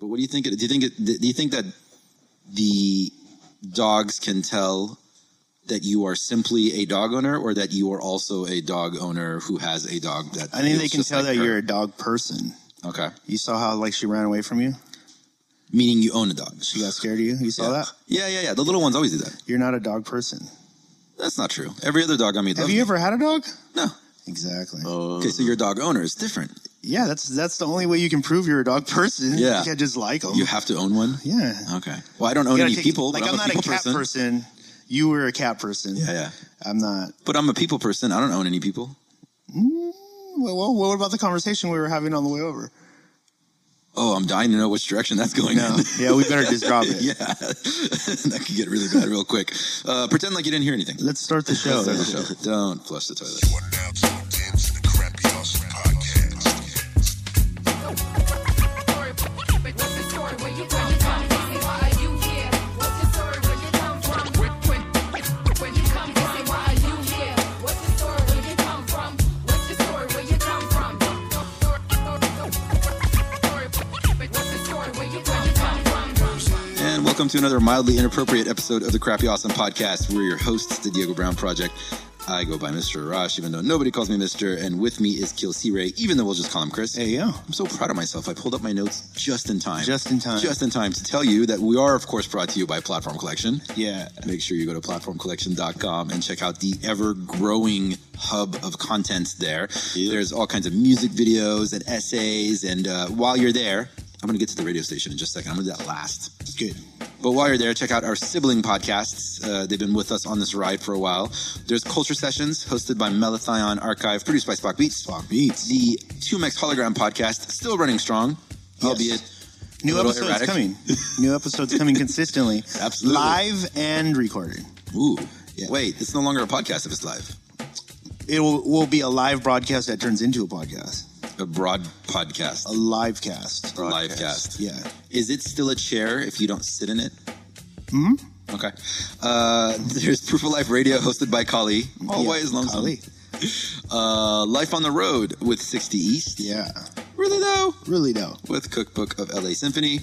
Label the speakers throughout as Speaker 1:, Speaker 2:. Speaker 1: But what do you think? it- Do you think? It, do you think that the dogs can tell that you are simply a dog owner, or that you are also a dog owner who has a dog that?
Speaker 2: I think they
Speaker 1: feels
Speaker 2: can
Speaker 1: just
Speaker 2: tell
Speaker 1: like
Speaker 2: that
Speaker 1: her?
Speaker 2: you're a dog person.
Speaker 1: okay.
Speaker 2: You saw how like she ran away from you.
Speaker 1: Meaning you own a dog.
Speaker 2: She got scared of you. You saw
Speaker 1: yeah.
Speaker 2: that.
Speaker 1: yeah, yeah, yeah. The little ones always do that.
Speaker 2: You're not a dog person.
Speaker 1: That's not true. Every other dog I meet.
Speaker 2: Have
Speaker 1: loves me.
Speaker 2: you ever had a dog?
Speaker 1: No.
Speaker 2: Exactly.
Speaker 1: Okay, so your dog owner is different.
Speaker 2: Yeah, that's that's the only way you can prove you're a dog person.
Speaker 1: Yeah.
Speaker 2: you can't just like them.
Speaker 1: You have to own one.
Speaker 2: yeah,
Speaker 1: Okay. Well, I don't own
Speaker 2: Oh. You gotta
Speaker 1: any
Speaker 2: take-
Speaker 1: people.
Speaker 2: Like
Speaker 1: but I'm,
Speaker 2: not
Speaker 1: a people
Speaker 2: cat person. You were a cat person.
Speaker 1: Yeah, yeah.
Speaker 2: I'm not. Mm,
Speaker 1: But I'm a people person. I don't own any people.
Speaker 2: Well, well, what about the conversation we were having on the way over?
Speaker 1: Oh, I'm dying to know which direction that's going
Speaker 2: No.
Speaker 1: in.
Speaker 2: yeah, we better just drop it.
Speaker 1: yeah, that could get really bad real quick. Uh, pretend like you didn't hear anything.
Speaker 2: Let's start the show.
Speaker 1: Start the show. Don't flush the toilet.
Speaker 3: You are now tuned in to the Crappy Awesome Podcast.
Speaker 4: What's the story? Where you come from? Why are you here? What's the story? Where you come from? Where you come from? Why are you here? What's the story? Where you come from? What's the story? Where you come from? What's the story? Where you come from?
Speaker 1: And welcome to another mildly inappropriate episode of the Crappy Awesome Podcast. We're your hosts, the Diego Brown Project. I go by Mr. Arash, even though nobody calls me Mr. And with me is Kiel C. Ray, even though we'll just call him Chris.
Speaker 2: Hey, yeah.
Speaker 1: I'm so proud of myself. I pulled up my notes just in time.
Speaker 2: Just in time.
Speaker 1: Just in time to tell you that we are, of course, brought to you by Platform Collection.
Speaker 2: Yeah.
Speaker 1: Make sure you go to platformcollection.com and check out the ever growing hub of content there. There's all kinds of music videos and essays. And uh, while you're there, I'm going to get to the radio station in just a second. I'm going to do that last.
Speaker 2: It's good.
Speaker 1: But while you're there, check out our sibling podcasts. Uh, they've been with us on this ride for a while. There's Culture Sessions, hosted by Melathion Archive, produced by Spock Beats. Spock Beats. The 2MX Hologram podcast, still running strong, albeit
Speaker 2: New
Speaker 1: little
Speaker 2: episodes
Speaker 1: erratic.
Speaker 2: coming. New episodes coming consistently.
Speaker 1: Absolutely.
Speaker 2: Live and recorded.
Speaker 1: Ooh.
Speaker 2: Yeah.
Speaker 1: Wait, it's no longer a podcast if it's live.
Speaker 2: It will, will be a live broadcast that turns into a podcast.
Speaker 1: A broad
Speaker 2: A
Speaker 1: podcast.
Speaker 2: live cast.
Speaker 1: A live cast.
Speaker 2: Yeah.
Speaker 1: Is it still a chair if you don't sit in it? Hmm. Okay. Uh, there's Proof of Life Radio, hosted by Kali. Always
Speaker 2: yeah.
Speaker 1: long
Speaker 2: Golly.
Speaker 1: Uh, Life on the Road with 60 East.
Speaker 2: Yeah.
Speaker 1: Really, though?
Speaker 2: Really though.
Speaker 1: with Cookbook of LA Symphony.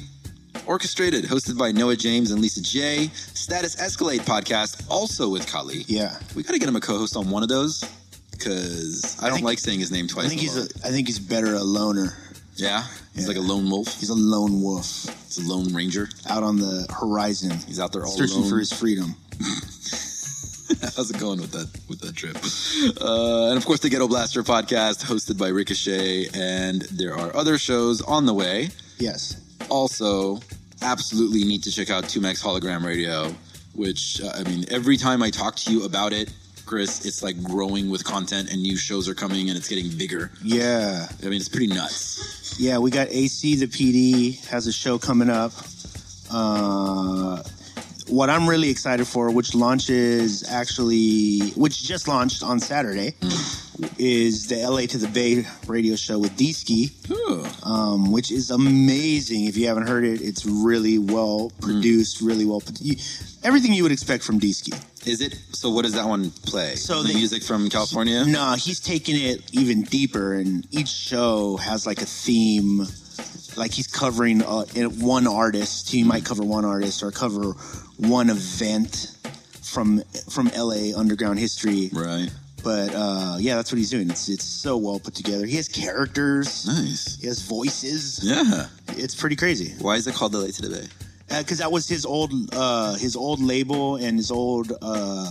Speaker 1: Orchestrated, hosted by Noah James and Lisa J. Status Escalade podcast, also with Kali.
Speaker 2: Yeah.
Speaker 1: We got to get him a co host on one of those because I, don't
Speaker 2: think-
Speaker 1: like saying his name twice.
Speaker 2: I think he's
Speaker 1: a,
Speaker 2: a,
Speaker 1: lot.
Speaker 2: I think he's better a loner.
Speaker 1: yeah? He's
Speaker 2: Yeah.
Speaker 1: like a lone wolf.
Speaker 2: He's a lone wolf
Speaker 1: He's a lone ranger.
Speaker 2: out on the horizon.
Speaker 1: He's out there all
Speaker 2: searching
Speaker 1: alone.
Speaker 2: for his freedom.
Speaker 1: How's it going with that with that trip? Uh, and of course, the Ghetto Blaster podcast, hosted by Ricochet. And there are other shows on the way.
Speaker 2: Yes.
Speaker 1: also absolutely need to check out 2max hologram radio which uh, i mean every time i talk to you about it chris it's like growing with content and new shows are coming and it's getting bigger
Speaker 2: Yeah.
Speaker 1: i mean it's pretty nuts
Speaker 2: Yeah, we got AC the PD has a show coming up. Uh, what I'm really excited for, which launches actually, which just launched on Saturday, is the LA to the Bay radio show with D-Ski, um, which is amazing. If you haven't heard it, it's really well produced, really well. put- you- Everything you would expect from D-Ski.
Speaker 1: is it so what does that one play
Speaker 2: So
Speaker 1: the
Speaker 2: the-
Speaker 1: music from california
Speaker 2: No, he's taking it even deeper, and each show has like a theme. Like he's covering uh, in- one artist. He might cover one artist or cover one event from from LA underground history.
Speaker 1: right
Speaker 2: But uh, yeah, that's what he's doing. It's it's so well put together. He has characters.
Speaker 1: nice
Speaker 2: He has voices.
Speaker 1: yeah
Speaker 2: It's pretty crazy
Speaker 1: why is it called the late to the bay
Speaker 2: because that was his old uh, his old label and his old uh,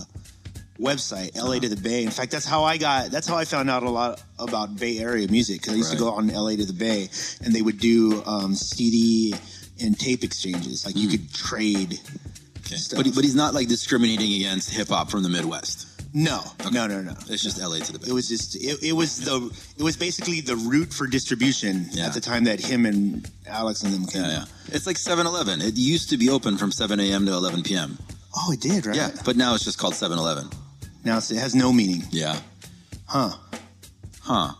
Speaker 2: website, LA
Speaker 1: Uh-huh.
Speaker 2: to the Bay. In fact, that's how I got that's how I found out a lot about Bay Area music because I used to
Speaker 1: Right.
Speaker 2: go on LA to the Bay and they would do um, CD and tape exchanges. Like you
Speaker 1: Hmm.
Speaker 2: could trade.
Speaker 1: okay.
Speaker 2: Stuff.
Speaker 1: but, he- but he's not like discriminating against hip-hop from the midwest
Speaker 2: No, no, no, no.
Speaker 1: it's just la to the bay
Speaker 2: It was just it, it was the it was basically the route for distribution
Speaker 1: Yeah.
Speaker 2: at the time that him and Alex and them came.
Speaker 1: yeah,
Speaker 2: out.
Speaker 1: yeah. It's like 7 Eleven. It used to be open from 7 a.m. to 11 p.m.
Speaker 2: Oh, it did right.
Speaker 1: Yeah, but now it's just called 7 Eleven.
Speaker 2: Now it's- it has no meaning,
Speaker 1: Yeah.
Speaker 2: huh?
Speaker 1: Huh.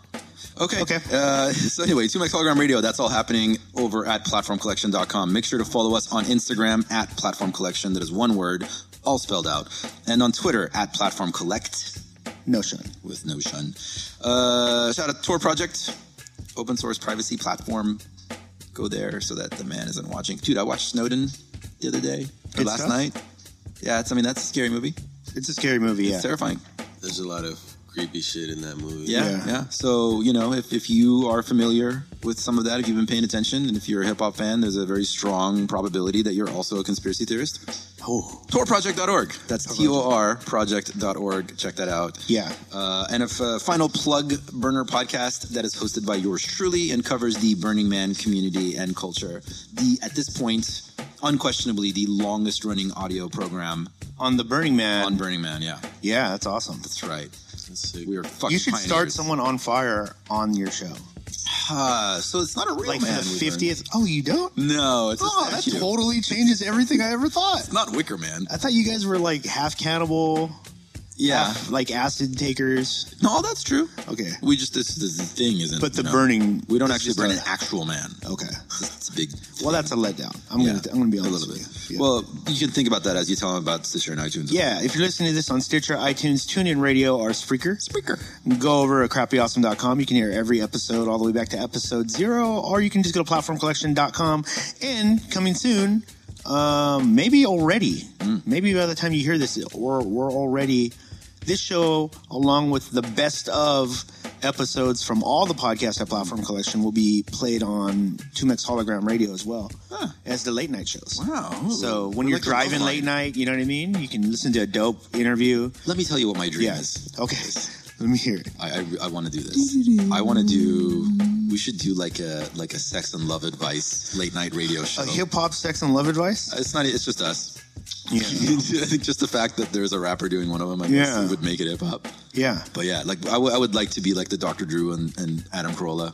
Speaker 1: Okay.
Speaker 2: Okay.
Speaker 1: Uh, so anyway, to my hologram radio, that's all happening over at platformcollection.com. Make sure to follow us on Instagram at platform collection. That is one word, all spelled out, and on Twitter at platform collect
Speaker 2: No, Sean.
Speaker 1: with no shun. Uh, shout out to Tor Project, open source privacy platform. go there so that the man isn't watching. Dude, I watched Snowden the other day or
Speaker 2: Good
Speaker 1: last
Speaker 2: stuff.
Speaker 1: night. Yeah, it's. I mean, that's a scary movie.
Speaker 2: It's a scary movie. Yeah.
Speaker 1: It's terrifying.
Speaker 5: There's a lot of creepy shit in that movie.
Speaker 1: Yeah, yeah.
Speaker 2: Yeah.
Speaker 1: So you know, if, if you are familiar with some of that, if you've been paying attention, and if you're a hip hop fan, there's a very strong probability that you're also a conspiracy theorist.
Speaker 2: oh.
Speaker 1: Torproject.org. That's T O R project.org. Check that out.
Speaker 2: Yeah.
Speaker 1: Uh, and a f- uh, final plug burner podcast that is hosted by yours truly and covers the Burning Man community and culture. The at this point, unquestionably the longest running audio program
Speaker 2: On the Burning Man.
Speaker 1: on Burning Man. Yeah,
Speaker 2: yeah, that's awesome.
Speaker 1: that's right.
Speaker 5: That's sick.
Speaker 1: We are fucking.
Speaker 2: You should start
Speaker 1: pioneers.
Speaker 2: someone on fire on your show.
Speaker 1: Uh, so it's not a real
Speaker 2: Like
Speaker 1: man.
Speaker 2: for the
Speaker 1: we
Speaker 2: fiftieth. Oh, you don't?
Speaker 1: learned. No, it's
Speaker 2: Oh,
Speaker 1: a
Speaker 2: that
Speaker 1: statue.
Speaker 2: totally changes everything I ever thought.
Speaker 1: It's not Wicker Man.
Speaker 2: I thought you guys were like half cannibal,
Speaker 1: Yeah.
Speaker 2: half like acid takers.
Speaker 1: No, that's true.
Speaker 2: Okay.
Speaker 1: We just this, this thing isn't.
Speaker 2: But the
Speaker 1: you know,
Speaker 2: burning.
Speaker 1: We don't
Speaker 2: it's
Speaker 1: actually
Speaker 2: just
Speaker 1: burn
Speaker 2: a-
Speaker 1: an actual man.
Speaker 2: Okay.
Speaker 1: It's a big.
Speaker 2: Well, that's a letdown. I'm
Speaker 1: Yeah.
Speaker 2: gonna I'm gonna be
Speaker 1: a
Speaker 2: honest
Speaker 1: little bit.
Speaker 2: with you. Yeah.
Speaker 1: Well, you can think about that as you tell them about Stitcher and iTunes.
Speaker 2: yeah, if you're listening to this on Stitcher, iTunes, TuneIn Radio, or Spreaker,
Speaker 1: Spreaker.
Speaker 2: go over to crappyawesome.com. You can hear every episode all the way back to episode zero, or you can just go to platformcollection.com. And coming soon, um, maybe already,
Speaker 1: Hmm.
Speaker 2: maybe by the time you hear this, we're, we're already this show, along with the best of episodes from all the podcasts at Platform Collection, will be played on Tumex Hologram Radio as well
Speaker 1: Huh.
Speaker 2: as the late night shows.
Speaker 1: Wow.
Speaker 2: So when
Speaker 1: We're
Speaker 2: you're
Speaker 1: like a
Speaker 2: driving
Speaker 1: love
Speaker 2: late
Speaker 1: line.
Speaker 2: night, you know what I mean? You can listen to a dope interview.
Speaker 1: Let me tell you what my dream is.
Speaker 2: Yes. Okay. Let me hear it.
Speaker 1: I, I, I want to do this. I want to do. We should do like a like a sex and love advice late night radio show.
Speaker 2: A hip hop sex and love advice?
Speaker 1: it's not. It's just us.
Speaker 2: Yeah.
Speaker 1: I think just the fact that there's a rapper doing one of them, I guess
Speaker 2: Yeah.
Speaker 1: it would make it hip hop.
Speaker 2: yeah.
Speaker 1: But yeah, like I would- I would like to be like the Dr. Drew and, and Adam Carolla.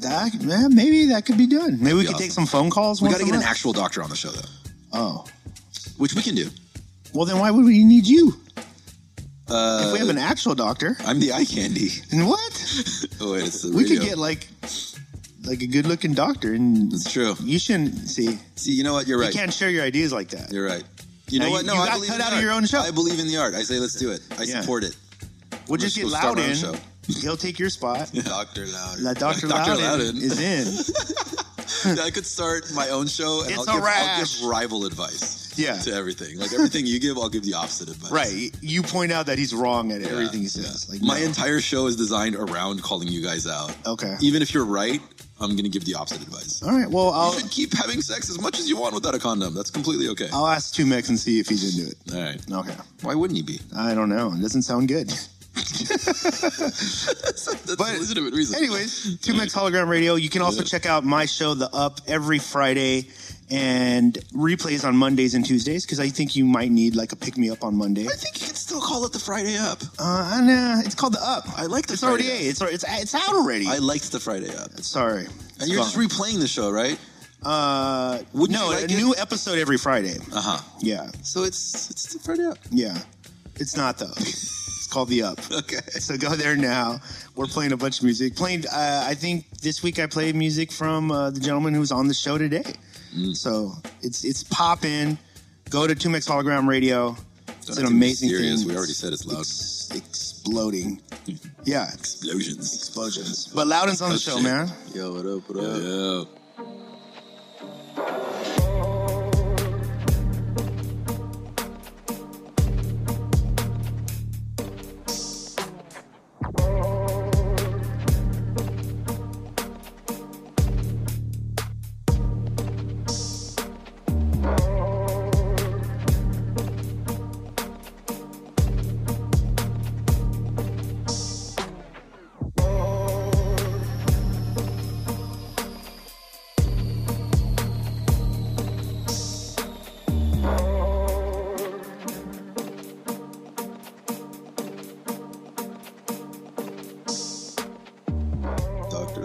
Speaker 2: That yeah, maybe that could be done. Maybe we
Speaker 1: be
Speaker 2: could take
Speaker 1: awesome.
Speaker 2: some phone calls.
Speaker 1: We
Speaker 2: once
Speaker 1: got to
Speaker 2: a
Speaker 1: get an
Speaker 2: month.
Speaker 1: actual doctor on the show though,
Speaker 2: Oh.
Speaker 1: which we can do.
Speaker 2: Well then why would we need you?
Speaker 1: Uh,
Speaker 2: if we have an actual doctor.
Speaker 1: I'm the eye candy.
Speaker 2: And what?
Speaker 1: Oh wait, it's the
Speaker 2: We could
Speaker 1: radio.
Speaker 2: get like like a good looking doctor and
Speaker 1: It's true.
Speaker 2: you shouldn't see.
Speaker 1: See, you know what? You're
Speaker 2: You
Speaker 1: right.
Speaker 2: can't share your ideas like that.
Speaker 1: You're right. You know
Speaker 2: Now, you-
Speaker 1: what? No,
Speaker 2: you
Speaker 1: I
Speaker 2: got
Speaker 1: believe
Speaker 2: cut
Speaker 1: in the
Speaker 2: out of
Speaker 1: art.
Speaker 2: your own show.
Speaker 1: I believe in the art. I say let's do it. I
Speaker 2: Yeah.
Speaker 1: support it.
Speaker 2: we'll just
Speaker 1: we're supposed to
Speaker 2: get
Speaker 1: start our
Speaker 2: Loudon.
Speaker 1: own
Speaker 2: He'll take your spot.
Speaker 5: Dr. Loud.
Speaker 2: La Dr.
Speaker 1: Dr.
Speaker 2: Loudon,
Speaker 1: Loudon.
Speaker 2: is in.
Speaker 1: Yeah, I could start my own show and
Speaker 2: It's
Speaker 1: I'll
Speaker 2: a
Speaker 1: give, I'll
Speaker 2: rash.
Speaker 1: give rival advice
Speaker 2: Yeah.
Speaker 1: to everything. Like everything you give, I'll give the opposite advice.
Speaker 2: Right. You point out that he's wrong at
Speaker 1: Yeah,
Speaker 2: everything he
Speaker 1: yeah.
Speaker 2: says. Like
Speaker 1: my
Speaker 2: no.
Speaker 1: entire show is designed around calling you guys out.
Speaker 2: Okay.
Speaker 1: Even if you're right, I'm gonna give the opposite advice.
Speaker 2: All right. Well, I'll
Speaker 1: You should keep having sex as much as you want without a condom. That's completely okay.
Speaker 2: I'll ask Two Mex and see if he's into it.
Speaker 1: All right.
Speaker 2: Okay.
Speaker 1: Why wouldn't you be?
Speaker 2: I don't know. It doesn't sound good.
Speaker 1: That's, that's
Speaker 2: But-
Speaker 1: a legitimate reason.
Speaker 2: Anyways, Two Mex Hologram Radio. You can also check out my show, The Up, every Friday and replays on Mondays and Tuesdays because I think you might need like a pick me up on Monday.
Speaker 1: I think you can still call it the Friday Up.
Speaker 2: Uh, I know. It's called The Up.
Speaker 1: I like the
Speaker 2: It's already
Speaker 1: Friday
Speaker 2: it's it's it's out already.
Speaker 1: Oh, I liked the Friday Up.
Speaker 2: Sorry.
Speaker 1: And you're just replaying the show, right?
Speaker 2: uh
Speaker 1: Wouldn't
Speaker 2: no
Speaker 1: you
Speaker 2: a
Speaker 1: like it?
Speaker 2: new episode every Friday.
Speaker 1: Uh huh.
Speaker 2: Yeah,
Speaker 1: So it's it's the Friday Up.
Speaker 2: yeah. It's not though. it's called the Up.
Speaker 1: Okay.
Speaker 2: So go there now. We're playing a bunch of music. Playing, uh, I think this week I played music from uh, the gentleman who was on the show today.
Speaker 1: Mm.
Speaker 2: So it's it's popping. Go to Tumex Hologram Radio. It's an
Speaker 1: have to be
Speaker 2: amazing
Speaker 1: serious.
Speaker 2: thing.
Speaker 1: We already said it's loud.
Speaker 2: It's exploding. Yeah,
Speaker 1: Explosions.
Speaker 2: explosions. But Loudon's on the show,
Speaker 1: shit.
Speaker 2: man.
Speaker 5: Yo, what up, what up?
Speaker 1: Yeah.
Speaker 5: Dr.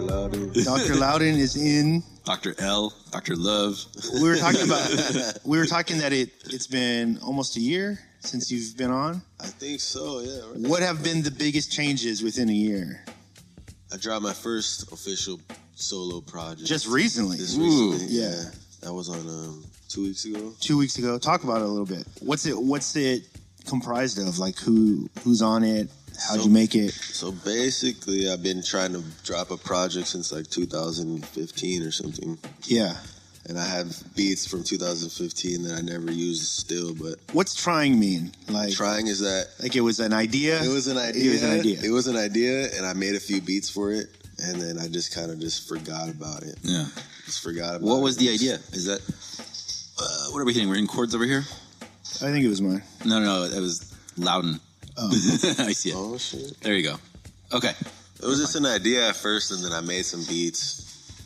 Speaker 5: Loud.
Speaker 2: Dr. Loudon is in.
Speaker 1: Dr. L, Dr. Love.
Speaker 2: We were talking about. we were talking that it it's been almost a year since you've been on.
Speaker 5: I think so, yeah. right.
Speaker 2: What have been the biggest changes within a year?
Speaker 5: I dropped my first official solo project.
Speaker 2: Just recently.
Speaker 5: This
Speaker 1: Ooh,
Speaker 5: recently,
Speaker 2: yeah.
Speaker 5: yeah. That was on um, two weeks ago.
Speaker 2: two weeks ago. Talk about it a little bit. What's it? What's it comprised of? Like who? Who's on it? How'd
Speaker 5: So-
Speaker 2: you make it?
Speaker 5: So basically, I've been trying to drop a project since like 2015 or something,
Speaker 2: Yeah.
Speaker 5: and I have beats from 2015 that I never used still. But
Speaker 2: What's trying mean? Like
Speaker 5: trying is that
Speaker 2: like it was an idea.
Speaker 5: it was an idea.
Speaker 2: It was an idea.
Speaker 5: It was an idea, and I made a few beats for it, and then I just kind of just forgot about it.
Speaker 1: Yeah.
Speaker 5: Just forgot about it.
Speaker 1: What was the idea? Is that uh, what are we hitting? We're hitting chords over here.
Speaker 2: I think it was mine.
Speaker 1: No, no, no. It was Loudon. I see it.
Speaker 5: Oh shit!
Speaker 1: There you go. Okay.
Speaker 5: It was just an idea at first, and then I made some beats.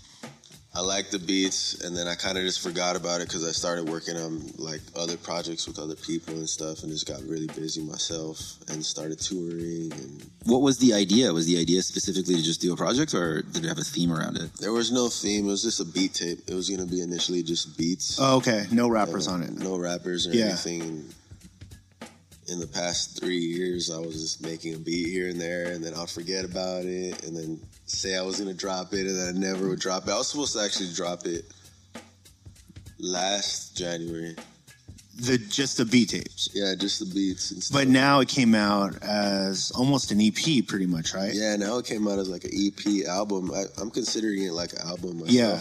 Speaker 5: I liked the beats, and then I kind of just forgot about it because I started working on like other projects with other people and stuff, and just got really busy myself and started touring. And
Speaker 1: What was the idea? Was the idea specifically to just do a project, or did it have a theme around it?
Speaker 5: there was no theme; it was just a beat tape. It was gonna be initially just beats.
Speaker 2: Oh, okay. No rappers on it.
Speaker 5: No rappers or
Speaker 2: Yeah.
Speaker 5: anything. In the past three years, I was just making a beat here and there, and then I'll forget about it, and then say I was gonna drop it, and then I never would drop it. I was supposed to actually drop it last January.
Speaker 2: The just the B tapes.
Speaker 5: Yeah, just the beats and stuff.
Speaker 2: But now it came out as almost an EP, pretty much, right?
Speaker 5: yeah, now it came out as like an EP album. I, I'm considering it like an album myself,
Speaker 2: Yeah.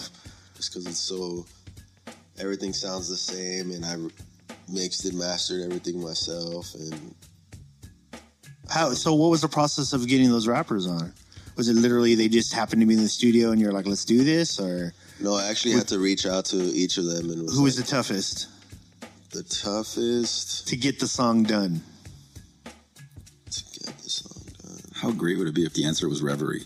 Speaker 5: just because it's so everything sounds the same, and I mixed and mastered everything myself, and
Speaker 2: How? So what was the process of getting those rappers on? Was it literally they just happened to be in the studio and you're like, let's do this, or
Speaker 5: No, I actually had to reach out to each of them and was
Speaker 2: who was the
Speaker 5: like,
Speaker 2: toughest
Speaker 5: the toughest
Speaker 2: to get the song done?
Speaker 5: to get this song done?
Speaker 1: How great would it be if the answer was Reverie?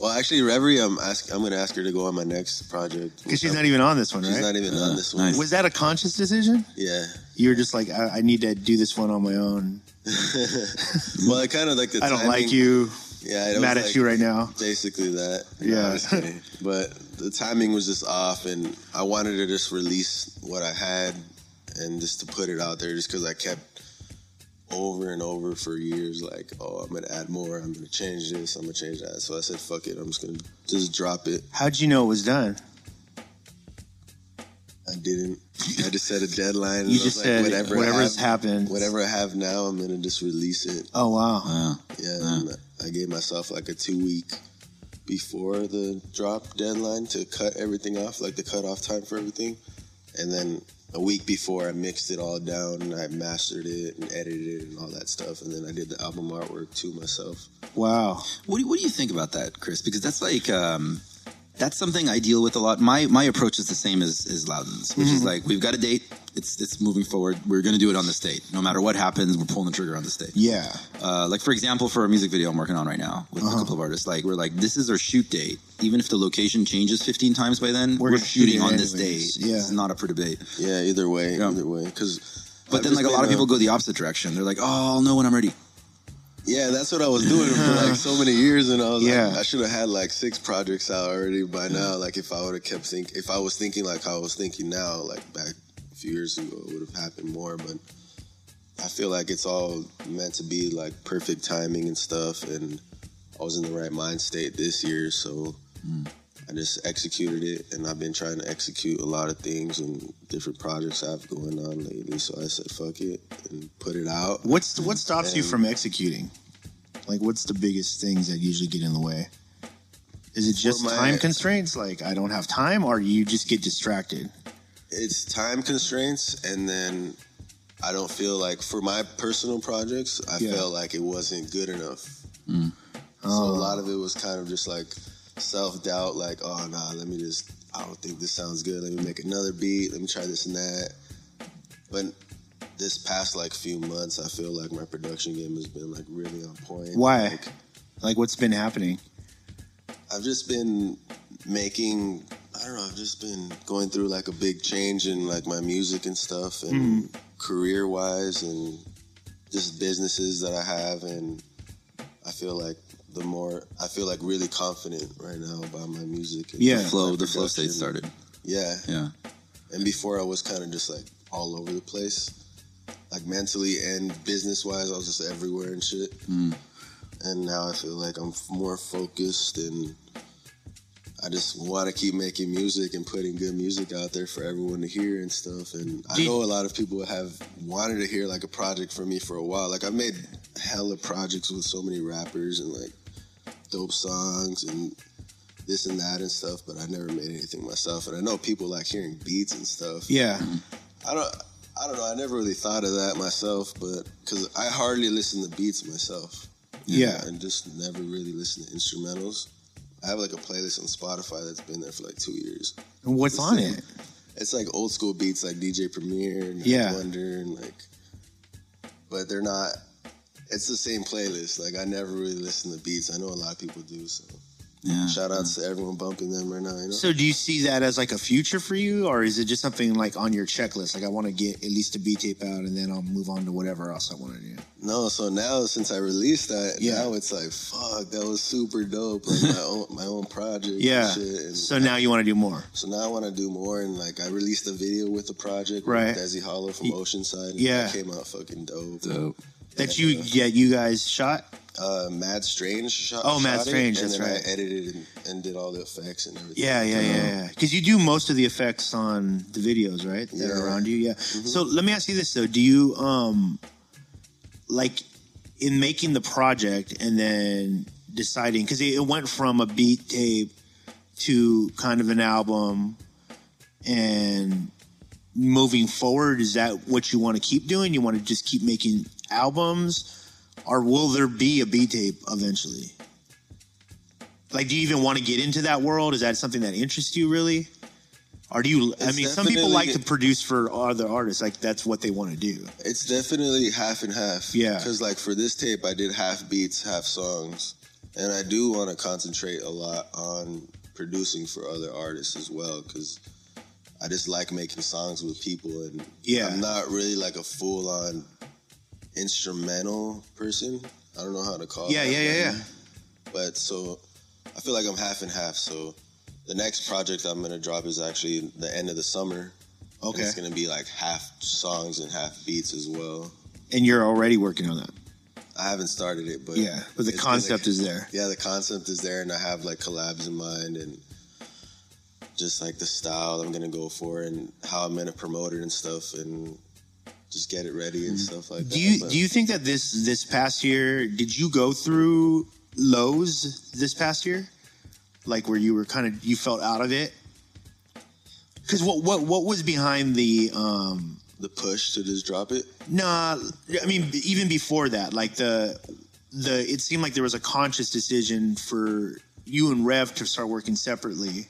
Speaker 5: Well, actually, Reverie, I'm ask, I'm gonna ask her to go on my next project.
Speaker 2: Because she's not even on this one,
Speaker 5: She's
Speaker 2: right?
Speaker 5: not even
Speaker 1: Uh,
Speaker 5: on this one.
Speaker 1: nice.
Speaker 2: was that a conscious decision?
Speaker 5: Yeah.
Speaker 2: You were just like, I, I need to do this one on my own.
Speaker 5: Well, I kind of like the.
Speaker 2: I don't
Speaker 5: timing-
Speaker 2: like you.
Speaker 5: Yeah, it
Speaker 2: Mad
Speaker 5: was
Speaker 2: at
Speaker 5: like
Speaker 2: you right now.
Speaker 5: Basically that.
Speaker 2: Yeah.
Speaker 5: No, just kidding. but the timing was just off, and I wanted to just release what I had and just to put it out there, just because I kept over and over for years, like, oh, I'm gonna add more, I'm gonna change this, I'm gonna change that. So I said, fuck it, I'm just gonna just drop it.
Speaker 2: How'd you know it was done?
Speaker 5: I didn't. I just set a deadline. and
Speaker 2: You
Speaker 5: I was
Speaker 2: just
Speaker 5: like,
Speaker 2: said
Speaker 5: I
Speaker 2: whatever's
Speaker 5: have-
Speaker 2: happened.
Speaker 5: Whatever I have now, I'm gonna just release it.
Speaker 2: Oh wow.
Speaker 1: Uh,
Speaker 5: Yeah,
Speaker 1: Yeah.
Speaker 5: and I gave myself like a two week before the drop deadline to cut everything off, like the cutoff time for everything. And then a week before, I mixed it all down and I mastered it and edited it and all that stuff. And then I did the album artwork to myself.
Speaker 2: wow.
Speaker 1: What do you, what do you think about that, Chris? Because that's like um, that's something I deal with a lot. My my approach is the same as as Loudon's, which
Speaker 2: Mm-hmm.
Speaker 1: is like we've got a date. It's it's moving forward. We're going to do it on this date, no matter what happens. We're pulling the trigger on this date.
Speaker 2: Yeah.
Speaker 1: Uh, like for example, for a music video I'm working on right now with
Speaker 2: Uh-huh.
Speaker 1: a couple of artists, like we're like this is our shoot date. Even if the location changes 15 times by then,
Speaker 2: We're
Speaker 1: we're,
Speaker 2: gonna shoot
Speaker 1: shooting
Speaker 2: it
Speaker 1: on this
Speaker 2: anyways.
Speaker 1: date.
Speaker 2: Yeah.
Speaker 1: It's not up for debate.
Speaker 5: Yeah, either way,
Speaker 1: Yeah.
Speaker 5: either way. Because,
Speaker 1: But then, like a lot
Speaker 5: um,
Speaker 1: of people go the opposite direction. They're like, "Oh, I'll know when I'm ready."
Speaker 5: Yeah, that's what I was doing for like so many years, and I was
Speaker 2: Yeah.
Speaker 5: like, I should have had like six projects out already by now. Like if I would have kept think, if I was thinking like how I was thinking now, like back a few years ago, it would have happened more. But I feel like it's all meant to be like perfect timing and stuff, and I was in the right mind state this year, so I just executed it, and I've been trying to execute a lot of things and different projects I've going on lately. So I said, fuck it, and put it out.
Speaker 2: What's what stops you from executing? Like, what's the biggest things that usually get in the way? Is it just
Speaker 5: my-
Speaker 2: time constraints? Like, I don't have time, or you just get distracted?
Speaker 5: it's time constraints and then i don't feel like for my personal projects
Speaker 2: Yeah.
Speaker 5: i
Speaker 2: Mm. Oh.
Speaker 5: felt like it wasn't good enough so a lot of it was kind of just like self-doubt like oh nah let me just i don't think this sounds good let me make another beat let me try this and that but this past like few months i feel like my production game has been like really on point
Speaker 2: Why?
Speaker 5: Like,
Speaker 2: Like, what's been happening?
Speaker 5: I've just been making. I don't know. I've just been going through like a big change in like my music and stuff, and career wise, and just businesses that I have, and I feel like the more I feel like really confident right now about my music. And
Speaker 2: Yeah.
Speaker 5: my
Speaker 1: Flow, the flow
Speaker 5: production.
Speaker 1: state started.
Speaker 5: Yeah,
Speaker 1: Yeah,
Speaker 5: and before I was kind of just like all over the place, like mentally and business wise, I was just everywhere and shit. And now I feel like I'm f- more focused and I just want to keep making music and putting good music out there for everyone to hear and stuff. And I
Speaker 2: Do you-
Speaker 5: know a lot of people have wanted to hear like a project from me for a while. Like I've made hella projects with so many rappers and like dope songs and this and that and stuff, but I never made anything myself. And I know people like hearing beats and stuff.
Speaker 2: Yeah.
Speaker 5: I don't. I don't know. I never really thought of that myself, but because I hardly listen to beats myself.
Speaker 2: Yeah.
Speaker 5: and just never really listen to instrumentals. I have like a playlist on Spotify that's been there for like two years.
Speaker 2: And what's on it?
Speaker 5: It's like old school beats, like DJ Premier and like,
Speaker 2: Yeah.
Speaker 5: Wonder, and like, but they're not. It's the same playlist. Like I never really listen to beats. I know a lot of people do. So
Speaker 2: Mm-hmm.
Speaker 1: Yeah.
Speaker 5: shout outs to everyone bumping them right now. You know.
Speaker 2: So do you see that as like a future for you, or is it just something like on your checklist? Like I want to get at least a B tape out, and then I'll move on to whatever else I want to do.
Speaker 5: No, so now since I released that,
Speaker 2: Yeah.
Speaker 5: now it's like fuck, that was super dope. Like my own my own project.
Speaker 2: Yeah.
Speaker 5: And shit. And
Speaker 2: So now you want to do more.
Speaker 5: so now I want to do more, and like I released a video with the project,
Speaker 2: Right.
Speaker 5: With Desi Hollow from Oceanside. And
Speaker 2: Yeah.
Speaker 5: that came out fucking dope.
Speaker 1: Dope.
Speaker 2: That you, yeah, you guys shot.
Speaker 5: Uh, Mad Strange shot.
Speaker 2: Oh, Mad
Speaker 5: shot it,
Speaker 2: Strange,
Speaker 5: and
Speaker 2: that's
Speaker 5: then
Speaker 2: right.
Speaker 5: I edited and, and did all the effects and everything.
Speaker 2: Yeah, yeah, yeah, yeah. Because Uh-huh. you do most of the effects on the videos, right? That
Speaker 5: Yeah.
Speaker 2: are around you. Yeah. Mm-hmm. So let me ask you this though: Do you um, like, in making the project and then deciding because it it went from a beat tape to kind of an album and moving forward is that what you want to keep doing you want to just keep making albums or will there be a b tape eventually like do you even want to get into that world is that something that interests you really or do you i
Speaker 5: It's
Speaker 2: mean some people like
Speaker 5: definitely-
Speaker 2: to produce for other artists like that's what they want to do
Speaker 5: It's definitely half and half.
Speaker 2: Yeah.
Speaker 5: Because like for this tape, I did half beats, half songs, and I do want to concentrate a lot on producing for other artists as well because I just like making songs with people, and
Speaker 2: Yeah.
Speaker 5: I'm not really like a full on instrumental person. I don't know how to call.
Speaker 2: yeah
Speaker 5: it.
Speaker 2: yeah yeah yeah
Speaker 5: But so I feel like I'm half and half. So the next project I'm gonna drop is actually the end of the summer. and
Speaker 2: okay
Speaker 5: it's gonna be like half songs and half beats as well.
Speaker 2: and you're already working on that
Speaker 5: I haven't started it, but
Speaker 2: yeah but the
Speaker 5: it's
Speaker 2: concept
Speaker 5: gonna-
Speaker 2: is there
Speaker 5: yeah, the concept is there, and I have like collabs in mind and just like the style I'm gonna go for and how I'm gonna promote it and stuff, and just get it ready and stuff like
Speaker 2: Mm-hmm.
Speaker 5: that.
Speaker 2: Do you
Speaker 5: but
Speaker 2: do you think that this this past year did you go through lows this past year, like where you were kind of you felt out of it? Because what what what was behind the um
Speaker 5: the push to just drop it?
Speaker 2: nah? I mean, even before that, like the the it seemed like there was a conscious decision for you and Rev to start working separately.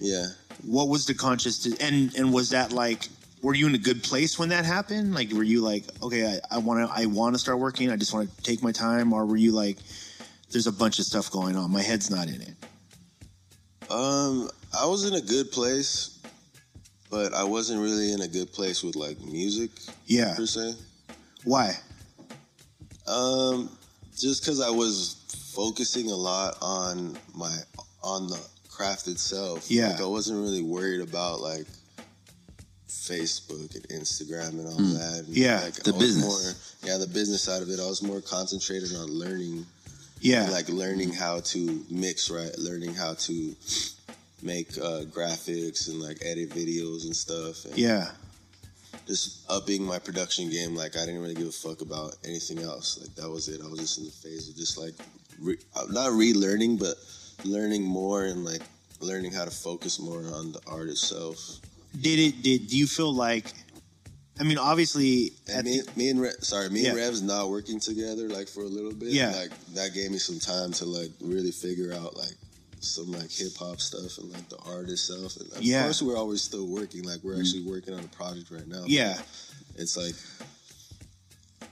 Speaker 5: Yeah,
Speaker 2: What was the conscious de- and and was that like? Were you in a good place when that happened? Like, were you like, okay, I want to, I want to start working. I just want to take my time, or were you like, there's a bunch of stuff going on. My head's not in it.
Speaker 5: um, I was in a good place, but I wasn't really in a good place with like music
Speaker 2: Yeah.
Speaker 5: per se.
Speaker 2: Why?
Speaker 5: Um, just because I was focusing a lot on my on the craft itself.
Speaker 2: Yeah.
Speaker 5: like I wasn't really worried about like Facebook and Instagram and all that. And,
Speaker 2: Hmm. Yeah,
Speaker 5: like,
Speaker 1: the
Speaker 5: I was
Speaker 1: business.
Speaker 5: More, yeah, the business side of it. I was more concentrated on learning,
Speaker 2: Yeah.
Speaker 5: like learning how to mix right, learning how to make uh, graphics and like edit videos and stuff. And
Speaker 2: yeah.
Speaker 5: just upping my production game. Like I didn't really give a fuck about anything else. Like that was it. I was just in the phase of just like re- uh, not relearning, but learning more and like learning how to focus more on the art itself.
Speaker 2: Did it? Did do you feel like? I mean, obviously,
Speaker 5: And
Speaker 2: at
Speaker 5: me,
Speaker 2: the-
Speaker 5: me and Re- sorry, me and
Speaker 2: Yeah.
Speaker 5: Rev's not working together like for a little bit.
Speaker 2: Yeah.
Speaker 5: like that gave me some time to like really figure out like some like hip hop stuff and like the art itself. And of
Speaker 2: Yeah. Mm.
Speaker 5: course, we're always still working. Like we're actually working on a project right now.
Speaker 2: yeah.
Speaker 5: it's like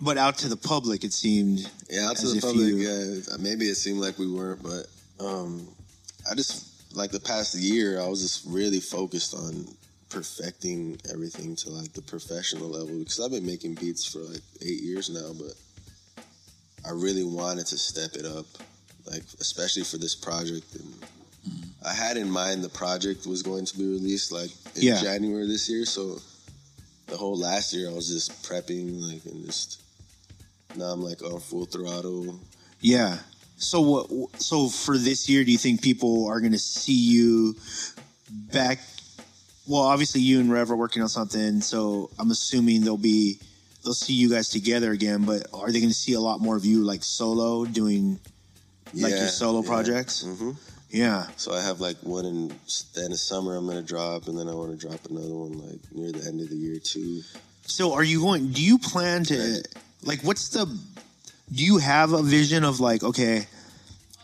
Speaker 2: But out to the public, it seemed.
Speaker 5: Yeah, out to
Speaker 2: as
Speaker 5: the
Speaker 2: if
Speaker 5: public.
Speaker 2: you-
Speaker 5: yeah, uh, maybe it seemed like we weren't, but um, I just like the past year, I was just really focused on perfecting everything to like the professional level because I've been making beats for like eight years now, but I really wanted to step it up, like especially for this project. And
Speaker 2: Mm-hmm.
Speaker 5: I had in mind the project was going to be released like in
Speaker 2: Yeah.
Speaker 5: January this year, so the whole last year I was just prepping like and just now I'm like on full throttle
Speaker 2: Yeah. So what? So for this year, do you think people are going to see you back? Well, obviously you and Rev are working on something, so I'm assuming they'll be they'll see you guys together again. But are they going to see a lot more of you like solo doing like your
Speaker 5: Yeah,
Speaker 2: solo
Speaker 5: yeah. Mm.
Speaker 2: projects? Mm-hmm. Yeah.
Speaker 5: So I have like one in the end of summer I'm gonna drop, and then I want to drop another one like near the end of the year too.
Speaker 2: So are you going? Do you plan to like? What's the? Do you have a vision of like okay,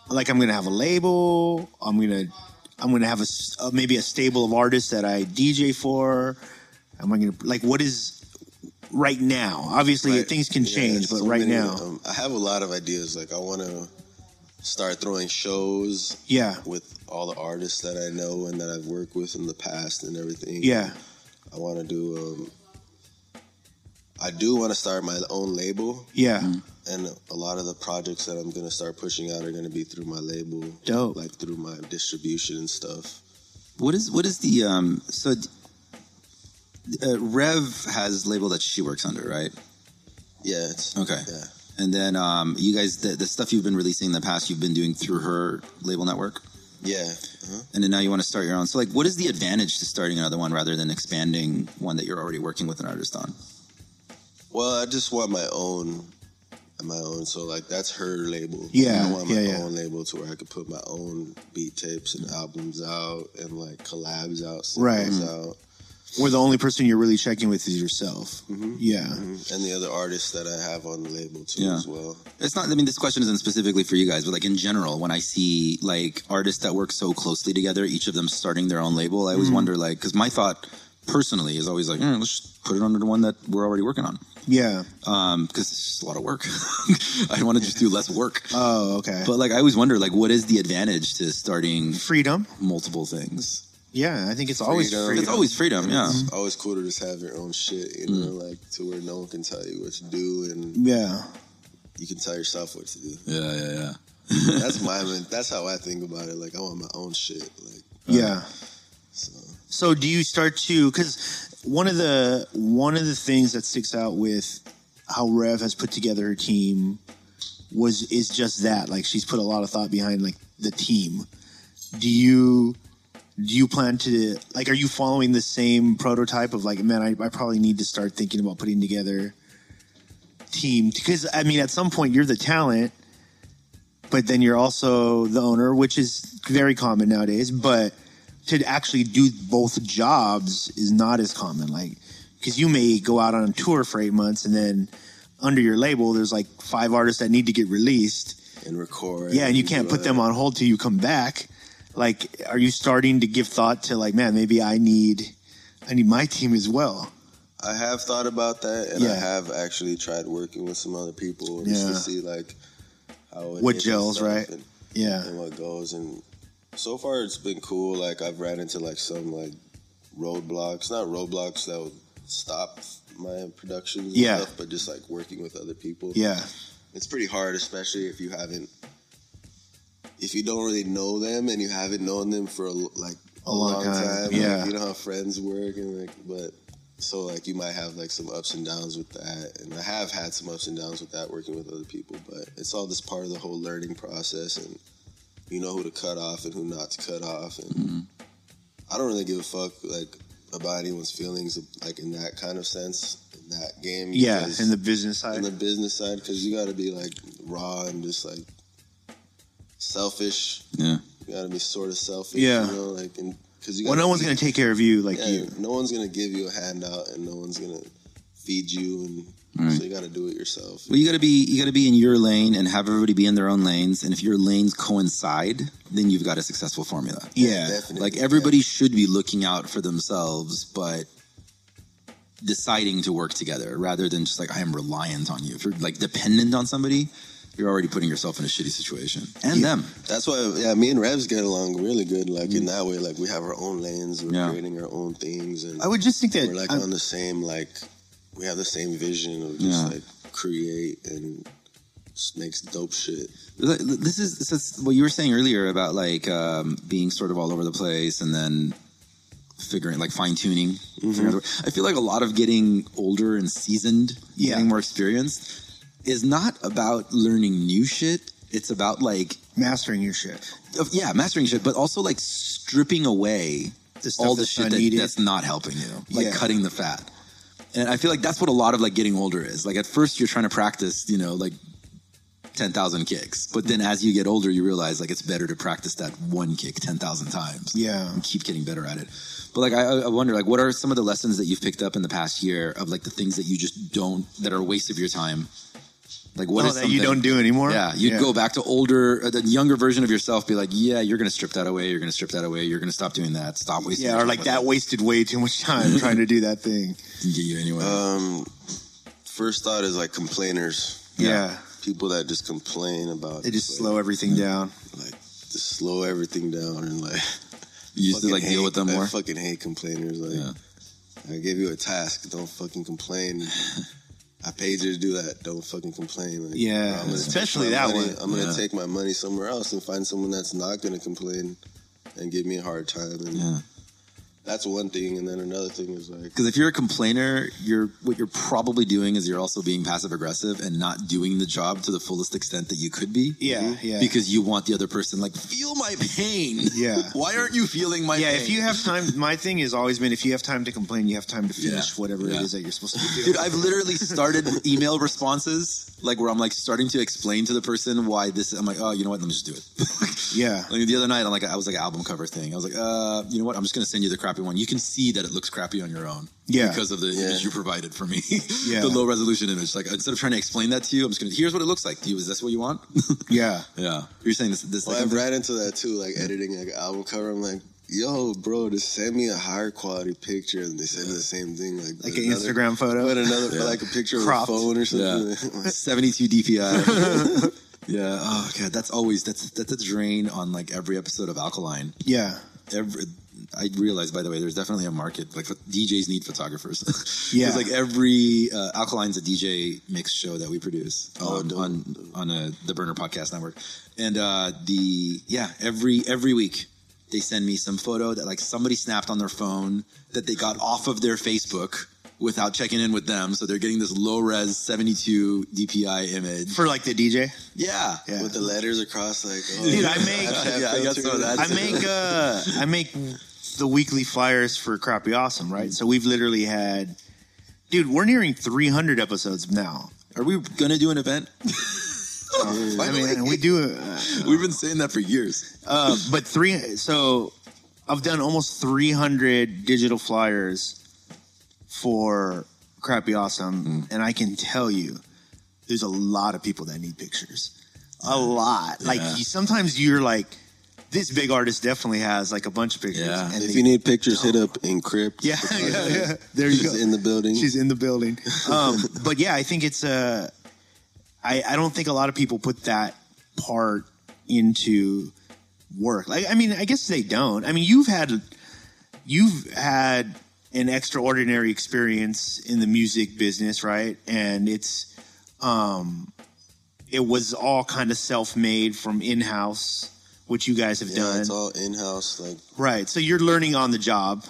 Speaker 2: like I'm gonna have a label. I'm gonna I'm gonna have a s- uh, maybe a stable of artists that I DJ for. Am I gonna like what is right now? Obviously
Speaker 5: Right.
Speaker 2: things can
Speaker 5: Yeah,
Speaker 2: change, but
Speaker 5: so
Speaker 2: right
Speaker 5: many,
Speaker 2: now,
Speaker 5: um, I have a lot of ideas. Like I want to start throwing shows
Speaker 2: yeah,
Speaker 5: with all the artists that I know and that I've worked with in the past and everything.
Speaker 2: yeah,
Speaker 5: I want to do. Um, I do want to start my own label,
Speaker 2: yeah,
Speaker 5: and a lot of the projects that I'm gonna start pushing out are gonna be through my label,
Speaker 2: Dope.
Speaker 5: like through my distribution and stuff.
Speaker 1: What is what is the um so d- uh, Rev has label that she works under, right?
Speaker 5: Yeah. It's,
Speaker 1: Okay.
Speaker 5: Yeah.
Speaker 1: And then um you guys the, the stuff you've been releasing in the past you've been doing through her label network
Speaker 5: Yeah. uh
Speaker 1: and then now you want to start your own. So like what is the advantage to starting another one rather than expanding one that you're already working with an artist on?
Speaker 5: Well, I just want my own, my own. So like that's her label.
Speaker 2: Yeah,
Speaker 5: I want my
Speaker 2: yeah, yeah.
Speaker 5: own label to where I could put my own beat tapes and albums out and like collabs out, singles
Speaker 2: Right.
Speaker 5: out,
Speaker 2: Where the only person you're really checking with is yourself.
Speaker 5: Mm-hmm.
Speaker 2: Yeah,
Speaker 5: and the other artists that I have on the label too
Speaker 1: Yeah.
Speaker 5: as well.
Speaker 1: It's not. I mean, this question isn't specifically for you guys, but like in general, when I see like artists that work so closely together, each of them starting their own label, I always wonder like, because my thought personally is always like, "Eh, let's just put it under the one that we're already working on,
Speaker 2: yeah.
Speaker 1: because um, it's just a lot of work. I want to just do less work.
Speaker 2: Oh, okay.
Speaker 1: But like, I always wonder like, what is the advantage to starting
Speaker 2: freedom.
Speaker 1: multiple things?
Speaker 2: Yeah, I think it's always
Speaker 5: Freedom.
Speaker 2: freedom. Mm-hmm.
Speaker 1: It's always freedom, yeah.
Speaker 5: It's always cool to just have your own shit, you know,
Speaker 2: Mm.
Speaker 5: like to where no one can tell you what to do and
Speaker 2: yeah.
Speaker 5: you can tell yourself what to do.
Speaker 1: Yeah, yeah, yeah.
Speaker 5: That's my man. That's how I think about it. Like I want my own shit. Like
Speaker 2: Yeah.
Speaker 5: so.
Speaker 2: So do you start to because one of the one of the things that sticks out with how Rev has put together her team was is just that like she's put a lot of thought behind like the team. Do you do you plan to like are you following the same prototype of like man I, I probably need to start thinking about putting together team because I mean at some point you're the talent but then you're also the owner which is very common nowadays but to actually do both jobs is not as common. Like, because you may go out on tour for eight months and then under your label, there's like five artists that need to get released.
Speaker 5: And record.
Speaker 2: Yeah, and you can't put them on hold till you come back. Like, are you starting to give thought to like, man, maybe I need, I need my team as well.
Speaker 5: I have thought about that, and I
Speaker 2: Yeah.
Speaker 5: have actually tried working with some other people just to
Speaker 2: Yeah.
Speaker 5: see like how it
Speaker 2: What
Speaker 5: is and
Speaker 2: gels,
Speaker 5: stuff
Speaker 2: right?
Speaker 5: and,
Speaker 2: Yeah,
Speaker 5: and what goes. And so far, it's been cool. Like I've ran into like some like roadblocks, not roadblocks that would stop my productions, and
Speaker 2: Yeah.
Speaker 5: stuff, but just like working with other people.
Speaker 2: yeah,
Speaker 5: it's pretty hard, especially if you haven't. If you don't really know them and you haven't known them for a, l- like
Speaker 2: A long time,
Speaker 5: like,
Speaker 2: yeah.
Speaker 5: you know how friends work and like, but so like you might have like some ups and downs with that, and I have had some ups and downs with that working with other people, but it's all just part of the whole learning process, and you know who to cut off and who not to cut off, and
Speaker 2: Mm-hmm.
Speaker 5: I don't really give a fuck like about anyone's feelings like in that kind of sense in that game,
Speaker 2: yeah.
Speaker 5: because-
Speaker 2: And the business
Speaker 5: on
Speaker 2: side,
Speaker 5: the business side because you got to be like raw and just like selfish.
Speaker 1: Yeah.
Speaker 5: You got to be sort of selfish.
Speaker 2: Yeah.
Speaker 5: You know, like and because you.
Speaker 2: well,
Speaker 5: gotta
Speaker 2: no one's
Speaker 5: feed-
Speaker 2: gonna take care of you like
Speaker 5: Yeah,
Speaker 2: you.
Speaker 5: no one's gonna give you a handout, and no one's gonna feed you, and so you got to do it yourself.
Speaker 1: Well, you gotta be you gotta be in your lane and have everybody be in their own lanes. And if your lanes coincide, then you've got a successful formula.
Speaker 2: Yeah,
Speaker 5: Definitely.
Speaker 1: Like everybody should be looking out for themselves, but deciding to work together rather than just like I am reliant on you. If you're like dependent on somebody, you're already putting yourself in a shitty situation. And them.
Speaker 5: That's why, yeah, me and Revs get along really good. Like
Speaker 2: Mm.
Speaker 5: in that way, like we have our own lanes, we're
Speaker 1: Yeah.
Speaker 5: creating our own things, and
Speaker 2: I would just think that
Speaker 5: we're like
Speaker 2: I'm-
Speaker 5: on the same like we have the same vision of just
Speaker 1: Yeah.
Speaker 5: like create and just makes dope shit.
Speaker 1: This is, this is what you were saying earlier about like um, being sort of all over the place and then figuring like fine tuning.
Speaker 5: Mm-hmm.
Speaker 1: I feel like a lot of getting older and seasoned,
Speaker 2: Yeah.
Speaker 1: getting more experienced, is not about learning new shit. It's about like
Speaker 2: mastering your shit.
Speaker 1: of- yeah, mastering shit, but also like stripping away
Speaker 2: The stuff
Speaker 1: all the
Speaker 2: that's
Speaker 1: shit that,
Speaker 2: unneeded.
Speaker 1: that's not helping you, like
Speaker 2: Yeah.
Speaker 1: cutting the fat. And I feel like that's what a lot of like getting older is. Like at first you're trying to practice, you know, like ten thousand kicks, but then as you get older, you realize like it's better to practice that one kick ten thousand times.
Speaker 2: Yeah.
Speaker 1: and keep getting better at it. But like I, I wonder, like what are some of the lessons that you've picked up in the past year of like the things that you just don't that are a waste of your time? Like what
Speaker 2: oh,
Speaker 1: is
Speaker 2: that you
Speaker 1: something-
Speaker 2: don't do anymore.
Speaker 1: yeah, you'd go back to older, uh, the younger version of yourself. Be like, yeah, you're gonna strip that away. You're gonna strip that away. You're gonna stop doing that. Stop wasting.
Speaker 2: Yeah,
Speaker 1: your
Speaker 2: or like
Speaker 1: time
Speaker 2: that wasted way too much time trying to do that thing.
Speaker 1: Can get you anyway.
Speaker 2: Uh,
Speaker 5: Um, first thought is like complainers,
Speaker 2: Yeah,
Speaker 5: people that just complain about
Speaker 2: they just
Speaker 5: like,
Speaker 2: slow everything down.
Speaker 5: like just slow everything down and like
Speaker 1: you used to
Speaker 5: fucking
Speaker 1: like deal
Speaker 5: hate-
Speaker 1: with them more.
Speaker 5: I fucking hate complainers. Like I gave you a task, don't fucking complain. I paid you to do that. Don't fucking complain. Like,
Speaker 2: Yeah,
Speaker 5: I'm gonna take
Speaker 2: especially
Speaker 5: my
Speaker 2: that
Speaker 5: money-
Speaker 2: one.
Speaker 5: I'm gonna
Speaker 1: Yeah.
Speaker 5: take my money somewhere else and find someone that's not gonna complain and give me a hard time. And
Speaker 1: Yeah.
Speaker 5: that's one thing. And then another thing is like,
Speaker 1: Because if you're a complainer, you're what you're probably doing is you're also being passive aggressive and not doing the job to the fullest extent that you could be.
Speaker 2: Yeah, yeah.
Speaker 1: Because you want the other person like feel my pain.
Speaker 2: Yeah.
Speaker 1: Why aren't you feeling my
Speaker 2: yeah,
Speaker 1: pain?
Speaker 2: if you have time, my thing has always been if you have time to complain, you have time to finish
Speaker 1: Yeah.
Speaker 2: whatever
Speaker 1: Yeah.
Speaker 2: it is that you're supposed to be doing.
Speaker 1: Dude, I've literally started email responses like where I'm like starting to explain to the person why this. I'm like, oh, you know what? Let me just do it.
Speaker 2: yeah,
Speaker 1: like the other night, I'm like, I was like album cover thing. I was like, uh, you know what? I'm just gonna send you the crappy one. You can see that it looks crappy on your own.
Speaker 2: Yeah.
Speaker 1: Because of the
Speaker 5: Yeah.
Speaker 1: image you provided for me,
Speaker 2: Yeah.
Speaker 1: the low resolution image. Like instead of trying to explain that to you, I'm just gonna. Here's what it looks like. Do you, is this what you want?
Speaker 2: yeah,
Speaker 1: yeah. You're saying this. This.
Speaker 5: well,
Speaker 1: second
Speaker 5: I've
Speaker 1: thing?
Speaker 5: ran into that too. Like editing like an album cover, I'm like, yo, bro, just send me a higher quality picture. And they send the same thing, like
Speaker 2: like
Speaker 5: but
Speaker 2: an
Speaker 5: another-
Speaker 2: Instagram photo.
Speaker 5: But another, but like a picture
Speaker 2: Cropped.
Speaker 5: of a phone or
Speaker 1: Yeah.
Speaker 5: something. Like,
Speaker 1: 72 DPI. yeah. Oh god, that's always that's that's a drain on like every episode of Alkaline.
Speaker 2: yeah,
Speaker 1: every I realize, by the way, there's definitely a market. Like DJs need photographers. 'Cause,
Speaker 2: Yeah.
Speaker 1: like every uh, Alkaline's a DJ mix show that we produce
Speaker 2: Oh,
Speaker 1: on
Speaker 5: dope.
Speaker 1: on, on uh the Burner Podcast Network, and uh, the yeah every every week they send me some photo that like somebody snapped on their phone that they got off of their Facebook without checking in with them, so they're getting this low res 72 DPI image.
Speaker 2: for like the DJ.
Speaker 1: yeah.
Speaker 2: Yeah.
Speaker 5: With the letters across, like, oh,
Speaker 2: Dude, I make-
Speaker 5: Snapchat
Speaker 1: Yeah, I got some of
Speaker 5: filter.
Speaker 1: that.
Speaker 2: I make uh, I make the weekly flyers for Crappy Awesome, right? So we've literally had, dude, we're nearing 300 episodes now.
Speaker 1: Are we gonna do an event?
Speaker 2: I mean, and we do, uh,
Speaker 1: We've been saying that for years.
Speaker 2: uh, but three. So I've done almost 300 digital flyers for Crappy Awesome,
Speaker 1: Hmm.
Speaker 2: and I can tell you, there's a lot of people that need pictures. A lot. Like
Speaker 1: Yeah.
Speaker 2: you, sometimes you're like, this big artist definitely has like a bunch of pictures.
Speaker 1: Yeah.
Speaker 2: and
Speaker 5: If
Speaker 2: they-
Speaker 5: you need pictures, hit up Encrypt.
Speaker 2: Yeah, yeah, yeah. There you
Speaker 5: She's
Speaker 2: go.
Speaker 5: in the building.
Speaker 2: She's in the building. Um, but yeah, I think it's uh, I I don't think a lot of people put that part into work. Like, I mean, I guess they don't. I mean, you've had you've had an extraordinary experience in the music business, right? And it's um, it was all kind of self made from in house, which you guys have
Speaker 5: yeah,
Speaker 2: done,
Speaker 5: it's all in house. Like,
Speaker 2: right? So you're learning on the job.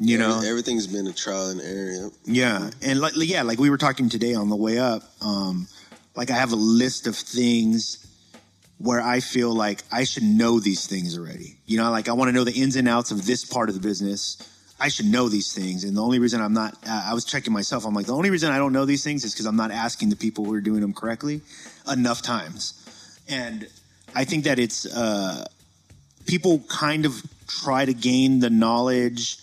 Speaker 2: You know,
Speaker 5: everything's been a trial and error.
Speaker 2: yeah, and like yeah, like we were talking today on the way up. Um, like I have a list of things where I feel like I should know these things already. You know, like I want to know the ins and outs of this part of the business. I should know these things, and the only reason I'm not, uh, I was checking myself. I'm like, the only reason I don't know these things is because I'm not asking the people who are doing them correctly enough times, and I think that it's uh, people kind of try to gain the knowledge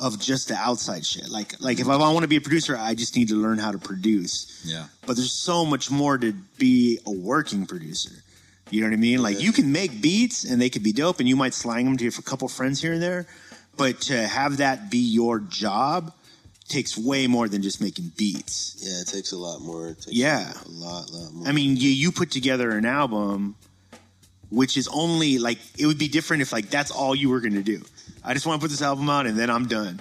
Speaker 2: of just the outside shit. Like like if I want to be a producer, I just need to learn how to produce.
Speaker 1: Yeah.
Speaker 2: But there's so much more to be a working producer. You know what I mean? Like you can make beats and they could be dope, and you might slang them to a couple friends here and there. But to have that be your job takes way more than just making beats.
Speaker 5: Yeah, it takes a lot more. It takes
Speaker 2: Yeah.
Speaker 5: A lot, lot more.
Speaker 2: I mean, you, you put together an album, which is only like it would be different if like that's all you were gonna do. I just want to put this album out and then I'm done.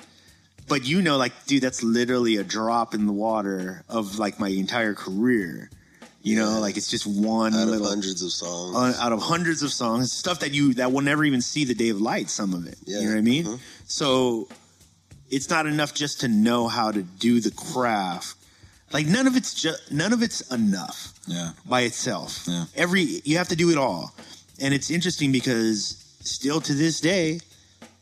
Speaker 2: But you know, like, dude, that's literally a drop in the water of like my entire career. You know,
Speaker 5: Yeah.
Speaker 2: like it's just one
Speaker 5: out of
Speaker 2: little
Speaker 5: hundreds of songs.
Speaker 2: uh, out of hundreds of songs, stuff that you that will never even see the day of light. Some of it,
Speaker 5: Yeah.
Speaker 2: you know what I mean.
Speaker 5: Uh-huh.
Speaker 2: So it's not enough just to know how to do the craft. Like none of it's just none of it's enough
Speaker 1: Yeah.
Speaker 2: by itself.
Speaker 1: Yeah.
Speaker 2: Every you have to do it all, and it's interesting because still to this day,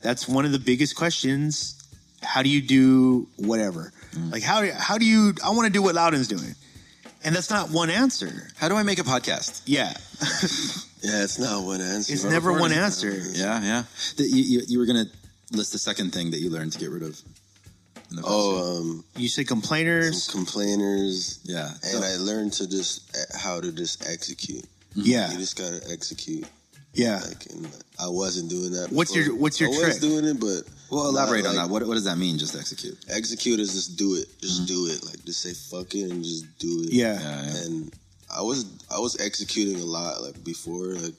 Speaker 2: that's one of the biggest questions. How do you do whatever?
Speaker 5: Mm.
Speaker 2: Like how how do you? I want to do what Loudon's doing, and that's not one answer.
Speaker 1: How do I make a podcast?
Speaker 2: Yeah,
Speaker 5: Yeah, it's not one answer.
Speaker 2: it's never one answer.
Speaker 1: Yeah, yeah. That you, you, you were gonna list the second thing that you learned to get rid of. in the first year.
Speaker 5: Oh, um,
Speaker 2: You say complainers.
Speaker 5: some complainers.
Speaker 1: yeah.
Speaker 5: And I learned to just eh, how to just execute.
Speaker 2: Yeah,
Speaker 5: You just gotta execute.
Speaker 2: yeah.
Speaker 5: Like, and I wasn't doing that.
Speaker 2: What's
Speaker 5: before.
Speaker 2: your- what's your
Speaker 5: I
Speaker 2: trick?
Speaker 5: was doing it, but
Speaker 1: well, elaborate
Speaker 5: not,
Speaker 1: on
Speaker 5: like,
Speaker 1: that. What, what does that mean? Just execute.
Speaker 5: Execute is just do it. Just do it. Like just say fuck it and just do it.
Speaker 2: Mm-hmm. Yeah.
Speaker 1: Yeah, yeah.
Speaker 5: And I was I was executing a lot like before like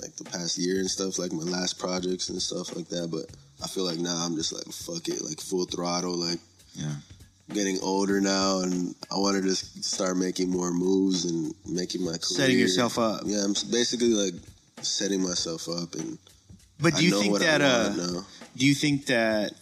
Speaker 5: like the past year and stuff like my last projects and stuff like that. But I feel like now I'm just like fuck it like full throttle like
Speaker 1: Yeah.
Speaker 5: getting older now and I want to just start making more moves and making my career.
Speaker 2: Setting yourself up.
Speaker 5: Yeah, I'm s- basically like setting myself up and
Speaker 2: But
Speaker 5: I
Speaker 2: do you
Speaker 5: know
Speaker 2: think
Speaker 5: what
Speaker 2: that
Speaker 5: I
Speaker 2: uh,
Speaker 5: want now.
Speaker 2: do you think that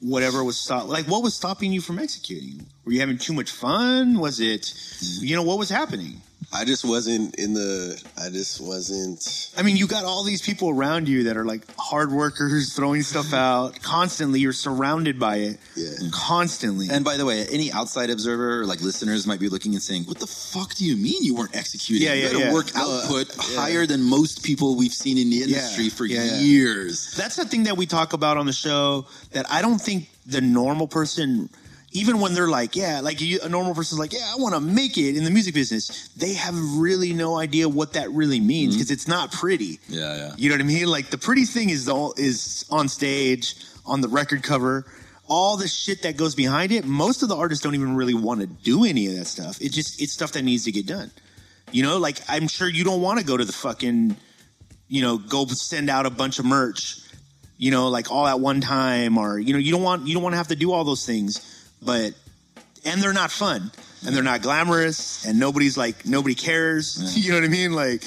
Speaker 2: whatever was stop like what was stopping you from executing? Were you having too much fun? Was it
Speaker 5: Mm-hmm.
Speaker 2: you know what was happening?
Speaker 5: I just wasn't in the I just wasn't
Speaker 2: I mean, you got all these people around you that are like hard workers throwing
Speaker 1: Mm-hmm.
Speaker 2: stuff out constantly. You're surrounded by it
Speaker 5: yeah.
Speaker 2: constantly.
Speaker 1: And by the way, any outside observer, like listeners, might be looking and saying, "What the fuck do you mean you weren't executing?
Speaker 2: Yeah,
Speaker 1: you
Speaker 2: yeah,
Speaker 1: had
Speaker 2: yeah.
Speaker 1: a work
Speaker 5: No, uh,
Speaker 1: output
Speaker 5: yeah.
Speaker 1: higher than most people we've seen in the industry for
Speaker 2: yeah, yeah.
Speaker 1: years."
Speaker 2: That's the thing that we talk about on the show that I don't think the normal person, even when they're like, yeah, like you, a normal person's like, yeah, I want to make it in the music business, they have really no idea what that really means because it's not pretty.
Speaker 1: Mm-hmm. Yeah, yeah.
Speaker 2: You know what I mean? Like the pretty thing is the, is on stage, on the record cover, all the shit that goes behind it. Most of the artists don't even really want to do any of that stuff. It just it's stuff that needs to get done. You know, like I'm sure you don't want to go to the fucking, you know, go send out a bunch of merch, you know, like all at one time, or you know, you don't want you don't want to have to do all those things, but and they're not fun and they're not glamorous and nobody's like nobody cares. You know what I mean? Like,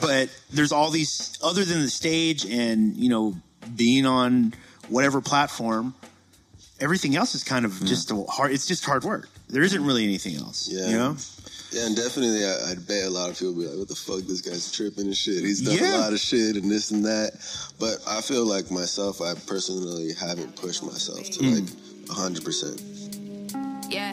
Speaker 2: but there's all these other than the stage and you know being on whatever platform. Everything else is kind of just a hard. It's just hard work. There isn't really anything else.
Speaker 5: Yeah.
Speaker 2: You know.
Speaker 5: Yeah, and definitely, I, I bet a lot of people be like, "What the fuck? This guy's tripping and shit. He's done
Speaker 2: Yeah.
Speaker 5: a lot of shit and this and that." But I feel like myself, I personally haven't pushed myself to
Speaker 2: Mm.
Speaker 5: like hundred percent.
Speaker 6: Yeah,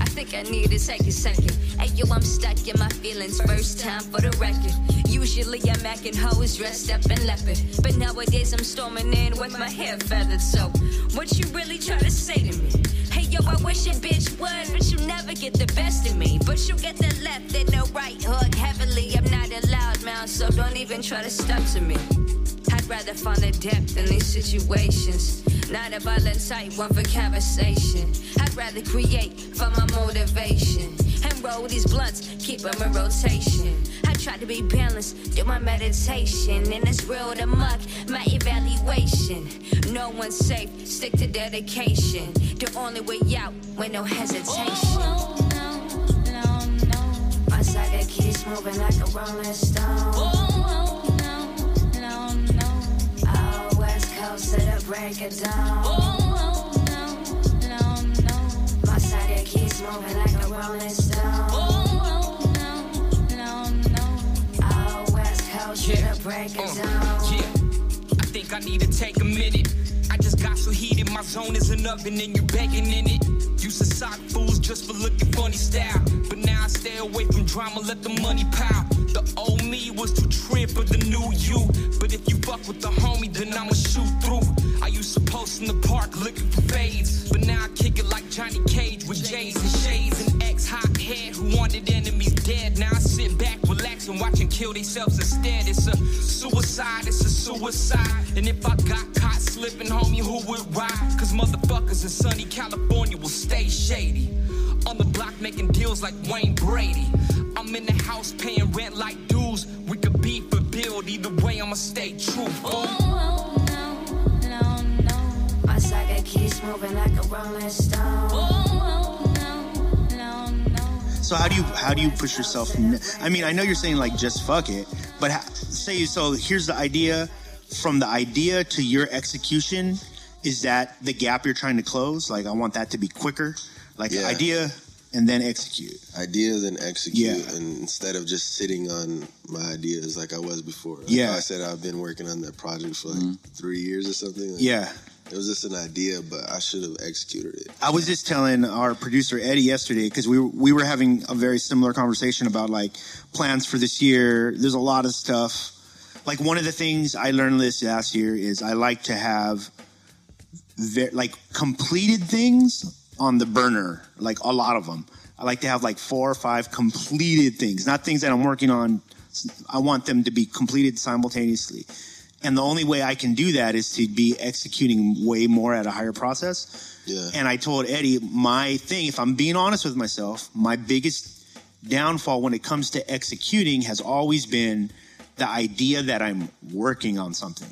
Speaker 6: I think I need a second, second. Hey, yo, I'm stuck in my feelings. First time for the record. Usually I'm acting hoes dressed up in leopard. But nowadays I'm storming in with my hair feathered. So, what you really try to say to me? Hey, yo, I wish a bitch would, but you never get the best of me. But you get the left and the right hook heavily. I'm not a loud mouth, so don't even try to step to me. I'd rather find the depth in these situations. Not a violent type, one for conversation. I'd rather create for my motivation. And roll these blunts, keep 'em in rotation. I try to be balanced, do my meditation. And it's real to muck, my evaluation. No one's safe, stick to dedication. The only way out, with no hesitation. My saga keeps moving like a rolling stone. Oh, West Coast to the break of dawn. My saga keeps moving like a rolling stone. Oh, West Coast to the break of dawn.
Speaker 7: Uh, Yeah, I think I need to take a minute. I just got so heated, my zone is an oven and you're begging in it. Used to sock fools just for looking funny style. But now I stay away from drama, let the money pile. The old me was too trim for the new you. But if you fuck with the homie, then I'ma shoot through. I used to post in the park looking for fades. But now I kick it like Johnny Cage with J's and shades and ex hot head who wanted enemies dead. Now I sit back, relax, and watch 'em kill themselves instead. It's a suicide, it's a suicide. And if I got caught slipping, homie, who would ride? Cause motherfuckers in sunny California will stay shady. On the block making deals like Wayne Brady. I'm in the house paying rent like dues. We could be for build, either way, I'ma stay truthful.
Speaker 6: My saga keeps moving like a rolling stone.
Speaker 2: So how do you how do you push yourself? n- I mean, I know you're saying like just fuck it, but ha- say so. Here's the idea. From the idea to your execution, is that the gap you're trying to close? Like I want that to be quicker. Like
Speaker 5: Yeah.
Speaker 2: idea, and then execute.
Speaker 5: ideas and execute
Speaker 2: Yeah.
Speaker 5: and instead of just sitting on my ideas like I was before. Like
Speaker 2: Yeah. Mm.
Speaker 5: how I said I've been working on that project for like three years or something. Like,
Speaker 2: Yeah.
Speaker 5: It was just an idea, but I should have executed it.
Speaker 2: I was just telling our producer Eddie yesterday because we were- we were having a very similar conversation about like plans for this year. There's a lot of stuff. Like one of the things I learned this last year is I like to have ve- like completed things on the burner, like a lot of them. I like to have like four or five completed things, not things that I'm working on. I want them to be completed simultaneously. And the only way I can do that is to be executing way more at a higher process.
Speaker 5: Yeah.
Speaker 2: And I told Eddie my thing, if I'm being honest with myself, my biggest downfall when it comes to executing has always been the idea that I'm working on something.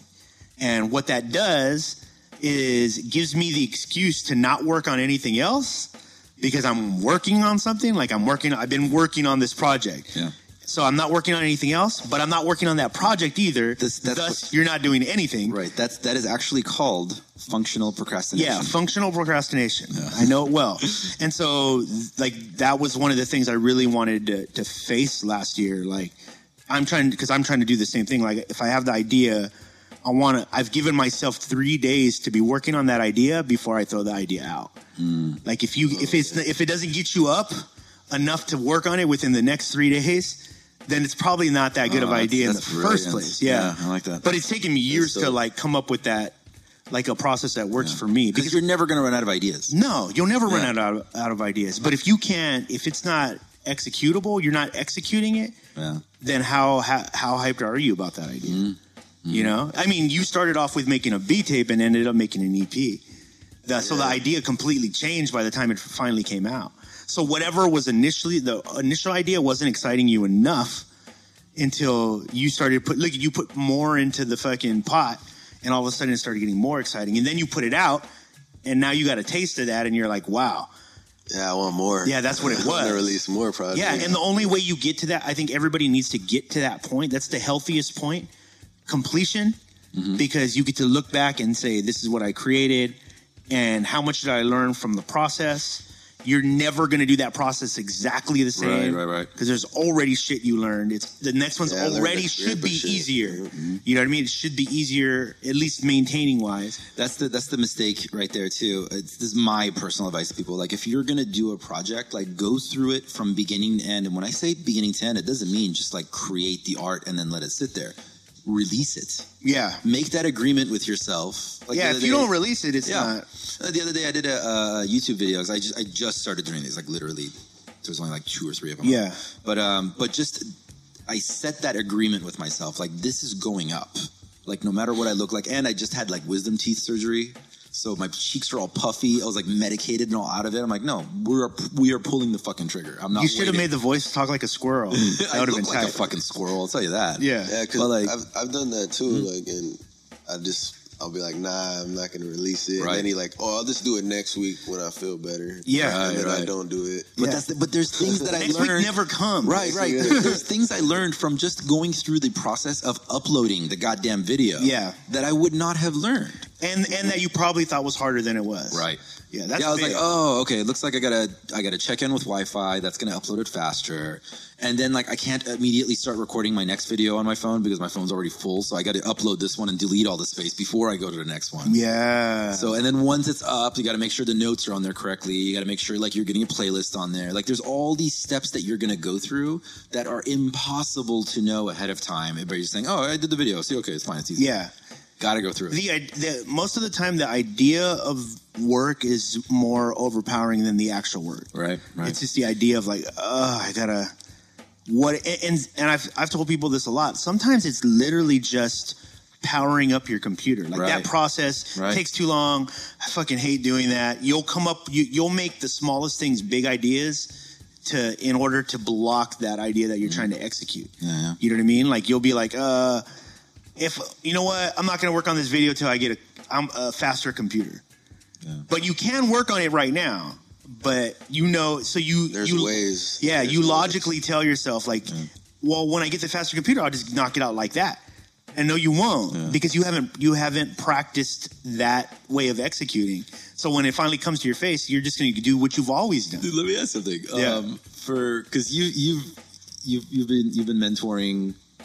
Speaker 2: And what that does is gives me the excuse to not work on anything else because I'm working on something. Like I'm working, I've been working on this project.
Speaker 1: Yeah.
Speaker 2: So I'm not working on anything else, but I'm not working on that project either.
Speaker 1: This- that's
Speaker 2: Thus,
Speaker 1: what-
Speaker 2: you're not doing anything.
Speaker 1: Right. That's that is actually called functional procrastination.
Speaker 2: Yeah, functional procrastination. I know it well. And so, like, that was one of the things I really wanted to, to face last year. Like, I'm trying, because I'm trying to do the same thing. Like, if I have the idea, I want to, I've given myself three days to be working on that idea before I throw the idea out.
Speaker 1: Mm.
Speaker 2: Like, if you, if it's, if it doesn't get you up enough to work on it within the next three days, then it's probably not that good
Speaker 1: Oh,
Speaker 2: of an
Speaker 1: that's-
Speaker 2: idea in the
Speaker 1: that's
Speaker 2: first
Speaker 1: brilliant.
Speaker 2: place. Yeah.
Speaker 1: Yeah, I like that.
Speaker 2: But it's taken me years
Speaker 5: dope.
Speaker 2: to like come up with that, like a process that works for me
Speaker 1: Because you're never going to run out of ideas.
Speaker 2: no, you'll never run
Speaker 1: Yeah.
Speaker 2: out of, out of ideas. But if you can't, if it's not executable, you're not executing it.
Speaker 1: Yeah.
Speaker 2: Then how how, how hyped are you about that idea? You know, I mean, you started off with making a B tape and ended up making an EP. The- So the idea completely changed by the time it finally came out. So whatever was initially the initial idea wasn't exciting you enough until you started put look you put more into the fucking pot and all of a sudden it started getting more exciting and then you put it out and now you got a taste of that and you're like wow
Speaker 5: Yeah, I want more.
Speaker 2: Yeah, that's what it
Speaker 5: I want
Speaker 2: was.
Speaker 5: to release more projects.
Speaker 2: yeah and the only way you get to that i think everybody needs to get to that point that's the healthiest point completion
Speaker 1: Mm-hmm.
Speaker 2: because you get to look back and say this is what i created and how much did i learn from the process you're never going to do that process exactly the same
Speaker 1: Right, right, right.
Speaker 2: because there's already shit you learned it's the next one's
Speaker 5: Yeah, I learned
Speaker 2: already
Speaker 5: that shit,
Speaker 2: should
Speaker 5: but
Speaker 2: be
Speaker 5: shit.
Speaker 2: easier you know what i mean it should be easier at least maintaining wise
Speaker 1: That's the that's the mistake right there too. It's, this is my personal advice to people. Like if you're gonna do a project, like go through it from beginning to end. And when I say beginning to end, it doesn't mean just like create the art and then let it sit there. Release it.
Speaker 2: yeah
Speaker 1: Make that agreement with yourself. Like the
Speaker 2: yeah
Speaker 1: other
Speaker 2: if you
Speaker 1: day-
Speaker 2: don't release it it's
Speaker 1: yeah.
Speaker 2: not
Speaker 1: Uh, The other day I did a uh, YouTube video 'cause I just I just started doing these. Like literally, there's only like two or three of them.
Speaker 2: Yeah.
Speaker 1: But um, but just I set that agreement with myself. Like this is going up. Like no matter what I look like, and I just had like wisdom teeth surgery. So my cheeks are all puffy. I was like medicated and all out of it. I'm like, no, we're we are pulling the fucking trigger. I'm not.
Speaker 2: you should have
Speaker 1: waiting.
Speaker 2: made the voice talk like a squirrel. That
Speaker 1: I
Speaker 2: would have
Speaker 1: look
Speaker 2: been
Speaker 1: like
Speaker 2: tight.
Speaker 1: a fucking squirrel. I'll tell you that.
Speaker 2: yeah.
Speaker 5: Yeah, because
Speaker 1: But, like- hmm.
Speaker 5: I've, I've done that too. Like, and I just, I'll be like, nah, I'm not going to release it.
Speaker 1: Right.
Speaker 5: And then he like, oh, I'll just do it next week when I feel better.
Speaker 2: Yeah.
Speaker 5: And then
Speaker 1: Right, right.
Speaker 5: I don't do it.
Speaker 1: But
Speaker 2: Yeah.
Speaker 1: that's the, but there's things that I
Speaker 2: Next
Speaker 1: learned.
Speaker 2: week never comes.
Speaker 1: Right, right.
Speaker 5: Yeah.
Speaker 1: There- There's things I learned from just going through the process of uploading the goddamn video.
Speaker 2: Yeah.
Speaker 1: That I would not have learned.
Speaker 2: And and that you probably thought was harder than it was. Yeah, that's
Speaker 1: yeah, I was
Speaker 2: big.
Speaker 1: like, oh, okay. It looks like I gotta, I gotta check in with Wi-Fi. That's gonna upload it faster, and then like I can't immediately start recording my next video on my phone because my phone's already full. So I got to upload this one and delete all the space before I go to the next one.
Speaker 2: Yeah.
Speaker 1: So and then once it's up, you got to make sure the notes are on there correctly. You got to make sure like you're getting a playlist on there. Like there's all these steps that you're gonna go through that are impossible to know ahead of time. Everybody's just saying, "Oh, I did the video. See, okay, it's fine. It's easy.
Speaker 2: yeah.
Speaker 1: got to go through." it.
Speaker 2: The, i- the most of the time the idea of work is more overpowering than the actual work.
Speaker 1: right, right.
Speaker 2: It's just the idea of like, oh, I gotta what and- and and I've I've told people this a lot. Sometimes it's literally just powering up your computer. Like
Speaker 1: Right.
Speaker 2: that process
Speaker 1: Right.
Speaker 2: takes too long. I fucking hate doing that. You'll come up you you'll make the smallest things big ideas to in order to block that idea that you're trying to execute.
Speaker 1: yeah.
Speaker 2: You know what I mean? Like you'll be like, uh if you know what, I'm not gonna work on this video till I get a I'm a faster computer. But you can work on it right now. But you know, so you
Speaker 5: There's
Speaker 2: you,
Speaker 5: ways.
Speaker 2: Yeah,
Speaker 5: There's
Speaker 2: you
Speaker 5: ways.
Speaker 2: logically tell yourself like, well, when I get the faster computer, I'll just knock it out like that. And no, you won't because you haven't you haven't practiced that way of executing. So when it finally comes to your face, you're just going to do what you've always done.
Speaker 1: Dude, let me ask something.
Speaker 2: Yeah.
Speaker 1: Um, for because you you've you've you've been you've been mentoring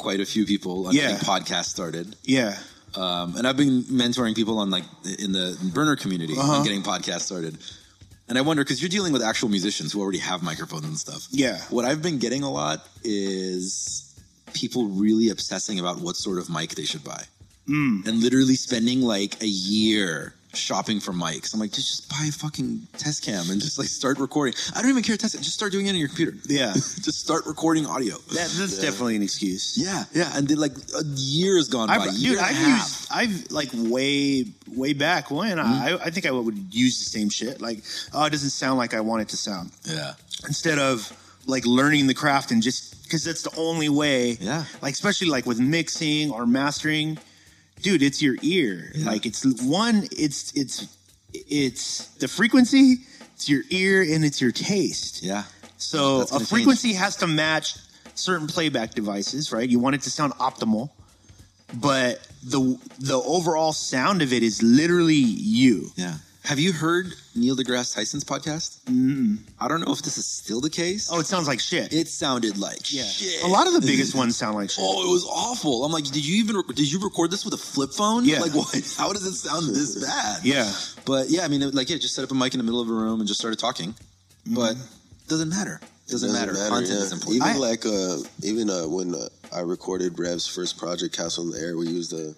Speaker 1: quite a few people on
Speaker 2: Yeah.
Speaker 1: getting podcasts started,
Speaker 2: Yeah,
Speaker 1: um, and I've been mentoring people on like in the burner community
Speaker 2: Uh-huh.
Speaker 1: on getting podcasts started. And I wonder because you're dealing with actual musicians who already have microphones and stuff.
Speaker 2: Yeah.
Speaker 1: What I've been getting a lot is people really obsessing about what sort of mic they should buy,
Speaker 2: Hmm.
Speaker 1: and literally spending like a year shopping for mics. I'm like, just just buy a fucking test cam and just like start recording. I don't even care test it. Just start doing it on your computer.
Speaker 2: yeah.
Speaker 1: just start recording audio.
Speaker 2: That, that's definitely an excuse.
Speaker 1: Yeah, yeah, and then like a year's gone by.
Speaker 2: I've,
Speaker 1: year
Speaker 2: dude,
Speaker 1: and a
Speaker 2: I've
Speaker 1: half.
Speaker 2: used, I've like way, way back when. I,
Speaker 1: Mm-hmm.
Speaker 2: I, I think I would use the same shit. Like, oh, it doesn't sound like I want it to sound.
Speaker 1: Yeah.
Speaker 2: Instead of like learning the craft and just because that's the only way.
Speaker 1: Yeah.
Speaker 2: Like, especially like with mixing or mastering, dude, it's your ear. Like, it's one, it's it's it's the frequency, it's your ear, and it's your taste.
Speaker 1: Yeah.
Speaker 2: So
Speaker 1: That's
Speaker 2: a
Speaker 1: gonna
Speaker 2: frequency has to match certain playback devices, right? You want it to sound optimal, but the the overall sound of it is literally you.
Speaker 1: Yeah. Have you heard Neil deGrasse Tyson's podcast? Mm. I don't know if this is still the case.
Speaker 2: Oh, it sounds like shit.
Speaker 1: it sounded like
Speaker 2: yeah.
Speaker 1: shit.
Speaker 2: A lot of the biggest ones sound like shit.
Speaker 1: Oh, it was awful. I'm like, did you even rec- did you record this with a flip phone?
Speaker 2: Yeah.
Speaker 1: Like, what? How does it sound this bad?
Speaker 2: Yeah.
Speaker 1: But yeah, I mean, it- like, yeah, just set up a mic in the middle of a room and just started talking.
Speaker 2: Mm-hmm.
Speaker 1: But doesn't matter. Doesn't, matter. Content
Speaker 5: yeah.
Speaker 1: is important.
Speaker 5: Even
Speaker 2: I-
Speaker 5: like uh, even uh, when uh, I recorded Rev's first project, Castle in the Air, we used a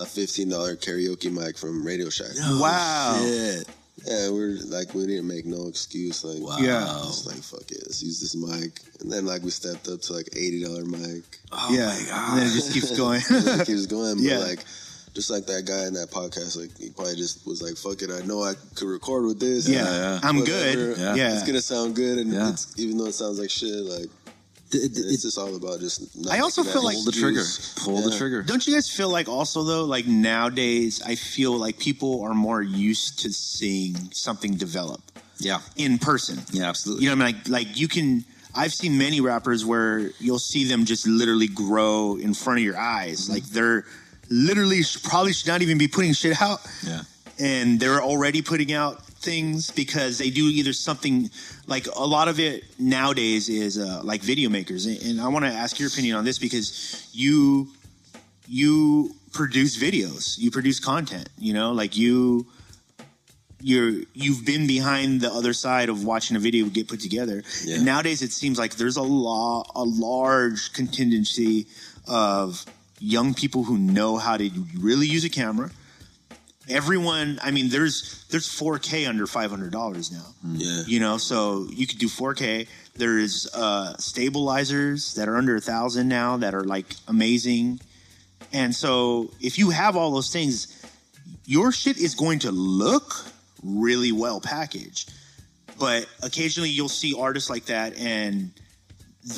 Speaker 5: a fifteen dollar karaoke mic from Radio Shack.
Speaker 2: oh, Wow.
Speaker 1: Shit.
Speaker 5: Yeah, we're like we didn't make no excuse. Like wow,
Speaker 2: Yeah.
Speaker 5: just like fuck it, let's use this mic. And then like we stepped up to like eighty dollar mic.
Speaker 1: Oh
Speaker 2: yeah.
Speaker 1: my God.
Speaker 2: And then it just keeps going.
Speaker 5: It keeps going, but
Speaker 2: Yeah.
Speaker 5: like. Just like that guy in that podcast, like he probably just was like, "Fuck it, I know I could record with this.
Speaker 2: Yeah,
Speaker 1: yeah.
Speaker 2: I'm
Speaker 5: Whatever.
Speaker 2: good. Yeah.
Speaker 5: it's gonna sound good, and
Speaker 1: Yeah.
Speaker 5: it's, even though it sounds like shit, like
Speaker 1: Th- th-
Speaker 5: it's, just all about just. Not
Speaker 2: I also
Speaker 5: making
Speaker 2: feel
Speaker 5: that
Speaker 2: like-
Speaker 1: pull the trigger.
Speaker 5: excuse.
Speaker 1: Pull the
Speaker 5: Yeah.
Speaker 1: trigger.
Speaker 2: Don't you guys feel like also though, like nowadays, I feel like people are more used to seeing something develop
Speaker 1: Yeah.
Speaker 2: in person.
Speaker 1: Yeah, absolutely.
Speaker 2: You know what I mean? Like, like you can. I've seen many rappers where you'll see them just literally grow in front of your eyes. Like they're literally sh- probably should not even be putting shit out,
Speaker 1: yeah.
Speaker 2: and they're already putting out things because they do either something like a lot of it nowadays is uh, like video makers, and, and I want to ask your opinion on this because you you produce videos, you produce content, you know, like you you're you've been behind the other side of watching a video get put together. And nowadays it seems like there's a law a large contingency of young people who know how to really use a camera. Everyone, I mean, there's there's 4K under five hundred dollars now.
Speaker 1: Hmm.
Speaker 5: Yeah.
Speaker 2: You know, so you could do 4K. There's uh, stabilizers that are under a thousand now that are like amazing. And so if you have all those things, your shit is going to look really well packaged. But occasionally you'll see artists like that, and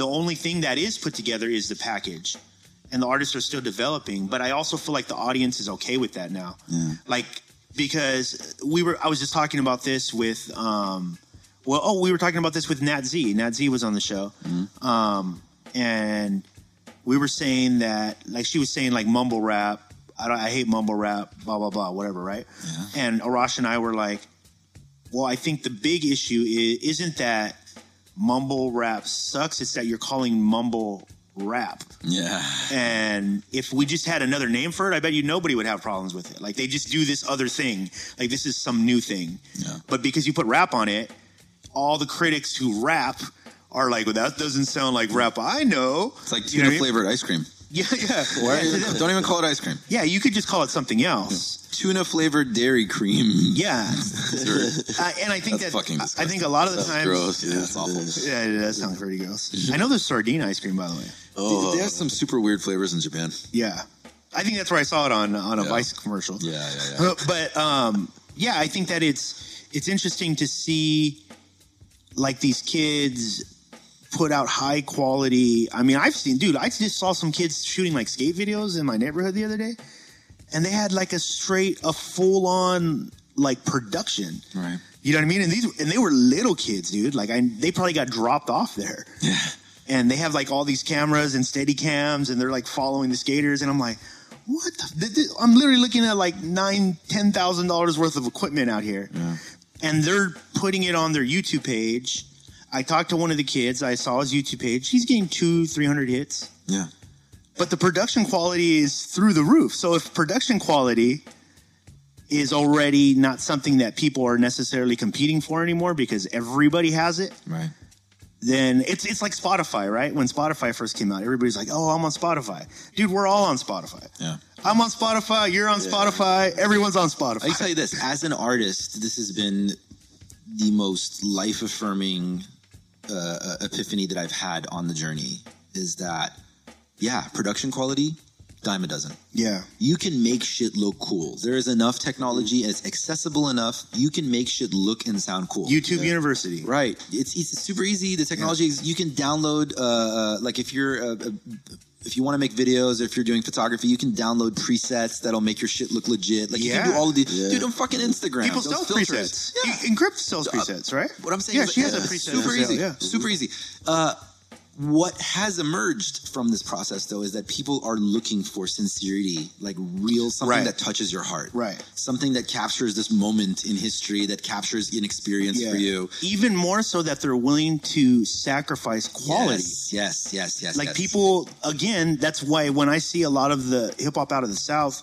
Speaker 2: the only thing that is put together is the package. And the artists are still developing, but I also feel like the audience is okay with that now. Like because we were, I was just talking about this with, um, well, oh, we were talking about this with Nat Z. Nat Z was on the show, um, and we were saying that like she was saying like mumble rap I, don't, I hate mumble rap blah blah blah whatever right and arash and i were like well i think the big issue is, isn't that mumble rap sucks it's that you're calling mumble rap
Speaker 1: Yeah.
Speaker 2: and if we just had another name for it, I bet you nobody would have problems with it. Like they just do this other thing. Like this is some new thing. But because you put rap on it, all the critics who rap are like, well, that doesn't sound like rap I know.
Speaker 1: It's like
Speaker 2: You
Speaker 1: tuna
Speaker 2: know what I mean?
Speaker 1: flavored ice cream.
Speaker 2: Yeah, yeah.
Speaker 1: Why don't even call it ice cream.
Speaker 2: Yeah, you could just call it something else.
Speaker 1: Tuna flavored dairy cream.
Speaker 2: Yeah.
Speaker 1: dessert.
Speaker 2: I- and I think
Speaker 1: That's
Speaker 2: that
Speaker 1: fucking
Speaker 2: I think a lot of the times
Speaker 5: gross.
Speaker 1: Yeah, that's awful.
Speaker 2: Yeah, it does sound pretty gross. I know there's sardine ice cream by the way.
Speaker 1: They, they have some super weird flavors in Japan.
Speaker 2: Yeah. I think that's where I saw it on on a Vice commercial.
Speaker 1: yeah,
Speaker 2: Uh, but um, yeah, I think that it's it's interesting to see like these kids put out high quality. I mean, I've seen, dude, I just saw some kids shooting like skate videos in my neighborhood the other day, and they had like a straight, a full on like production.
Speaker 1: Right.
Speaker 2: You know what I mean? And these and they were little kids, dude. Like I, they probably got dropped off there.
Speaker 1: Yeah.
Speaker 2: And they have like all these cameras and steady cams and they're like following the skaters. And I'm like, what the? th- th- I'm literally looking at like nine, ten thousand dollars worth of equipment out here, and they're putting it on their YouTube page. I talked to one of the kids. I saw his YouTube page. He's getting two, three hundred hits,
Speaker 1: Yeah.
Speaker 2: but the production quality is through the roof. So if production quality is already not something that people are necessarily competing for anymore because everybody has it,
Speaker 1: Right.
Speaker 2: then it's it's like Spotify, right? When Spotify first came out, everybody's like, "Oh, I'm on Spotify." Dude, we're all on Spotify.
Speaker 1: Yeah.
Speaker 2: I'm on Spotify, you're on Spotify, everyone's on
Speaker 1: I can tell
Speaker 2: Spotify.
Speaker 1: you this: as an artist, this has been the most life-affirming uh, uh, epiphany that I've had on the journey. Is that, yeah, production quality, dime a dozen.
Speaker 2: Yeah.
Speaker 1: You can make shit look cool. There is enough technology; and it's accessible enough. You can make shit look and sound cool.
Speaker 2: YouTube University.
Speaker 1: Right. It's, it's super easy. The technology is you can download uh, uh, like if you're uh, uh, if you want to make videos or if you're doing photography, you can download presets that'll make your shit look legit. Like you can
Speaker 2: Yeah.
Speaker 1: do all of these.
Speaker 5: Yeah.
Speaker 1: Dude, on fucking Instagram,
Speaker 2: People
Speaker 1: those
Speaker 2: sell
Speaker 1: filters.
Speaker 2: presets.
Speaker 1: Yeah.
Speaker 2: Yeah. Encrypt sells presets, right?
Speaker 1: What I'm saying
Speaker 2: Yeah,
Speaker 1: is
Speaker 2: she
Speaker 1: like,
Speaker 2: has
Speaker 1: yeah,
Speaker 2: a preset.
Speaker 1: Super
Speaker 2: to sell,
Speaker 1: easy.
Speaker 2: Yeah.
Speaker 1: Super easy. Uh, what has emerged from this process though is that people are looking for sincerity, like real something
Speaker 2: Right.
Speaker 1: that touches your heart.
Speaker 2: Right.
Speaker 1: Something that captures this moment in history, that captures an experience
Speaker 2: Yeah.
Speaker 1: for you.
Speaker 2: Even more so that they're willing to sacrifice quality.
Speaker 1: Yes, yes, yes, yes.
Speaker 2: Like
Speaker 1: yes.
Speaker 2: people again, that's why when I see a lot of the hip hop out of the South,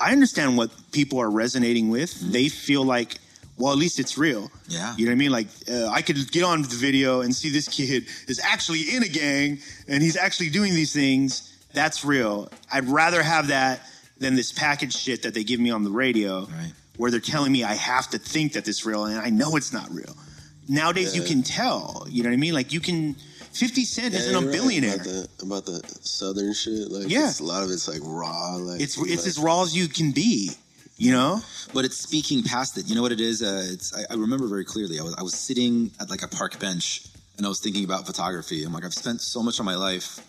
Speaker 2: I understand what people are resonating with. They feel like, well, at least it's real.
Speaker 1: Mm-hmm. Yeah.
Speaker 2: You know what I mean? Like uh, I could get on the video and see this kid is actually in a gang and he's actually doing these things. That's real. I'd rather have that than this package shit that they give me on the radio
Speaker 1: Right.
Speaker 2: where they're telling me I have to think that it's real and I know it's not real. Nowadays you can tell, you know what I mean? Like you can 50 Cent
Speaker 5: Yeah,
Speaker 2: isn't a
Speaker 5: you're right
Speaker 2: billionaire.
Speaker 5: about, the, about the southern shit. Like,
Speaker 2: Yeah.
Speaker 5: it's- a lot of it's like raw. Like,
Speaker 2: it's
Speaker 5: like,
Speaker 2: it's as raw as you can be you know
Speaker 1: but it's speaking past it. You know what it is? Uh, it's I, I remember very clearly. I was I was sitting at like a park bench and I was thinking about photography. I'm like I've spent so much of my life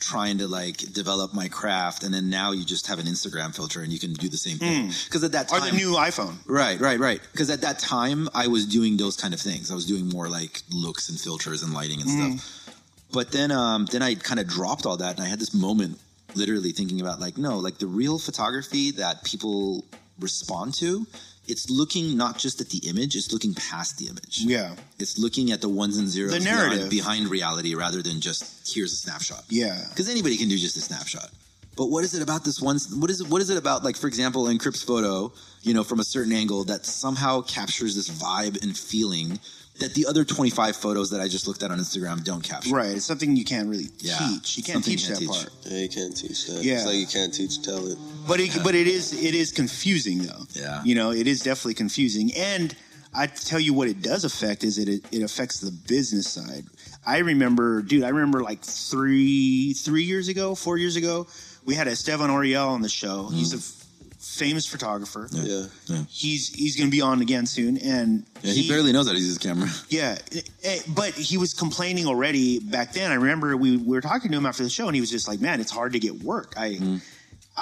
Speaker 1: trying to like develop my craft, and then now you just have an Instagram filter and you can do the same thing. Because at that
Speaker 2: or
Speaker 1: time,
Speaker 2: the new iphone
Speaker 1: Right, right, right. Because at that time, I was doing those kind of things. I was doing more like looks and filters and lighting and stuff. But then, um, then I kind of dropped all that, and I had this moment, literally thinking about like, no, like the real photography that people respond to. It's looking not just at the image; it's looking past the image.
Speaker 2: yeah
Speaker 1: It's looking at the ones and zeros
Speaker 2: The
Speaker 1: behind-
Speaker 2: narrative.
Speaker 1: behind reality, rather than just here's a snapshot
Speaker 2: yeah
Speaker 1: because anybody can do just a snapshot. But what is it about this one? What is it? What is it about? Like for example, in Crip's photo, you know, from a certain angle that somehow captures this vibe and feeling that the other twenty five photos that I just looked at on Instagram don't capture.
Speaker 2: right it's something you can't really
Speaker 1: Yeah.
Speaker 2: teach you can't
Speaker 1: Something
Speaker 2: teach
Speaker 1: you
Speaker 2: that
Speaker 1: can't teach.
Speaker 2: part
Speaker 5: Yeah, you can't teach that.
Speaker 2: Yeah.
Speaker 5: It's like you can't teach talent.
Speaker 2: but it, but it is it is confusing though
Speaker 1: Yeah.
Speaker 2: you know it is definitely confusing and i tell you what it does affect is it it affects the business side i remember dude i remember like three three years ago four years ago we had esteban oriel on the show he's a f- famous photographer
Speaker 5: Yeah.
Speaker 2: he's he's gonna be on again soon and
Speaker 1: Yeah, he, barely knows how to use his camera.
Speaker 2: Yeah, eh, eh, but he was complaining already back then. I remember we, we were talking to him after the show, and he was just like, "Man, it's hard to get work. I,
Speaker 1: Mm.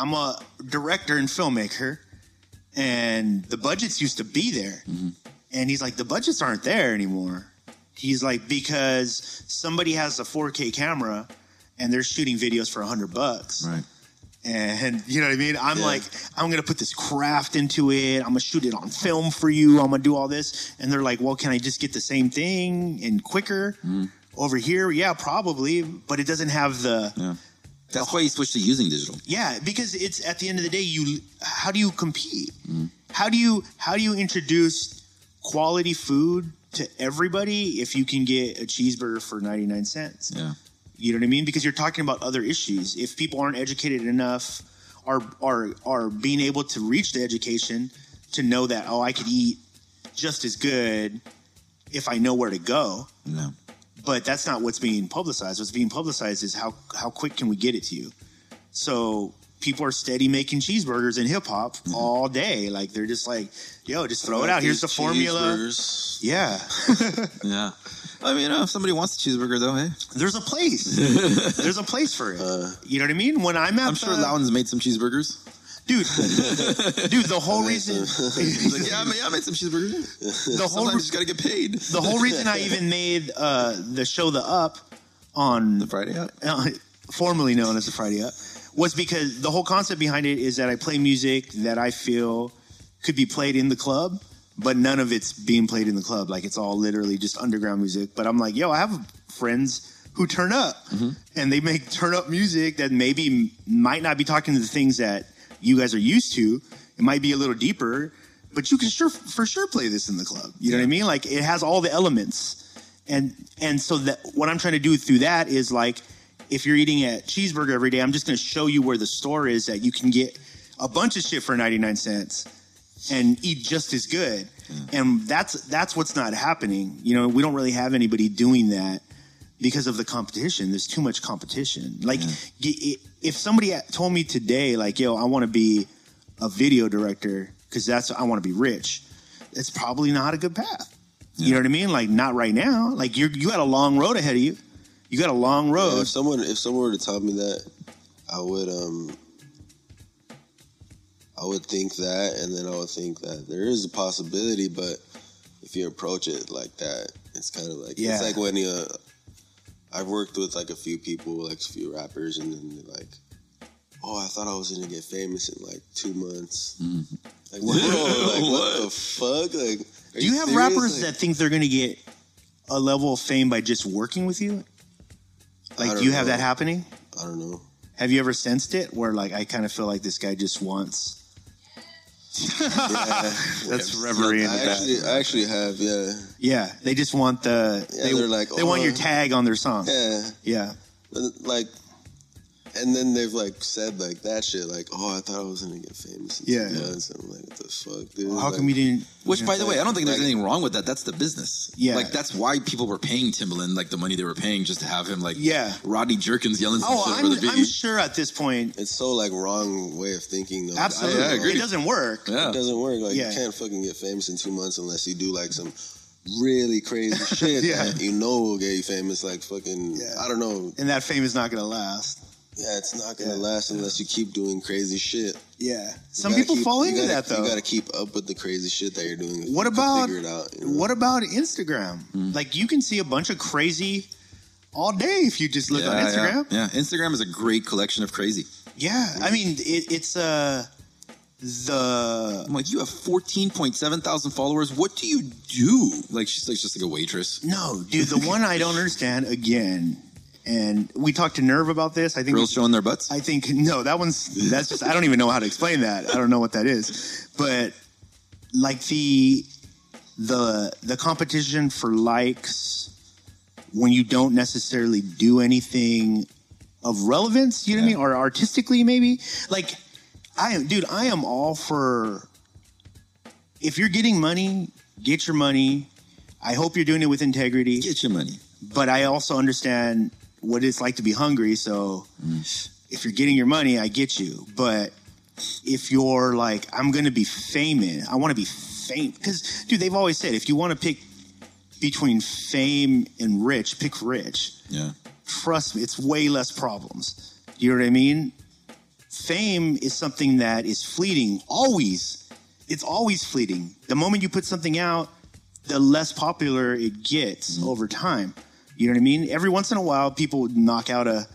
Speaker 2: I'm a director and filmmaker, and the budgets used to be there,
Speaker 1: Mm-hmm.
Speaker 2: and he's like, the budgets aren't there anymore. He's like, because somebody has a 4K camera, and they're shooting videos for hundred bucks, and you know what I mean? I'm
Speaker 5: Yeah.
Speaker 2: like, I'm gonna put this craft into it. I'm gonna shoot it on film for you. I'm gonna do all this, and they're like, well, can I just get the same thing and quicker over here? Yeah, probably, but it doesn't have the yeah.
Speaker 1: That's why he switched to using digital.
Speaker 2: because it's at the end of the day, you how do you compete? How do you how do you introduce quality food to everybody if you can get a cheeseburger for 99 cents?
Speaker 1: Yeah.
Speaker 2: You know what I mean? Because you're talking about other issues. If people aren't educated enough, are are are being able to reach the education to know that oh, I could eat just as good if I know where to go.
Speaker 1: No.
Speaker 2: But that's not what's being publicized. What's being publicized is how how quick can we get it to you. So people are steady making cheeseburgers in hip hop all day. Like they're just like, yo, just throw it out. Here's the formula.
Speaker 5: Cheeseburgers.
Speaker 2: Yeah.
Speaker 1: Yeah. I mean, you know, if somebody wants a cheeseburger though, hey,
Speaker 2: There's a place. There's a place for it. you know what I mean? When I'm at
Speaker 1: I'm sure
Speaker 2: the-
Speaker 1: Loudon's made some cheeseburgers.
Speaker 2: dude. dude, the whole reason
Speaker 1: He's like, yeah, I made, I made some cheeseburgers.
Speaker 2: the whole
Speaker 1: Sometimes you just gotta get paid.
Speaker 2: the whole reason I even made uh, the show the up on
Speaker 1: Friday out.
Speaker 2: uh, formerly known as the Friday Up was because the whole concept behind it is that I play music that I feel could be played in the club, but none of it's being played in the club. Like it's all literally just underground music. But I'm like, yo, I have friends who turn up and they make turn up music that maybe m- might not be talking to the things that you guys are used to. It might be a little deeper, but you can sure for sure play this in the club. You know what I mean? Like it has all the elements. And and so that what I'm trying to do through that is like if you're eating at cheeseburger every day, I'm just going to show you where the store is that you can get a bunch of shit for 99 cents and eat just as good. And that's that's what's not happening. You know, we don't really have anybody doing that because of the competition. There's too much competition. Like g- i- if somebody told me today like, "Yo, I want to be a video director cuz that's I want to be rich." It's probably not a good path. You know what I mean? Like not right now. Like you you got a long road ahead of you. You got a long
Speaker 5: Yeah,
Speaker 2: road.
Speaker 5: if someone if someone were to tell me that, I would um I would think that and then I would think that there is a possibility, but if you approach it like that, it's kind of like
Speaker 2: Yeah.
Speaker 5: it's like when you uh, I've worked with like a few people, like a few rappers and then they're like Oh, I thought I was gonna get famous in like two months.
Speaker 2: Mm-hmm.
Speaker 5: Like, bro, like what? the fuck? Like, are
Speaker 2: Do you have
Speaker 5: serious?
Speaker 2: rappers
Speaker 5: Like,
Speaker 2: that think they're going to get a level of fame by just working with you?
Speaker 5: I
Speaker 2: Like,
Speaker 5: don't
Speaker 2: do you have
Speaker 5: know.
Speaker 2: that happening?
Speaker 5: I don't know.
Speaker 2: Have you ever sensed it where, like, I kind of feel like this guy just wants. That's reverie in the
Speaker 5: I
Speaker 2: back.
Speaker 5: actually, I actually have, yeah.
Speaker 2: Yeah, they just want the.
Speaker 5: Yeah,
Speaker 2: they,
Speaker 5: they're like,
Speaker 2: they want
Speaker 5: "Oh."
Speaker 2: your tag on their song.
Speaker 5: Yeah,
Speaker 2: Yeah.
Speaker 5: like, and then they've like said like that shit, like, oh, I thought I was gonna get famous. In
Speaker 2: Yeah.
Speaker 5: two months. I'm like, what the fuck, dude?
Speaker 2: How
Speaker 5: like,
Speaker 2: come you didn't?
Speaker 1: Which, by the way, I don't think there's
Speaker 5: Like-
Speaker 1: anything wrong with that. That's the business.
Speaker 2: Yeah.
Speaker 1: like that's why people were paying Timbaland like the money they were paying just to have him. Like,
Speaker 2: Yeah.
Speaker 1: Rodney Jerkins yelling some
Speaker 2: Oh,
Speaker 1: shit over the
Speaker 2: I'm, I'm
Speaker 1: video.
Speaker 2: sure at this point,
Speaker 5: It's so like wrong way of thinking. Though.
Speaker 2: absolutely.
Speaker 5: I don't know.
Speaker 1: agree.
Speaker 2: It doesn't work.
Speaker 1: yeah,
Speaker 5: It doesn't work. Like
Speaker 2: Yeah.
Speaker 5: you can't fucking get famous in two months unless you do like some really crazy shit
Speaker 2: Yeah.
Speaker 5: that you know will get you famous. Like fucking,
Speaker 2: Yeah.
Speaker 5: I don't know.
Speaker 2: And that fame is not going to last.
Speaker 5: Yeah, it's not gonna
Speaker 2: Yeah.
Speaker 5: last unless you keep doing crazy shit. You
Speaker 2: Yeah. Some
Speaker 5: gotta
Speaker 2: people
Speaker 5: keep-
Speaker 2: fall
Speaker 5: you
Speaker 2: into
Speaker 5: gotta-
Speaker 2: that, though.
Speaker 5: You gotta keep up with the crazy shit that you're doing. if
Speaker 2: What
Speaker 5: you can
Speaker 2: about-
Speaker 5: figure it out? you know? Mm.
Speaker 2: What about Instagram? Like you can see a bunch of crazy all day if you just look
Speaker 1: yeah,
Speaker 2: on Instagram.
Speaker 1: Yeah, yeah. Instagram is a great collection of crazy.
Speaker 2: Yeah, I mean it, it's uh the
Speaker 1: I'm like, you have 14.7 thousand followers. What do you do? Like, she's like just like a waitress.
Speaker 2: no, dude. The one I don't understand again, and we talked to Nerve about this. I think
Speaker 1: Girls showing their butts.
Speaker 2: I think no, that one's that's just I don't even know how to explain that. I don't know what that is, but like the the the competition for likes when you don't necessarily do anything of relevance, you know what I mean, or artistically maybe. Like I am, dude. I am all for if you're getting money, get your money. I hope you're doing it with integrity
Speaker 1: Get your money.
Speaker 2: but I also understand what it's like to be hungry. So
Speaker 1: Mm.
Speaker 2: if you're getting your money, I get you. But if you're like, I'm going to be famous, I want to be famous. Because, dude, they've always said if you want to pick between fame and rich, pick rich.
Speaker 1: Yeah,
Speaker 2: Trust me, it's way less problems. You know what I mean? Fame is something that is fleeting, always. It's always fleeting. The moment you put something out, the less popular it gets over time. You know what I mean? Every once in a while, people would knock out a,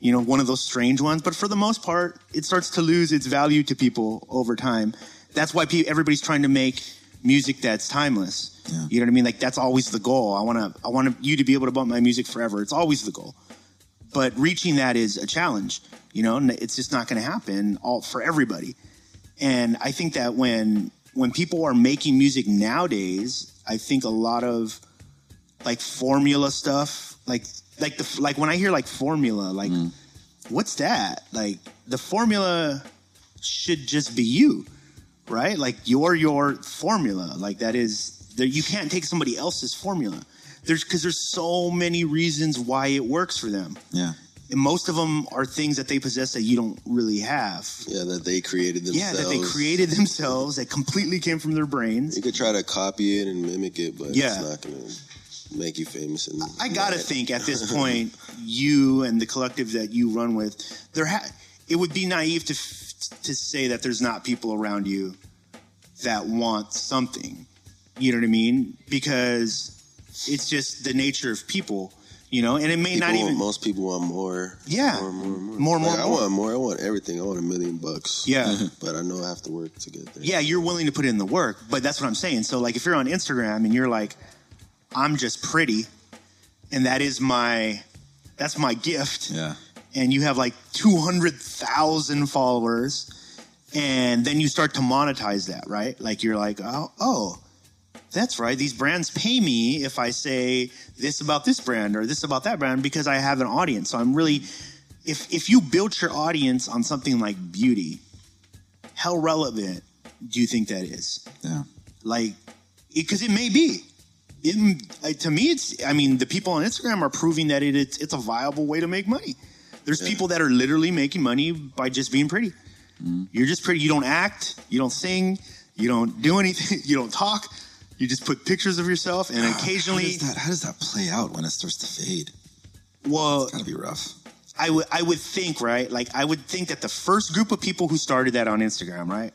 Speaker 2: you know, one of those strange ones. But for the most part, it starts to lose its value to people over time. That's why pe- everybody's trying to make music that's timeless.
Speaker 1: Yeah.
Speaker 2: You know what I mean? Like that's always the goal. I want to, I want you to be able to bump my music forever. It's always the goal. But reaching that is a challenge. You know, and it's just not going to happen all for everybody and I think that when when people are making music nowadays, I think a lot of like formula stuff, like like the like when I hear like formula, like what's that? Like the formula should just be you, right? Like you're your formula. Like that is there. You can't take somebody else's formula. There's because there's so many reasons why it works for them.
Speaker 1: yeah.
Speaker 2: And most of them are things that they possess that you don't really have.
Speaker 5: Yeah, that they created
Speaker 2: Yeah,
Speaker 5: themselves.
Speaker 2: that they created themselves. That completely came from their brains.
Speaker 5: You could try to copy it and mimic it, but
Speaker 2: Yeah.
Speaker 5: it's not going to make you famous. And
Speaker 2: I gotta
Speaker 5: Right.
Speaker 2: think at this point, you and the collective that you run with, there ha- it would be naive to f- to say that there's not people around you that want something. You know what I mean? Because it's just the nature of people. You know, and it may
Speaker 5: People
Speaker 2: not
Speaker 5: want-
Speaker 2: even.
Speaker 5: most people want more.
Speaker 2: Yeah.
Speaker 5: More, more, more.
Speaker 2: More, more,
Speaker 5: Like, I
Speaker 2: more.
Speaker 5: want more. I want everything. I want a million bucks.
Speaker 2: Yeah.
Speaker 5: But I know I have to work to get there.
Speaker 2: yeah, you're willing to put in the work, but that's what I'm saying. So like if you're on Instagram and you're like, I'm just pretty, and that is my that's my gift,
Speaker 1: Yeah.
Speaker 2: and you have like two hundred thousand followers, and then you start to monetize that, right? Like you're like, oh, oh, that's right. These brands pay me if I say this about this brand or this about that brand because I have an audience. So I'm really if if you built your audience on something like beauty, how relevant do you think that is?
Speaker 1: Yeah.
Speaker 2: Like, because it, may be. It, m- uh, to me, it's. I mean, the people on Instagram are proving that it, it's it's a viable way to make money. There's people that are literally making money by just being pretty.
Speaker 1: Mm-hmm.
Speaker 2: You're just pretty. You don't act. You don't sing. You don't do anything. You don't talk. You just put pictures of yourself, and
Speaker 1: Ah, How
Speaker 2: occasionally,
Speaker 1: does, that, how does that play out when it starts to fade?
Speaker 2: well,
Speaker 1: Gotta be rough.
Speaker 2: I would I would think right like I would think that the first group of people who started that on Instagram right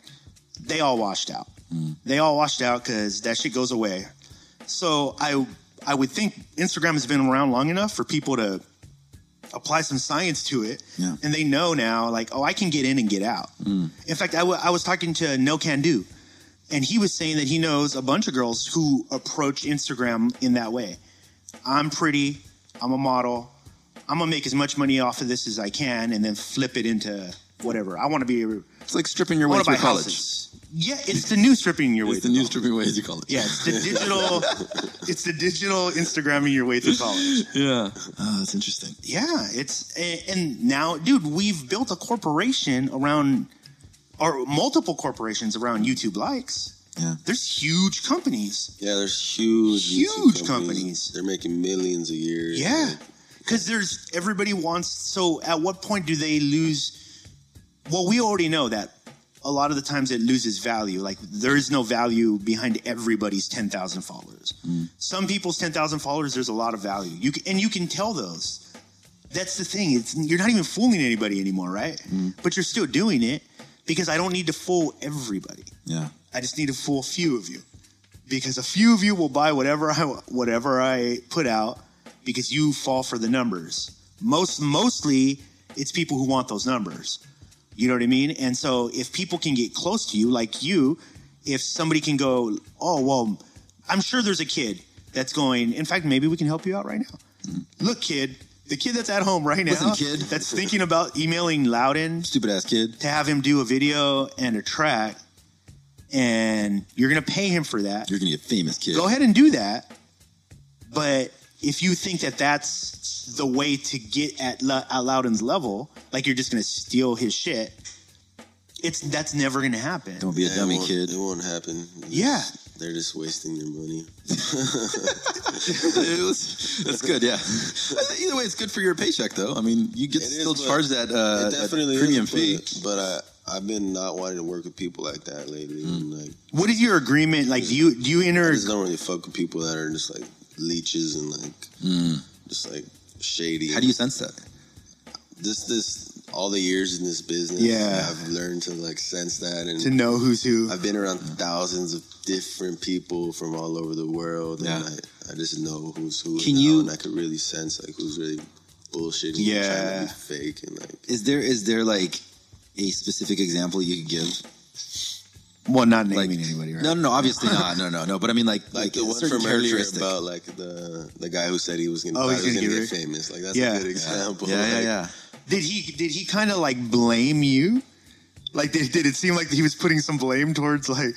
Speaker 2: they all washed out they all washed out because that shit goes away so I I would think Instagram has been around long enough for people to apply some science to it
Speaker 1: Yeah.
Speaker 2: and they know now like oh I can get in and get out in fact I wa- I was talking to No Can Do and he was saying that he knows a bunch of girls who approach Instagram in that way I'm pretty I'm a model I'm gonna make as much money off of this as I can, and then flip it into whatever I want to be. I
Speaker 1: It's like stripping your way
Speaker 2: want to
Speaker 1: through
Speaker 2: buy
Speaker 1: college.
Speaker 2: houses. Yeah, it's the new stripping your way.
Speaker 1: It's the
Speaker 2: through
Speaker 1: new
Speaker 2: college.
Speaker 1: stripping way through college.
Speaker 2: Yeah, it's the digital. it's the digital Instagramming your way through college.
Speaker 1: Yeah. Oh, that's interesting.
Speaker 2: Yeah, it's and, and now, dude, we've built a corporation around, or multiple corporations around YouTube likes.
Speaker 1: Yeah.
Speaker 2: There's huge companies.
Speaker 5: Yeah, there's huge, YouTube
Speaker 2: Huge companies.
Speaker 5: They're making millions a year.
Speaker 2: Yeah, because there's everybody wants. So at what point do they lose? Well, we already know that a lot of the times it loses value. Like there is no value behind everybody's ten thousand followers. Some people's ten thousand followers, there's a lot of value. You can, and you can tell those. That's the thing. It's you're not even fooling anybody anymore, right? But you're still doing it because I don't need to fool everybody.
Speaker 1: Yeah.
Speaker 2: I just need a full few of you because a few of you will buy whatever I whatever I put out because you fall for the numbers. Most mostly it's people who want those numbers. You know what I mean? And so if people can get close to you like you, if somebody can go, "Oh, well, I'm sure there's a kid that's going, in fact, maybe we can help you out right now." Look, kid, the kid that's at home right now
Speaker 1: Hmm. Listen, kid.
Speaker 2: that's thinking about emailing Loudon
Speaker 1: Stupid ass kid.
Speaker 2: to have him do a video and a track and you're gonna pay him for that
Speaker 1: You're gonna get famous, kid.
Speaker 2: go ahead and do that but if you think that that's the way to get at, Lu- at loudon's level like you're just gonna steal his shit it's that's never gonna happen
Speaker 1: Don't be a
Speaker 5: Yeah, it
Speaker 1: dummy,
Speaker 5: won't-
Speaker 1: kid.
Speaker 5: It won't happen.
Speaker 2: Yeah.
Speaker 5: They're just wasting their money.
Speaker 1: It was- that's good. Yeah. Uh, Either way, it's good for your paycheck, though. I mean, you get
Speaker 5: It is,
Speaker 1: still
Speaker 5: but
Speaker 1: charge that, uh,
Speaker 5: it definitely
Speaker 1: that premium
Speaker 5: is,
Speaker 1: fee.
Speaker 5: But, but I, I've been not wanting to work with people like that lately.
Speaker 1: Hmm.
Speaker 5: And like,
Speaker 2: what is your agreement like do you do you enter
Speaker 5: I just don't really fuck with people that are just like leeches and like just like shady.
Speaker 1: How do you sense that?
Speaker 5: this this all the years in this business?
Speaker 2: Yeah.
Speaker 5: I've learned to like sense that and
Speaker 2: to know who's who
Speaker 5: I've been around thousands of different people from all over the world, and
Speaker 1: Yeah.
Speaker 5: I, I just know who's who.
Speaker 1: Can
Speaker 5: now,
Speaker 1: you-
Speaker 5: And I could really sense like who's really bullshitting, and
Speaker 2: Yeah.
Speaker 5: trying to be fake, and like
Speaker 1: Is there is there like a specific example you could give?
Speaker 2: well not
Speaker 1: Like
Speaker 2: naming anybody right
Speaker 1: No, no, no. Obviously not. No, no, no. But I mean, like,
Speaker 5: like
Speaker 1: like,
Speaker 5: the
Speaker 1: a
Speaker 5: one
Speaker 1: certain
Speaker 5: from earlier
Speaker 1: characteristic.
Speaker 5: about like the the guy who said he was gonna,
Speaker 2: Oh, he's
Speaker 5: thought he was
Speaker 2: gonna
Speaker 5: gonna
Speaker 2: get
Speaker 5: get famous. Like that's
Speaker 2: Yeah.
Speaker 5: a good example.
Speaker 1: yeah, yeah,
Speaker 5: Like,
Speaker 1: yeah.
Speaker 2: did he did he kind of like blame you like did, did it seem like he was putting some blame towards like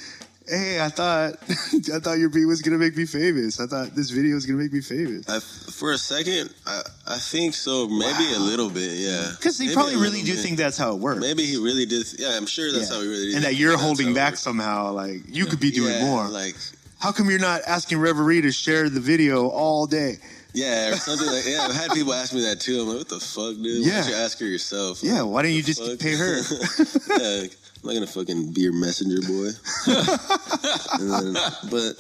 Speaker 2: hey i thought i thought your beat was gonna make me famous i thought this video was gonna make me famous
Speaker 5: I, for a second, I I think so. Maybe a little bit. Yeah.
Speaker 2: because they
Speaker 5: Maybe
Speaker 2: probably
Speaker 5: a
Speaker 2: really
Speaker 5: little
Speaker 2: do
Speaker 5: bit.
Speaker 2: think that's how it works
Speaker 5: Maybe he really did. th- yeah, I'm sure that's
Speaker 2: Yeah.
Speaker 5: how he really did.
Speaker 2: and that
Speaker 5: think
Speaker 2: you're
Speaker 5: that's how
Speaker 2: holding
Speaker 5: it
Speaker 2: back
Speaker 5: works.
Speaker 2: somehow like you could be doing
Speaker 5: Yeah,
Speaker 2: more
Speaker 5: Like
Speaker 2: how come you're not asking reverie to share the video all day
Speaker 5: Yeah, or something like yeah. I've had people ask me that too. I'm like, what the fuck, dude? Why
Speaker 2: Yeah.
Speaker 5: don't you ask her yourself?
Speaker 2: yeah
Speaker 5: Like,
Speaker 2: why don't you
Speaker 5: the
Speaker 2: just
Speaker 5: fuck?
Speaker 2: pay her
Speaker 5: yeah, like, I'm not gonna fucking be your messenger boy. and then, but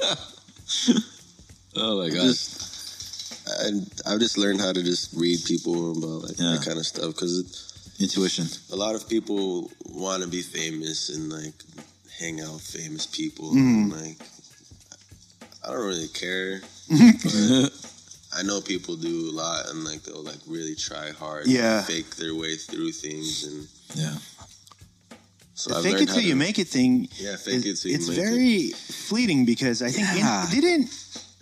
Speaker 1: Oh my
Speaker 5: I just I, I've just learned how to just read people about like
Speaker 1: Yeah.
Speaker 5: that kind of stuff because
Speaker 1: Intuition.
Speaker 5: a lot of people want to be famous and like hang out with famous
Speaker 2: Mm-hmm.
Speaker 5: people. And, like I don't really care. but I know people do a lot and like they'll like really try hard.
Speaker 2: Yeah.
Speaker 5: And fake their way through things and
Speaker 1: Yeah.
Speaker 5: so
Speaker 2: The
Speaker 5: I've
Speaker 2: fake
Speaker 5: learned
Speaker 2: it
Speaker 5: how
Speaker 2: till
Speaker 5: to-
Speaker 2: you make it thing.
Speaker 5: Yeah, fake
Speaker 2: is-
Speaker 5: it till you
Speaker 2: It's
Speaker 5: make
Speaker 2: very fleeting because I think
Speaker 1: Yeah.
Speaker 2: it didn't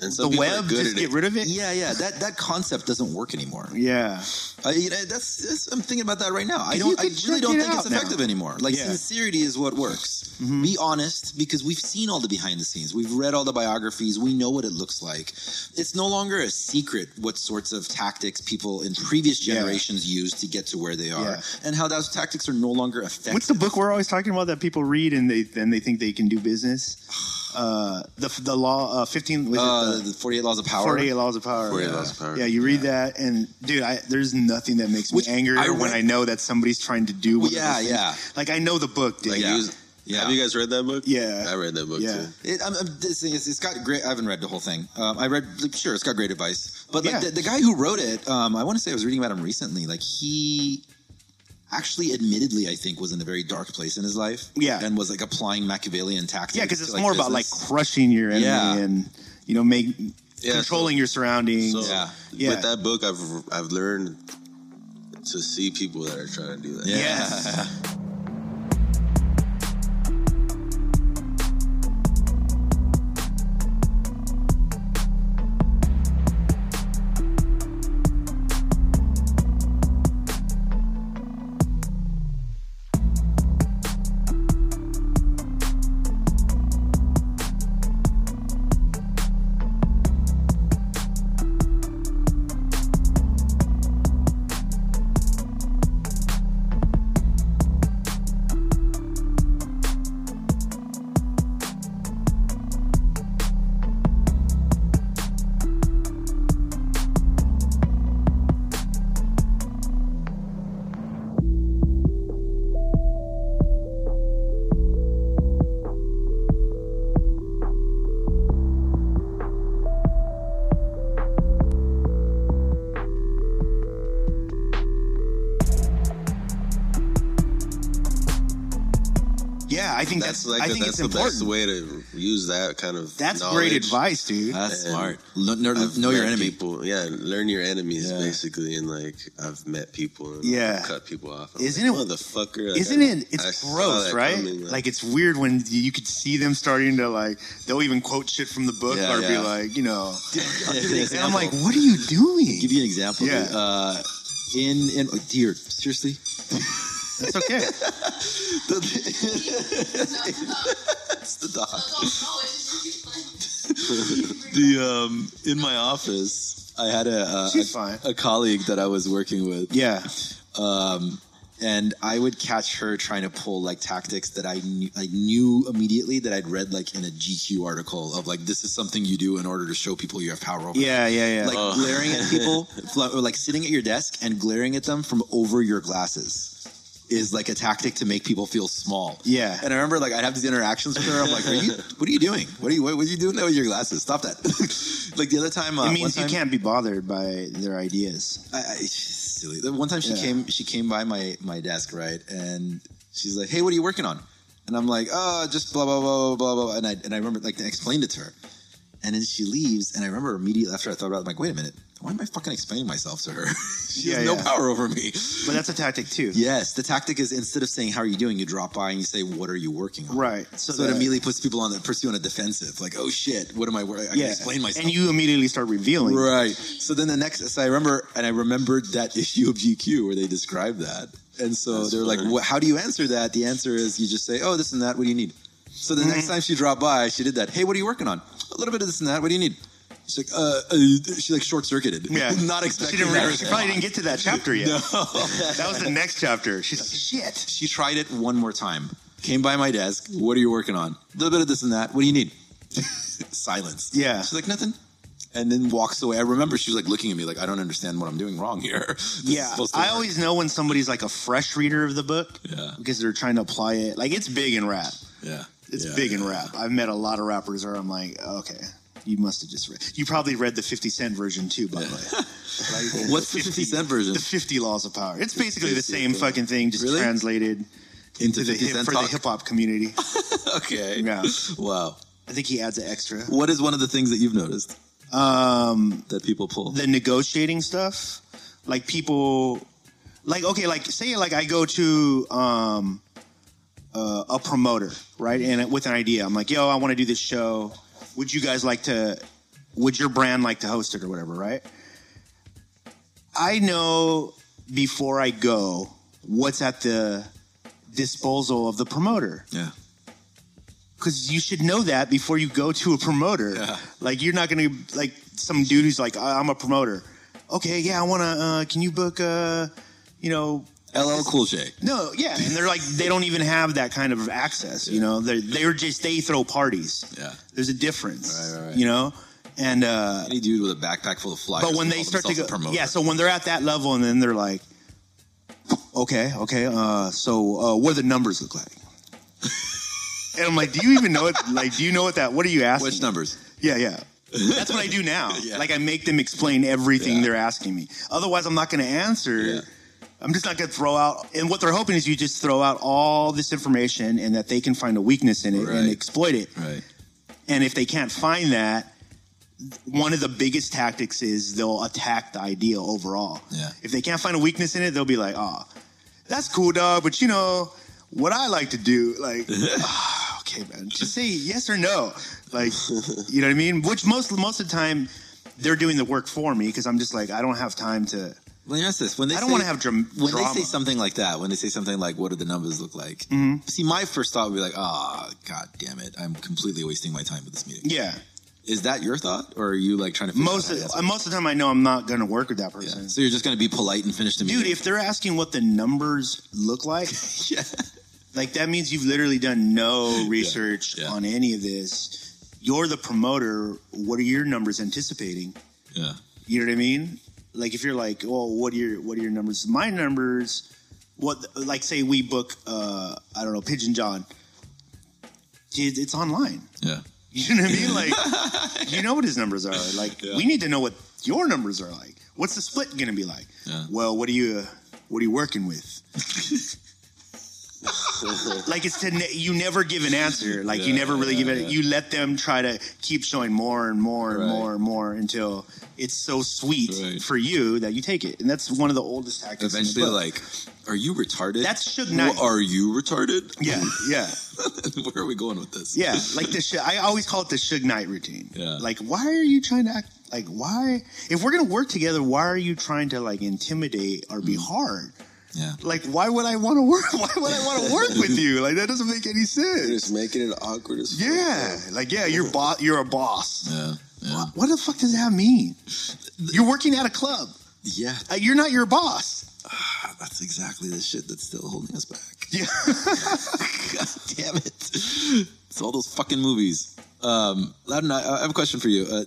Speaker 5: and
Speaker 2: the
Speaker 5: some people are
Speaker 2: web
Speaker 5: good
Speaker 2: just
Speaker 5: at
Speaker 2: get
Speaker 5: it.
Speaker 2: rid of it.
Speaker 1: Yeah, yeah. That that concept doesn't work anymore.
Speaker 2: Yeah.
Speaker 1: I, you know, that's, that's I'm thinking about that right now. I
Speaker 2: You
Speaker 1: don't. I
Speaker 2: could
Speaker 1: really
Speaker 2: check
Speaker 1: don't
Speaker 2: it
Speaker 1: think it's
Speaker 2: out now.
Speaker 1: effective anymore. Like
Speaker 2: Yeah. Mm-hmm.
Speaker 1: sincerity is what works. Be honest because we've seen all the behind the scenes. We've read all the biographies. We know what it looks like. It's no longer a secret what sorts of tactics people in previous
Speaker 2: Yeah.
Speaker 1: generations used to get to where they are,
Speaker 2: Yeah.
Speaker 1: and how those tactics are no longer effective.
Speaker 2: What's the book we're always talking about that people read and they then they think they can do business? Uh, the the law uh, fifteen was
Speaker 1: Uh,
Speaker 2: it
Speaker 1: the 48 Laws of
Speaker 2: the
Speaker 1: Power.
Speaker 2: forty eight laws of power.
Speaker 5: 48
Speaker 2: yeah.
Speaker 5: Laws of Power.
Speaker 2: Yeah, you read that and dude, I, there's nothing that makes
Speaker 1: Which
Speaker 2: me angrier
Speaker 1: I
Speaker 2: when
Speaker 1: read-
Speaker 2: I know that somebody's trying to do.
Speaker 1: Well,
Speaker 2: What
Speaker 1: yeah, yeah.
Speaker 2: Like I know the book, dude.
Speaker 5: Like
Speaker 1: Yeah.
Speaker 5: use-
Speaker 1: Yeah.
Speaker 5: Have you guys read that book?
Speaker 2: Yeah.
Speaker 5: I read that book
Speaker 2: Yeah.
Speaker 5: too.
Speaker 1: It, I'm, I'm, this thing is, it's got great. I haven't read the whole thing. Um, I read, like, sure, it's got great advice, but like
Speaker 2: Yeah.
Speaker 1: the, the guy who wrote it, um, I want to say I was reading about him recently. Like he actually, admittedly, I think was in a very dark place in his life.
Speaker 2: Yeah.
Speaker 1: and was like applying Machiavellian tactics.
Speaker 2: Yeah, because
Speaker 1: to,
Speaker 2: it's more about like
Speaker 1: business.
Speaker 2: crushing your enemy
Speaker 1: Yeah.
Speaker 2: and you know make
Speaker 5: Yeah,
Speaker 2: controlling your surroundings.
Speaker 5: So
Speaker 1: Yeah.
Speaker 2: Yeah.
Speaker 5: with that book, I've I've learned to see people that are trying to do that.
Speaker 1: Yeah.
Speaker 2: Yes. Yeah, I think that's,
Speaker 5: That's like
Speaker 2: I
Speaker 5: the-
Speaker 2: think
Speaker 5: that's
Speaker 2: it's
Speaker 5: the
Speaker 2: important.
Speaker 5: best way to use that kind of.
Speaker 2: that's
Speaker 5: knowledge.
Speaker 2: great advice, dude.
Speaker 1: That's
Speaker 5: And
Speaker 1: smart. Lo- know
Speaker 5: I've
Speaker 1: know your
Speaker 5: met
Speaker 1: enemy.
Speaker 5: People. Yeah, learn your enemies
Speaker 1: Yeah.
Speaker 5: basically, and like I've met people and
Speaker 2: Yeah.
Speaker 5: cut people off. I'm
Speaker 2: Isn't
Speaker 5: like,
Speaker 2: it-
Speaker 5: motherfucker? Like,
Speaker 2: Isn't
Speaker 5: I-
Speaker 2: it? It's
Speaker 5: I saw
Speaker 2: gross,
Speaker 5: that
Speaker 2: right?
Speaker 5: coming,
Speaker 2: like, it's weird when you could see them starting to like. They'll even quote shit from the book
Speaker 1: Yeah,
Speaker 2: or be
Speaker 1: yeah.
Speaker 2: like, you know.
Speaker 1: Yeah,
Speaker 2: And I'm like,
Speaker 1: example.
Speaker 2: what are you doing?
Speaker 1: give you an example.
Speaker 2: Yeah.
Speaker 1: dude. Uh, in in oh, dear, seriously,
Speaker 2: That's okay.
Speaker 1: That's the dog. the um, in my office, I had a uh,
Speaker 2: She's
Speaker 1: a,
Speaker 2: fine.
Speaker 1: a colleague that I was working with.
Speaker 2: yeah.
Speaker 1: Um, and I would catch her trying to pull like tactics that I knew, I knew immediately that I'd read like in a GQ article of like this is something you do in order to show people you have power over. them.
Speaker 2: Yeah, yeah, yeah.
Speaker 1: Like glaring at people, fl- or like sitting at your desk and glaring at them from over your glasses is like a tactic to make people feel small.
Speaker 2: Yeah.
Speaker 1: And I remember like I'd have these interactions with her. I'm like, are you, what are you doing? What are you, what, what are you doing there with your glasses? Stop that. like the other time, uh,
Speaker 2: it
Speaker 1: one
Speaker 2: means
Speaker 1: time,
Speaker 2: you can't be bothered by their ideas.
Speaker 1: I, I, silly. The One time she
Speaker 2: Yeah.
Speaker 1: came, she came by my my desk, right, and she's like, "Hey, what are you working on?" And I'm like, "Oh, just blah blah blah blah blah." blah." And I and I remember like I explained it to her, and then she leaves, and I remember immediately after I thought about, it, I'm like, "Wait a minute, why am I fucking explaining myself to her? she
Speaker 2: Yeah,
Speaker 1: has no
Speaker 2: yeah.
Speaker 1: power over me."
Speaker 2: But that's a tactic too.
Speaker 1: Yes, the tactic is instead of saying "How are you doing," you drop by and you say, "What are you working on?"
Speaker 2: Right.
Speaker 1: So,
Speaker 2: So, that-
Speaker 1: it immediately puts people on the puts you on a defensive, like, "Oh shit, what am I? wor- I can explain myself."
Speaker 2: And you immediately start revealing.
Speaker 1: Right. So then the next, so I remember, and I remembered that issue of GQ where they described that. And so
Speaker 5: That's
Speaker 1: they're like,
Speaker 5: funny.
Speaker 1: "Wha- how do you answer that? The answer is you just say, oh, this and that. What do you need? So the
Speaker 2: Mm-hmm.
Speaker 1: next time she dropped by, she did that. Hey, what are you working on? A little bit of this and that. What do you need? She's like, uh, uh she like short circuited.
Speaker 2: Yeah.
Speaker 1: Not
Speaker 2: She,
Speaker 1: expecting
Speaker 2: didn't
Speaker 1: that
Speaker 2: re- she probably didn't
Speaker 1: response.
Speaker 2: get to that chapter yet. that was the next chapter. She's like, shit.
Speaker 1: She tried it one more time. Came by my desk. What are you working on? A little bit of this and that. What do you need? Silence.
Speaker 2: Yeah.
Speaker 1: She's like, nothing. And then walks away. I remember she was like looking at me like, I don't understand what I'm doing wrong here. This is
Speaker 2: yeah,
Speaker 1: supposed to
Speaker 2: I
Speaker 1: work.
Speaker 2: always know when somebody's like a fresh reader of the book
Speaker 1: Yeah.
Speaker 2: because they're trying to apply it. Like it's big in rap.
Speaker 1: Yeah.
Speaker 2: It's
Speaker 1: Yeah,
Speaker 2: big
Speaker 1: yeah.
Speaker 2: in rap. I've met a lot of rappers where I'm like, okay, you must have just read. You probably read the 50 Cent version too, by the way.
Speaker 1: What's the 50 Cent version?
Speaker 2: The 50 Laws of Power. It's basically the same fucking thing, just
Speaker 1: Really?
Speaker 2: translated
Speaker 1: Into
Speaker 2: to the
Speaker 1: 50
Speaker 2: hip,
Speaker 1: Cent
Speaker 2: for the
Speaker 1: talk?
Speaker 2: hip hop community.
Speaker 1: Okay.
Speaker 2: Yeah.
Speaker 1: Wow.
Speaker 2: I think he adds an extra.
Speaker 1: What is one of the things that you've noticed?
Speaker 2: um,
Speaker 1: that people pull.
Speaker 2: the negotiating stuff. Like people, like okay, like say like I go to um, uh, a promoter, right, and with an idea, I'm like, yo, I want to do this show. Would you guys like to? Would your brand like to host it or whatever, right? I know before I go what's at the disposal of the promoter
Speaker 1: yeah.
Speaker 2: because you should know that before you go to a promoter.
Speaker 1: Yeah.
Speaker 2: Like you're not gonna like some dude who's like, I- I'm a promoter. Okay, yeah, I wanna. Uh, can you book? Uh, you know,
Speaker 1: LL Cool J.
Speaker 2: no, yeah, and they're like they don't even have that kind of access. You know, they're they're just they throw parties.
Speaker 1: Yeah.
Speaker 2: there's a difference.
Speaker 1: Right, right, right.
Speaker 2: You know, and uh,
Speaker 1: Any dude with a backpack full of flyers.
Speaker 2: but when
Speaker 1: can
Speaker 2: they
Speaker 1: call
Speaker 2: start to go,
Speaker 1: themselves a promoter.
Speaker 2: yeah. So when they're at that level, and then they're like, okay, okay. Uh, so uh, what do the numbers look like? and I'm like, do you even know it? Like, do you know what that? What are you asking?
Speaker 1: Which numbers?
Speaker 2: Yeah, yeah. That's what I do now.
Speaker 1: Yeah.
Speaker 2: Like I make them explain everything
Speaker 1: Yeah.
Speaker 2: they're asking me. Otherwise, I'm not going to answer.
Speaker 1: Yeah.
Speaker 2: I'm just not going to throw out. And what they're hoping is you just throw out all this information and that they can find a weakness in it
Speaker 1: Right.
Speaker 2: and exploit it.
Speaker 1: Right.
Speaker 2: And if they can't find that, one of the biggest tactics is they'll attack the idea overall.
Speaker 1: Yeah.
Speaker 2: If they can't find a weakness in it, they'll be like, "Oh, that's cool, dog." But you know what I like to do, like, "Ah, okay, man, just say yes or no, like, you know what I mean? Which most most of the time they're doing the work for me because I'm just like, I don't have time to.
Speaker 1: Let me ask this: When they
Speaker 2: I don't
Speaker 1: say-
Speaker 2: wanna have dram-
Speaker 1: when
Speaker 2: drama.
Speaker 1: they say something like that, when they say something like, "What do the numbers look like?"
Speaker 2: Mm-hmm.
Speaker 1: See, my first thought would be like, "Ah, god damn it! I'm completely wasting my time with this meeting."
Speaker 2: Yeah,
Speaker 1: Is that your thought, or are you like trying to figure
Speaker 2: most
Speaker 1: out
Speaker 2: of,
Speaker 1: how to
Speaker 2: uh,
Speaker 1: answer?
Speaker 2: most of the time I know I'm not gonna work with that person.
Speaker 1: Yeah. So you're just going to be polite and finish the meeting,
Speaker 2: Dude, if they're asking what the numbers look like,
Speaker 1: yeah.
Speaker 2: Like that means you've literally done no research
Speaker 1: yeah.
Speaker 2: on any of this. You're the promoter. What are your numbers anticipating?
Speaker 1: yeah,
Speaker 2: You know what I mean? Like if you're like, well, what are your what are your numbers? My numbers. What like say we book? uh I don't know, Pigeon John. It, it's online.
Speaker 1: yeah,
Speaker 2: You know what I mean? Like you know what his numbers are. Like
Speaker 1: Yeah.
Speaker 2: we need to know what your numbers are like. What's the split going to be like?
Speaker 1: Yeah.
Speaker 2: Well, what are you uh, what are you working with? like it's to ne- you never give an answer. Like you
Speaker 1: Yeah,
Speaker 2: never really
Speaker 1: yeah,
Speaker 2: give it.
Speaker 1: yeah.
Speaker 2: You let them try to keep showing more and more and
Speaker 1: Right.
Speaker 2: more and more until it's so sweet
Speaker 1: Right.
Speaker 2: for you that you take it. And that's one of the oldest tactics. in the
Speaker 1: Eventually,
Speaker 2: book.
Speaker 1: like, are you retarded?
Speaker 2: That's Suge
Speaker 1: Wha-
Speaker 2: Knight.
Speaker 1: Are you retarded?
Speaker 2: yeah, yeah.
Speaker 1: Where are we going with this?
Speaker 2: Yeah, like the sh- I always call it the Suge Knight routine.
Speaker 1: Yeah.
Speaker 2: Like, why are you trying to act like why? If we're gonna work together, why are you trying to like intimidate or be hard?
Speaker 1: yeah.
Speaker 2: Like, why would I want to work? Why would I want to work with you? Like, that doesn't make any
Speaker 5: You're
Speaker 2: sense.
Speaker 5: just making it awkward as fuck.
Speaker 2: Yeah, like yeah, you're bo- you're a boss.
Speaker 1: Yeah. Yeah.
Speaker 2: What, what the fuck does that mean? You're working at a club.
Speaker 1: yeah,
Speaker 2: Uh, You're not your boss.
Speaker 1: Ah, that's exactly the shit that's still holding us back.
Speaker 2: Yeah.
Speaker 1: God damn it. It's all those fucking movies. Um, Loudon, I, I have a question for you. Uh,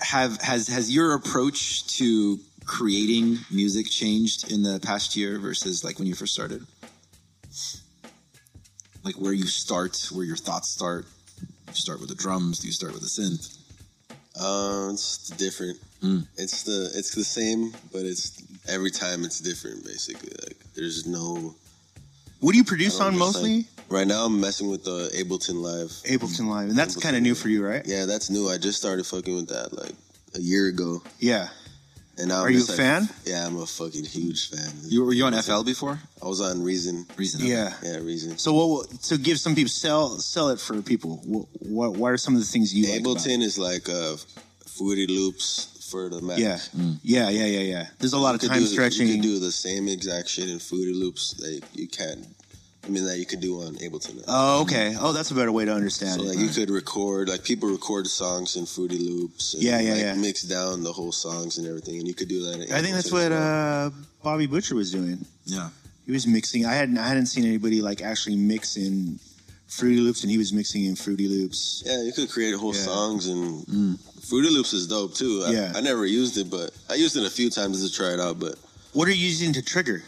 Speaker 1: have has has your approach to creating music changed in the past year versus like when you first started? Like where you start, where your thoughts start. You start with the drums. Do you start with the synth?
Speaker 5: Um, it's different.
Speaker 2: Hmm.
Speaker 5: It's the it's the same, but it's every time it's different. Basically, like there's no
Speaker 2: What do you produce
Speaker 5: I don't
Speaker 2: on
Speaker 5: understand.
Speaker 2: mostly?
Speaker 5: right now. I'm messing with the Ableton Live.
Speaker 2: Ableton Live, and that's
Speaker 5: Ableton
Speaker 2: kind of new for you, right?
Speaker 5: Yeah, that's new. I just started fucking with that like a year ago,
Speaker 2: Yeah.
Speaker 5: and now
Speaker 2: Are
Speaker 5: I'm
Speaker 2: you a
Speaker 5: just, like,
Speaker 2: fan?
Speaker 5: Yeah, I'm a fucking huge fan.
Speaker 1: You were you on FL before?
Speaker 5: I was on Reason.
Speaker 1: Reason.
Speaker 2: Yeah.
Speaker 5: Yeah, Reason.
Speaker 2: So what? will- So give some people sell sell it for people. What? What, what are some of the things you like about it?
Speaker 5: Ableton is like uh, Fruity Loops for the Mac.
Speaker 2: yeah, yeah, yeah, yeah, yeah. There's a lot of
Speaker 5: You could
Speaker 2: time
Speaker 5: do- You
Speaker 2: stretching.
Speaker 5: can do the same exact shit in Fruity Loops that you can. I mean, that you could do on Ableton.
Speaker 2: oh, okay. Oh, that's a better way to understand
Speaker 5: Mm-hmm. So
Speaker 2: it.
Speaker 5: like you could record like people record songs in Fruity Loops. And
Speaker 2: Yeah, yeah,
Speaker 5: like,
Speaker 2: yeah.
Speaker 5: Mix down the whole songs and everything, and you could do that. in
Speaker 2: I think that's
Speaker 5: Ableton
Speaker 2: what
Speaker 5: as well.
Speaker 2: uh, Bobby Butcher was doing.
Speaker 1: Yeah.
Speaker 2: He was mixing. I hadn't I hadn't seen anybody like actually mixing Fruity Loops, and he was mixing in Fruity Loops.
Speaker 5: Yeah, you could create whole
Speaker 2: Yeah. Mm.
Speaker 5: songs and Fruity Loops is dope too. I,
Speaker 2: Yeah.
Speaker 5: I never used it, but I used it a few times to try it out. But
Speaker 2: What are you using to trigger?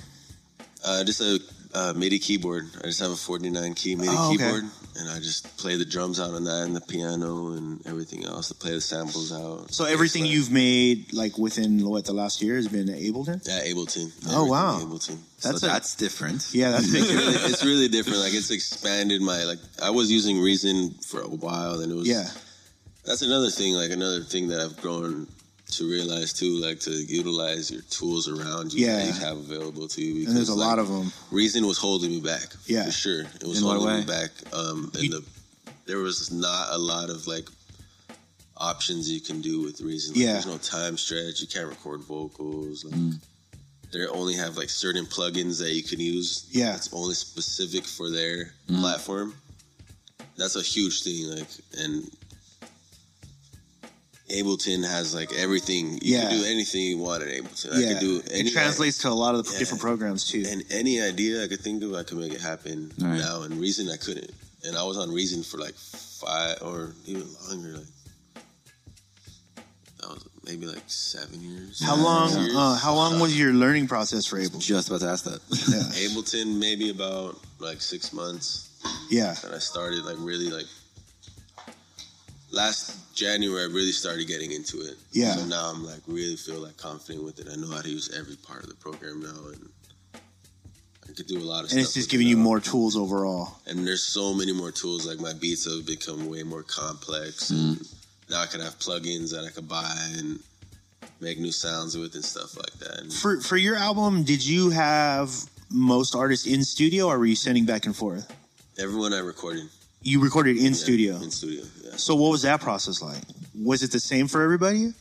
Speaker 5: uh, just a uh, MIDI keyboard. I just have a 49 key MIDI
Speaker 2: Oh, okay.
Speaker 5: keyboard, and I just play the drums out on that and the piano and everything else to play the samples out.
Speaker 2: So everything
Speaker 5: It's, uh,
Speaker 2: you've made like within what the last year has been Ableton.
Speaker 5: yeah Ableton.
Speaker 2: Oh, wow.
Speaker 5: Everything Ableton.
Speaker 2: That's
Speaker 1: so
Speaker 2: a-
Speaker 1: that's different.
Speaker 2: Yeah, that's
Speaker 5: it's really, it's really different. Like it's expanded my like. I was using Reason for a while, and it was
Speaker 2: yeah.
Speaker 5: That's another thing, like another thing that I've grown to realize too, like to utilize your tools around you that
Speaker 2: Yeah.
Speaker 5: you have available to you. Because,
Speaker 2: And there's a
Speaker 5: like,
Speaker 2: lot of them.
Speaker 5: Reason was holding me back.
Speaker 2: Yeah.
Speaker 5: for sure, it was
Speaker 1: In what
Speaker 5: holding
Speaker 1: way?
Speaker 5: me back. Um, and the there was not a lot of like options you can do with Reason. Like,
Speaker 2: Yeah.
Speaker 5: there's no time stretch. You can't record vocals. Like, They only have like certain plugins that you can use.
Speaker 2: Yeah.
Speaker 5: it's only specific for their
Speaker 2: Mm.
Speaker 5: platform. That's a huge thing. Like, and Ableton has like everything. You
Speaker 2: Yeah.
Speaker 5: can do anything you want in Ableton. I
Speaker 2: yeah,
Speaker 5: can do any
Speaker 2: it translates to a lot of the
Speaker 5: Yeah.
Speaker 2: different programs too.
Speaker 5: and any idea I could think of, I could make it happen
Speaker 1: Right.
Speaker 5: now. And Reason, I couldn't. And I was on Reason for like five or even longer. Like that was maybe like seven years.
Speaker 2: how
Speaker 5: nine
Speaker 2: long?
Speaker 5: years.
Speaker 2: Uh, how long was your learning process for Ableton?
Speaker 1: Just about to ask that.
Speaker 2: Yeah,
Speaker 5: Ableton? Maybe about like six months.
Speaker 2: yeah,
Speaker 5: And I started like really like last January. I really started getting into it.
Speaker 2: Yeah.
Speaker 5: So now I'm like really feel like confident with it. I know how to use every part of the program now, and I could do a lot of. stuff
Speaker 2: and it's
Speaker 5: with
Speaker 2: just
Speaker 5: it
Speaker 2: giving you
Speaker 5: now.
Speaker 2: more tools overall.
Speaker 5: And there's so many more tools. Like my beats have become way more complex. And
Speaker 2: Mm-hmm.
Speaker 5: now I can have plugins that I could buy and make new sounds with and stuff like that. And
Speaker 2: For for your album, did you have most artists in studio, or were you sending back and forth?
Speaker 5: everyone I recorded
Speaker 2: You recorded in
Speaker 5: yeah,
Speaker 2: studio.
Speaker 5: In studio, yeah.
Speaker 2: So what was that process like? Was it the same for everybody?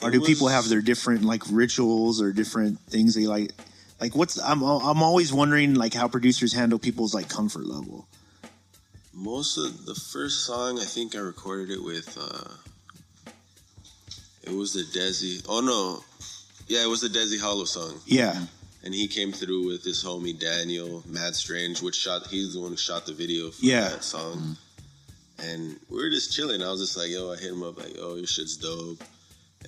Speaker 2: Or
Speaker 5: It
Speaker 2: do people
Speaker 5: was-
Speaker 2: have their different like rituals or different things they like like what's I'm I'm always wondering like how producers handle people's like comfort level.
Speaker 5: most of the first song I think I recorded it with uh it was the Desi oh no yeah it was the Desi Hollow song
Speaker 2: Yeah.
Speaker 5: and he came through with his homie Daniel Mad Strange which shot he's the one who shot the video for
Speaker 2: Yeah.
Speaker 5: that song and we were just chilling I was just like yo I hit him up like oh your shit's dope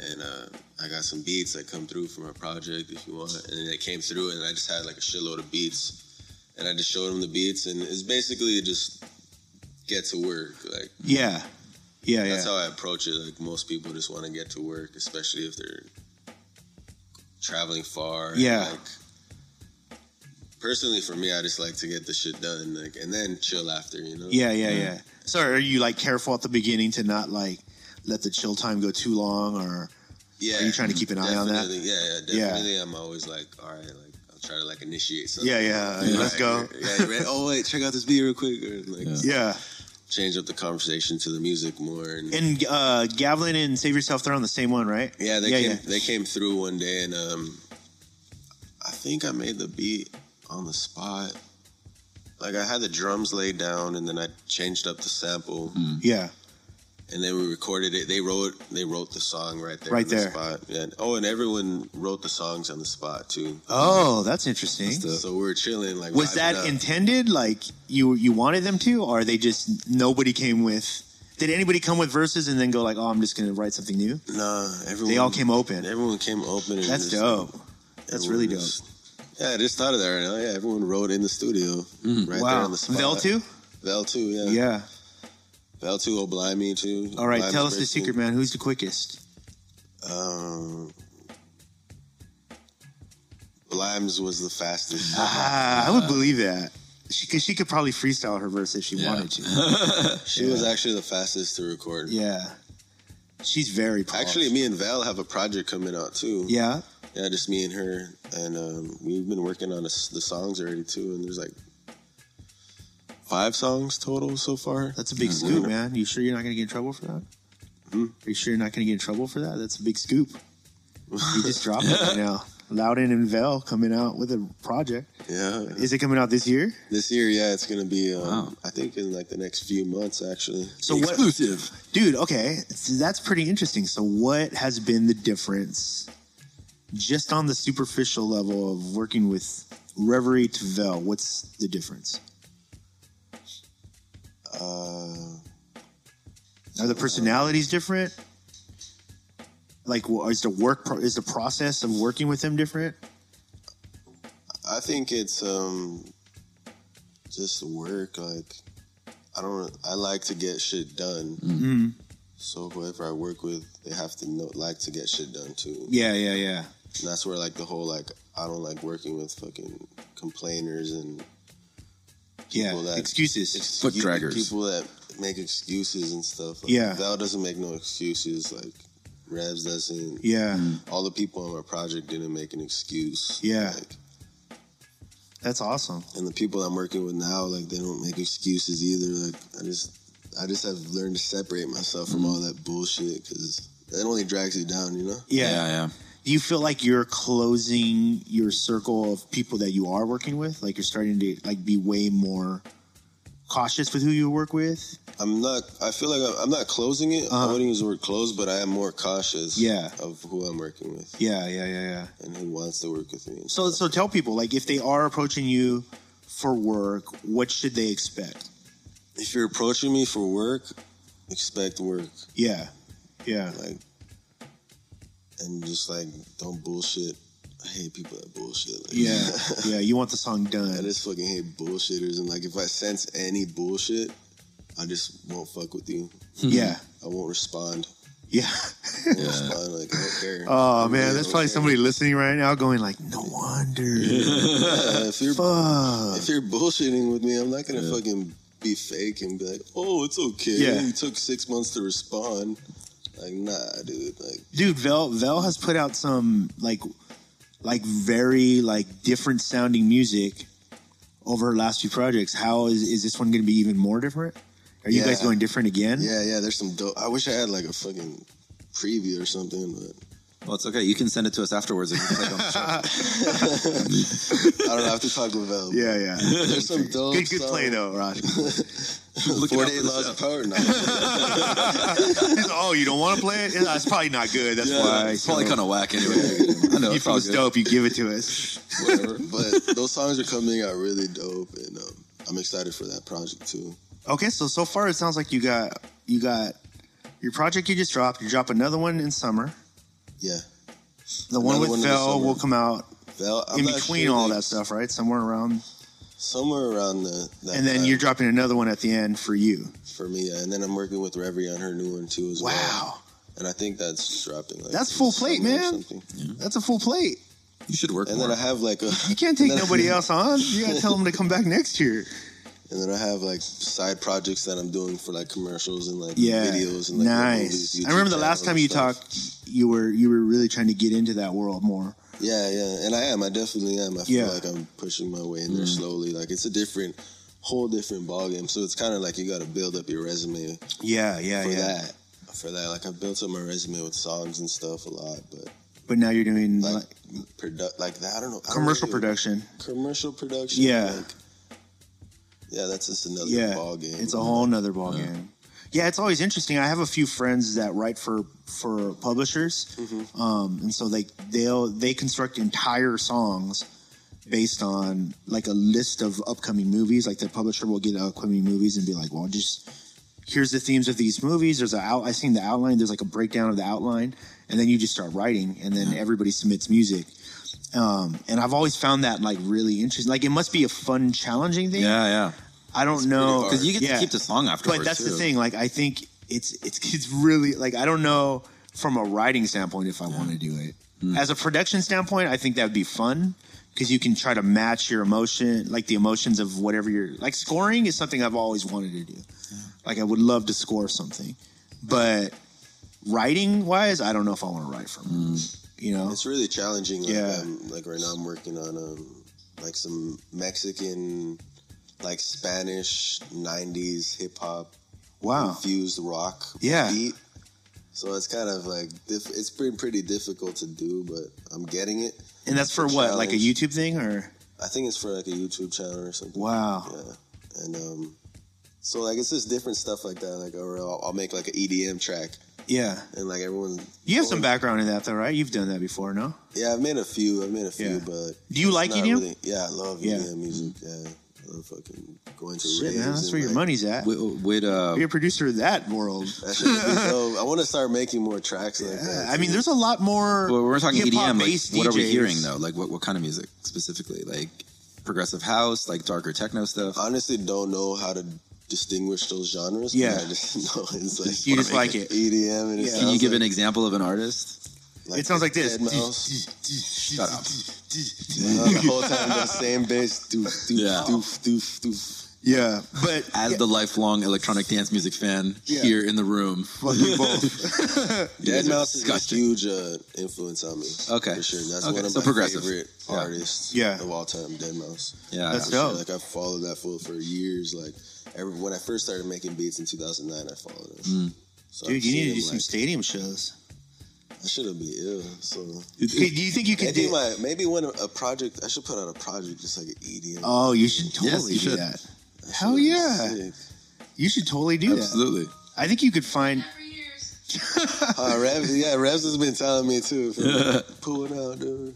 Speaker 5: and uh, I got some beats that come through for my project if you want and then it came through and I just had like a shitload of beats and I just showed him the beats and it's basically just get to work. Like
Speaker 2: Yeah. Yeah,
Speaker 5: that's
Speaker 2: yeah.
Speaker 5: how I approach it. Like most people just want to get to work, especially if they're traveling far. and,
Speaker 2: Yeah.
Speaker 5: Like, personally, for me, I just like to get the shit done, like, and then chill after. You know.
Speaker 2: Yeah, yeah, yeah. So are you like careful at the beginning to not like let the chill time go too long or
Speaker 5: Yeah.
Speaker 2: Are you trying to keep an eye on that?
Speaker 5: Definitely, Yeah, yeah,
Speaker 2: Yeah.
Speaker 5: definitely. I'm always like, all right, like I'll try to like initiate something.
Speaker 2: Yeah, yeah.
Speaker 5: Like,
Speaker 2: Let's go.
Speaker 5: Yeah, you ready? oh wait, check out this beat real quick, or like
Speaker 2: Yeah.
Speaker 5: change up the conversation to the music more. And,
Speaker 2: And uh Gavlin and Save Yourself they're on the same one, right?
Speaker 5: Yeah, they
Speaker 2: yeah,
Speaker 5: came
Speaker 2: yeah.
Speaker 5: they came through one day and um I think I made the beat on the spot. Like I had the drums laid down and then I changed up the sample
Speaker 2: Yeah.
Speaker 5: and then we recorded it. They wrote they wrote the song right there
Speaker 2: Right
Speaker 5: on
Speaker 2: there.
Speaker 5: the spot. Yeah. Oh, and everyone wrote the songs on the spot too.
Speaker 2: Oh, that's interesting.
Speaker 5: So we were chilling like
Speaker 2: was
Speaker 5: vibing
Speaker 2: that
Speaker 5: out.
Speaker 2: intended like you you wanted them to or they just nobody came with did anybody come with verses and then go like oh i'm just gonna write something new
Speaker 5: Nah, everyone
Speaker 2: they all came open
Speaker 5: Everyone came open and
Speaker 2: that's
Speaker 5: just-
Speaker 2: dope that's
Speaker 5: everyone
Speaker 2: really dope
Speaker 5: just- Yeah, I just thought of that right now. Yeah, everyone wrote in the studio right there
Speaker 2: Hmm. wow
Speaker 5: on the spot.
Speaker 2: vel too
Speaker 5: Vel too, yeah.
Speaker 2: yeah
Speaker 5: Val too, Oblime too.
Speaker 2: all right
Speaker 5: Blime's
Speaker 2: tell us the
Speaker 5: person.
Speaker 2: secret man who's the quickest
Speaker 5: Um, Blimes was the fastest.
Speaker 2: ah, i would believe that she could, she could probably freestyle her verse if she wanted to
Speaker 5: she was actually the fastest to record.
Speaker 2: yeah she's very polished.
Speaker 5: Actually, me and Val have a project coming out too.
Speaker 2: yeah
Speaker 5: Yeah, just me and her, and um, we've been working on us the songs already too. And there's like five songs total so far.
Speaker 2: that's a big scoop man you sure you're not gonna get in trouble for that are you sure you're not gonna get in trouble for that that's a big scoop You just dropped it right now. Loudon and Vel coming out with a project.
Speaker 5: Yeah,
Speaker 2: Is it coming out this year?
Speaker 5: this year, yeah, it's gonna be. Um,
Speaker 1: Wow.
Speaker 5: I think in like the next few months, actually.
Speaker 2: So what,
Speaker 1: Exclusive.
Speaker 2: dude? Okay, so that's pretty interesting. So what has been the difference, just on the superficial level of working with Reverie to Vel? What's the difference?
Speaker 5: Uh,
Speaker 2: Are the personalities different? Like, wh- is the work pro- is the process of working with them different?
Speaker 5: I think it's um just work. Like I don't. I like to get shit done.
Speaker 2: Mm-hmm.
Speaker 5: So whoever I work with, they have to know, like to get shit done too.
Speaker 2: Yeah, yeah, yeah.
Speaker 5: And that's where like the whole like I don't like working with fucking complainers and
Speaker 2: Yeah,
Speaker 5: Well, that-
Speaker 2: excuses.
Speaker 5: ex-
Speaker 1: Foot draggers.
Speaker 5: People that make excuses and stuff. Like,
Speaker 2: Yeah.
Speaker 5: Val doesn't make no excuses. Like Revs doesn't.
Speaker 2: Yeah.
Speaker 5: All the people on my project didn't make an excuse.
Speaker 2: Yeah.
Speaker 5: Like,
Speaker 2: That's awesome.
Speaker 5: and the people I'm working with now, like they don't make excuses either. Like I just, I just have learned to separate myself
Speaker 2: Mm-hmm.
Speaker 5: from all that bullshit because that only drags you down, you know.
Speaker 2: Yeah.
Speaker 1: yeah, yeah.
Speaker 2: Do you feel like you're closing your circle of people that you are working with? Like you're starting to like be way more cautious with who you work with?
Speaker 5: I'm not. I feel like I'm, I'm not closing it. I
Speaker 2: Uh-huh.
Speaker 5: wouldn't use the word close, but I am more cautious.
Speaker 2: Yeah.
Speaker 5: Of who I'm working with
Speaker 2: Yeah, yeah, yeah, yeah.
Speaker 5: and who wants to work with me. and
Speaker 2: So
Speaker 5: stuff.
Speaker 2: so tell people like if they are approaching you for work, what should they expect?
Speaker 5: if you're approaching me for work, expect work.
Speaker 2: Yeah. Yeah.
Speaker 5: Like, and just like don't bullshit. I hate people that bullshit. Like,
Speaker 2: Yeah. yeah, you want the song done.
Speaker 5: I just fucking hate bullshitters, and like if I sense any bullshit, I just won't fuck with you.
Speaker 2: yeah.
Speaker 5: I won't respond.
Speaker 2: Yeah.
Speaker 5: I won't respond. Like I don't care.
Speaker 2: Oh
Speaker 5: I
Speaker 2: man,
Speaker 5: really
Speaker 2: there's
Speaker 5: don't
Speaker 2: probably
Speaker 5: care.
Speaker 2: somebody listening right now going like, "No wonder."
Speaker 5: Yeah, if you're
Speaker 2: Fuck.
Speaker 5: if you're bullshitting with me, I'm not gonna fucking be fake and be like, oh, it's okay.
Speaker 2: Yeah.
Speaker 5: You took six months to respond. Like nah, dude. Like
Speaker 2: Dude, Vel Vel has put out some like like very like different sounding music over her last few projects. How is is this one going to be even more different? Are you
Speaker 5: Yeah.
Speaker 2: guys going different again?
Speaker 5: yeah, yeah. There's some dope. I wish I had like a fucking preview or something, but
Speaker 1: Well, it's okay. You can send it to us afterwards. And we can play it on the show.
Speaker 5: I don't know. I have to talk with Val.
Speaker 2: Yeah, yeah.
Speaker 5: There's some dope.
Speaker 2: good good play
Speaker 5: song.
Speaker 2: though, Raj.
Speaker 1: Look it
Speaker 5: Four
Speaker 1: up
Speaker 5: day
Speaker 1: for the
Speaker 5: lost
Speaker 1: show.
Speaker 5: power. No.
Speaker 2: oh, you don't want to play it? That's probably not good. That's why.
Speaker 1: it's probably
Speaker 2: So,
Speaker 1: kind of whack anyway. I know.
Speaker 2: if
Speaker 1: it's
Speaker 2: it
Speaker 1: all
Speaker 2: was
Speaker 1: good.
Speaker 2: dope, you give it to us.
Speaker 5: whatever. But those songs are coming out really dope, and um, I'm excited for that project too.
Speaker 2: Okay, so so far it sounds like you got you got your project you just dropped. You drop another one in summer.
Speaker 5: Yeah,
Speaker 2: The one
Speaker 5: Another
Speaker 2: with
Speaker 5: one in the
Speaker 2: Fel
Speaker 5: summer.
Speaker 2: will come out
Speaker 5: Val, I'm
Speaker 2: in
Speaker 5: not
Speaker 2: between
Speaker 5: sure,
Speaker 2: all
Speaker 5: like,
Speaker 2: that stuff, right? Somewhere around,
Speaker 5: somewhere around the. That
Speaker 2: and then
Speaker 5: time
Speaker 2: you're dropping another one at the end for you.
Speaker 5: for me, yeah. and then I'm working with Revy on her new one too as well. And I think that's dropping. Like,
Speaker 2: That's
Speaker 5: in
Speaker 2: full
Speaker 5: the summer
Speaker 2: plate,
Speaker 5: or
Speaker 2: man.
Speaker 5: something.
Speaker 2: that's a full plate.
Speaker 1: You should work
Speaker 5: And
Speaker 1: more.
Speaker 5: then I have like a.
Speaker 2: You can't take
Speaker 5: and then-
Speaker 2: nobody else on. You gotta tell them to come back next year.
Speaker 5: And then I have like side projects that I'm doing for like commercials and like
Speaker 2: Yeah,
Speaker 5: videos and like
Speaker 2: nice.
Speaker 5: movies,
Speaker 2: I remember the
Speaker 5: YouTube
Speaker 2: last
Speaker 5: channels
Speaker 2: time
Speaker 5: and
Speaker 2: you
Speaker 5: stuff.
Speaker 2: talked, you were you were really trying to get into that world more.
Speaker 5: Yeah, yeah, and I am. I definitely am. I feel
Speaker 2: Yeah. Mm.
Speaker 5: like I'm pushing my way in there slowly. Like it's a different, whole different ballgame. So it's kind of like you got to build up your resume
Speaker 2: Yeah, yeah,
Speaker 5: for that. For that, like I built up my resume with songs and stuff a lot, but
Speaker 2: But now you're doing
Speaker 5: like
Speaker 2: Mm, like,
Speaker 5: produ- like that. I don't know I don't
Speaker 2: commercial
Speaker 5: really-
Speaker 2: production.
Speaker 5: commercial production.
Speaker 2: Yeah.
Speaker 5: like, yeah, that's just another
Speaker 2: yeah,
Speaker 5: ballgame.
Speaker 2: It's a whole nother ball game. Yeah, it's always interesting. I have a few friends that write for for publishers, um, and so they they'll they construct entire songs based on like a list of upcoming movies. Like the publisher will get upcoming movies and be like, "Well, just here's the themes of these movies. There's a out. I seen the outline. There's like a breakdown of the outline, and then you just start writing, and then everybody submits music." Um, and I've always found that like really interesting. Like it must be a fun, challenging thing.
Speaker 1: yeah, yeah.
Speaker 2: I don't know
Speaker 1: Because you get
Speaker 2: Yeah.
Speaker 1: to keep the song afterwards.
Speaker 2: But that's the
Speaker 1: too.
Speaker 2: thing. Like I think it's it's it's really like I don't know from a writing standpoint if I want to do it.
Speaker 1: Hmm.
Speaker 2: As a production standpoint, I think that would be fun because you can try to match your emotion, like the emotions of whatever you're like. Scoring is something I've always wanted to do. Like I would love to score something, but writing wise, I don't know if I want to write from. it.
Speaker 1: Hmm.
Speaker 2: You know,
Speaker 5: It's really challenging. Like,
Speaker 2: Yeah.
Speaker 5: um, like right now, I'm working on um, like some Mexican, like Spanish '90s hip hop
Speaker 2: wow.
Speaker 5: infused rock
Speaker 2: Yeah.
Speaker 5: beat. So it's kind of like diff- it's been pretty difficult to do, but I'm getting it.
Speaker 2: And that's for what, like a
Speaker 5: challenge.
Speaker 2: YouTube thing or
Speaker 5: I think it's for like a YouTube channel or something.
Speaker 2: wow.
Speaker 5: Yeah, and um, so like it's just different stuff like that. Like, or I'll, I'll make like an EDM track,
Speaker 2: yeah.
Speaker 5: and like everyone.
Speaker 2: You have some background in that though, right? You've done that before, no?
Speaker 5: Yeah, I've made a few. I've made a few,
Speaker 2: Yeah.
Speaker 5: but
Speaker 2: Do you
Speaker 5: it's
Speaker 2: like
Speaker 5: not
Speaker 2: EDM?
Speaker 5: yeah, I love
Speaker 2: Yeah.
Speaker 5: EDM music. Yeah, I love fucking going to
Speaker 2: Shit,
Speaker 5: raves.
Speaker 2: man, that's
Speaker 5: and,
Speaker 2: where your
Speaker 5: like,
Speaker 2: money's at.
Speaker 1: Wait, wait, uh,
Speaker 2: Be a producer of that world.
Speaker 5: That shit would be dope. I want to start making more tracks like that.
Speaker 2: I mean, there's a lot more.
Speaker 1: well, we're talking EDM.
Speaker 2: hip-hop-based
Speaker 1: Like, what are we
Speaker 2: DJs.
Speaker 1: hearing though? Like, what, what kind of music specifically? Like progressive house, like darker techno stuff.
Speaker 5: honestly don't know how to distinguish those genres. but
Speaker 2: Yeah.
Speaker 5: I just know it's like
Speaker 2: You just like it.
Speaker 5: EDM. And it
Speaker 1: Can
Speaker 2: Yeah. Can
Speaker 1: you
Speaker 5: sounds
Speaker 1: give
Speaker 5: like,
Speaker 1: an example of an artist?
Speaker 2: It sounds like this.
Speaker 5: Dead Mouse.
Speaker 1: Shut up.
Speaker 5: Uh, the whole time the same bass. Doof, doof,
Speaker 1: Yeah.
Speaker 5: doof, doof, doof.
Speaker 2: Yeah, but
Speaker 1: As the lifelong electronic dance music fan
Speaker 2: Yeah.
Speaker 1: here in the room,
Speaker 2: fuck you both.
Speaker 1: guys
Speaker 5: Dead
Speaker 1: are
Speaker 5: Mouse is a
Speaker 1: disgusting.
Speaker 5: huge uh, influence on me.
Speaker 1: Okay.
Speaker 5: for sure. That's
Speaker 1: Okay,
Speaker 5: one of
Speaker 1: so
Speaker 5: my
Speaker 1: progressive.
Speaker 5: favorite
Speaker 1: Yeah.
Speaker 5: artists.
Speaker 2: Yeah.
Speaker 5: of all time, Dead Mouse.
Speaker 1: yeah,
Speaker 2: That's
Speaker 5: For
Speaker 1: yeah.
Speaker 5: sure.
Speaker 2: dope.
Speaker 5: Like I followed that fool for years. Like every, when I first started making beats in 2009, I followed him.
Speaker 1: Mm.
Speaker 5: So
Speaker 2: Dude,
Speaker 5: I've
Speaker 2: you need
Speaker 1: E
Speaker 2: to
Speaker 5: seen
Speaker 2: do
Speaker 5: him,
Speaker 2: some
Speaker 5: like,
Speaker 2: stadium shows.
Speaker 5: I should have been ill. So
Speaker 2: Hey, do you think you could
Speaker 5: maybe
Speaker 2: do?
Speaker 5: my maybe when a project I should put out a project just like an E EDM.
Speaker 2: oh, you should
Speaker 1: Yes,
Speaker 2: totally
Speaker 1: you
Speaker 2: do
Speaker 1: should.
Speaker 2: that.
Speaker 5: That
Speaker 2: Hell
Speaker 5: shit
Speaker 2: yeah!
Speaker 5: would be sick.
Speaker 2: You should totally do that.
Speaker 1: absolutely.
Speaker 2: I think you could find.
Speaker 5: Uh, Revs, yeah, Revs has been telling me too. For Pull it out, dude.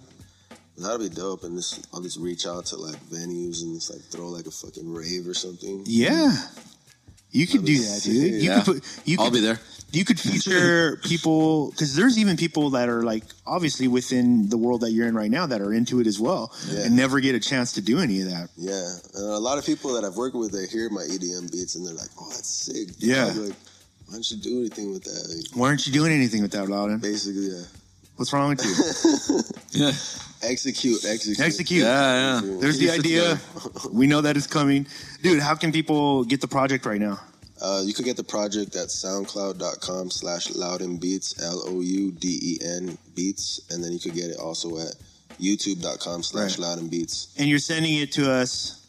Speaker 5: That'll be dope. And this, I'll just reach out to like venues and just like throw like a fucking rave or something.
Speaker 2: Yeah, you could
Speaker 5: That'd
Speaker 2: do
Speaker 5: be
Speaker 2: that, dude.
Speaker 5: sick.
Speaker 2: You
Speaker 1: Yeah.
Speaker 2: could put. You could,
Speaker 1: I'll be there.
Speaker 2: You could feature people because there's even people that are like obviously within the world that you're in right now that are into it as well
Speaker 5: Yeah.
Speaker 2: and never get a chance to do any of that.
Speaker 5: Yeah, and a lot of people that I've worked with, they hear my EDM beats and they're like, "Oh, that's sick." dude."
Speaker 2: Yeah.
Speaker 5: I'd be like, why don't you do anything with that? Like,
Speaker 2: Why aren't you doing anything with that, Loudon?
Speaker 5: basically, yeah.
Speaker 2: What's wrong with you?
Speaker 1: Yeah,
Speaker 5: Execute, execute,
Speaker 2: Execute.
Speaker 1: yeah, yeah.
Speaker 2: There's the
Speaker 5: Get
Speaker 2: idea. We know that it's coming, dude. How can people get the project right now?
Speaker 5: Uh, you could get the project at soundcloud.com slash Loudon Beats, L-O-U-D-E-N E Beats. And then you could get it also at youtube.com slash
Speaker 2: Right.
Speaker 5: Loudon Beats.
Speaker 2: And you're sending it to us,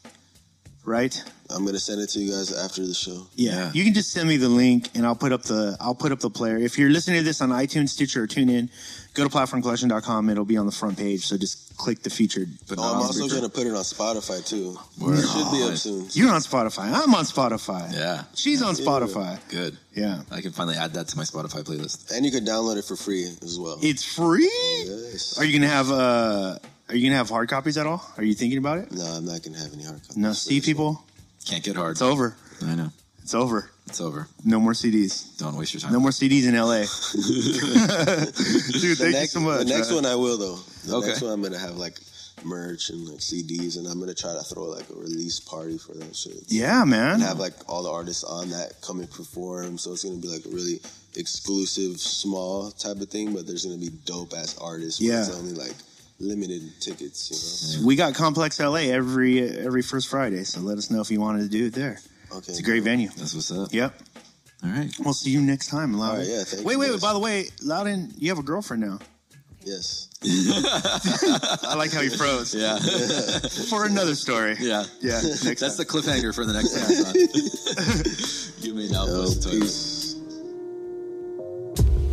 Speaker 2: right?
Speaker 5: I'm going to send it to you guys after the show.
Speaker 1: Yeah.
Speaker 2: You can just send me the link and I'll put up the I'll put up the player. If you're listening to this on iTunes, Stitcher, or TuneIn, go to platformcollection.com. It'll be on the front page. So just click the featured.
Speaker 1: But
Speaker 5: Oh, I'm also going
Speaker 1: gonna.
Speaker 5: to put it on Spotify too.
Speaker 1: Word.
Speaker 5: It should be up
Speaker 1: Nice.
Speaker 5: soon.
Speaker 2: You're on Spotify. I'm on Spotify.
Speaker 1: Yeah,
Speaker 2: She's on Spotify.
Speaker 1: good.
Speaker 2: Yeah.
Speaker 1: I can finally add that to my Spotify playlist.
Speaker 5: And you can download it for free as well.
Speaker 2: It's free.
Speaker 5: Yes.
Speaker 2: Are you gonna have uh are you gonna have hard copies at all? Are you thinking about it?
Speaker 5: no, I'm not going to have any hard copies.
Speaker 2: No, see people,
Speaker 1: Can't get hard.
Speaker 2: it's over.
Speaker 1: I know.
Speaker 2: It's over.
Speaker 1: It's over.
Speaker 2: No more CDs.
Speaker 1: Don't waste your time.
Speaker 2: No more CDs in LA. Dude,
Speaker 5: The
Speaker 2: thank you
Speaker 5: next,
Speaker 2: so much.
Speaker 5: the next
Speaker 2: man.
Speaker 5: one I will though. The
Speaker 1: Okay.
Speaker 5: next one I'm going to have like merch and like CDs and I'm going to try to throw like a release party for that shit.
Speaker 2: Yeah, man.
Speaker 5: and have like all the artists on that come and perform. So it's gonna be like a really exclusive, small type of thing, but there's gonna be dope ass artists. where
Speaker 2: Yeah.
Speaker 5: it's only like limited tickets.
Speaker 2: We got Complex LA every every first Friday, so let us know if you wanted to do it there.
Speaker 5: You know? Okay,
Speaker 2: It's a great venue.
Speaker 1: That's what's up.
Speaker 2: Yep.
Speaker 1: All right.
Speaker 2: We'll see you next time, Loudon.
Speaker 5: All right, yeah, thank
Speaker 2: wait,
Speaker 5: you,
Speaker 2: wait,
Speaker 5: guys.
Speaker 2: By the way, Loudon, you have a girlfriend now.
Speaker 5: Yes,
Speaker 2: I like how you froze.
Speaker 1: Yeah.
Speaker 2: For another story.
Speaker 1: Yeah.
Speaker 2: Yeah. Next
Speaker 1: That's
Speaker 2: time.
Speaker 1: the cliffhanger for the next time. you may now
Speaker 5: Oh,
Speaker 1: listen to it.
Speaker 5: peace.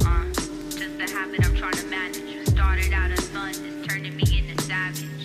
Speaker 6: Uh, just the habit I'm trying to manage. Started out as fun, it's turning me into savage.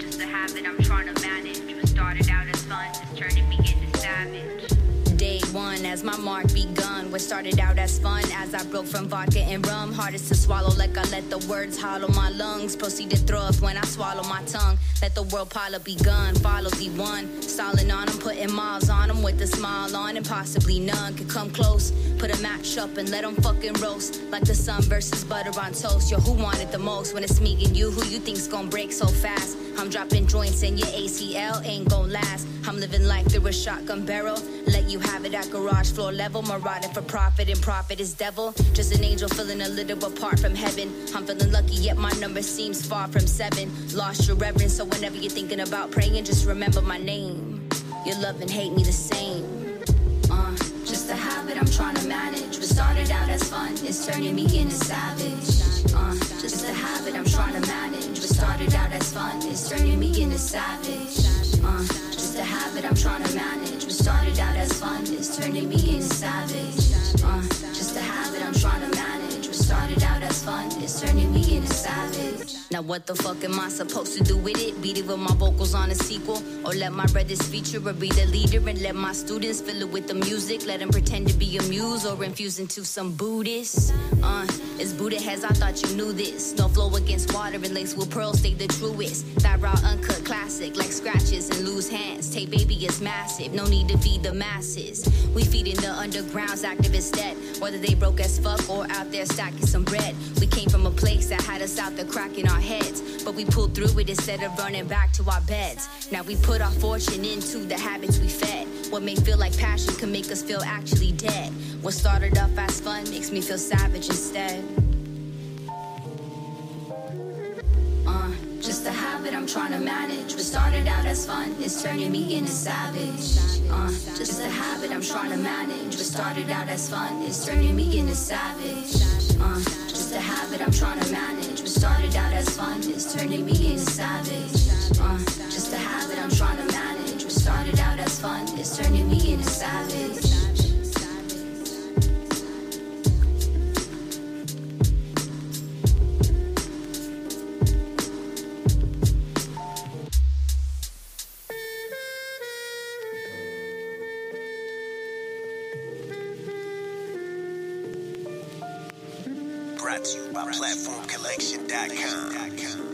Speaker 6: Just the habit I'm trying to manage. Started out as fun, it's turning me into savage. Day one, as my mark begun. What started out as fun, as I broke from vodka and rum. Hardest to swallow, like I let the words hollow my lungs. Proceed to throw up when I swallow my tongue. Let the world pile up begun. Follow D1. Stalling on 'em, putting miles on 'em with a smile on, and possibly none could come close. Put a match up and let 'em fucking roast. Like the sun versus butter on toast. Yo, who wanted the most when it's me and you? Who you think's gonna break so fast? I'm dropping joints and your ACL ain't gonna last. I'm living life through a shotgun barrel. Let you have it at garage floor level. Marauding for profit and profit is devil. Just an angel feeling a little apart from heaven. I'm feeling lucky yet my number seems far from seven. Lost your reverence, so whenever you're thinking about praying, just remember my name. You love and hate me the same. Uh, just a habit I'm trying to manage. What started out as fun is turning me into savage. Uh, just a habit I'm trying to manage. What started out as fun is turning me into savage. Uh, just a habit I'm trying to manage. What started out as fun is turning me into savage. Uh, just a habit I'm trying to manage. What started out as fun is turning me into savage. Now what the fuck am I supposed to do with it? Beat it with my vocals on a sequel, or let my brothers feature, or be the leader and let my students fill it with the music. Let them pretend to be amused or infuse into some Buddhist. Uh, it's Buddha heads. I thought you knew this. No flow against water and lace with pearls stay the truest. That raw uncut classic, like scratches and loose hands. Take baby is massive. No need to feed the masses. We feeding the undergrounds activists that whether they broke as fuck or out there stacking some bread. We came from a place that had us out the crack in our heads, but we pulled through it instead of running back to our beds. Now we put our fortune into the habits we fed. What may feel like passion can make us feel actually dead. What started off as fun makes me feel savage instead. Uh, just a habit that I'm trying to manage. What started out as fun is turning me into savage. Uh, just a habit I'm trying to manage. What started out as fun is turning me into savage. Uh, just a habit I'm trying to manage. What started out as fun is turning me into savage. Uh, just a habit I'm trying to manage. What started out as fun is turning me into savage.
Speaker 8: Brought to you by PlatformCollection.com.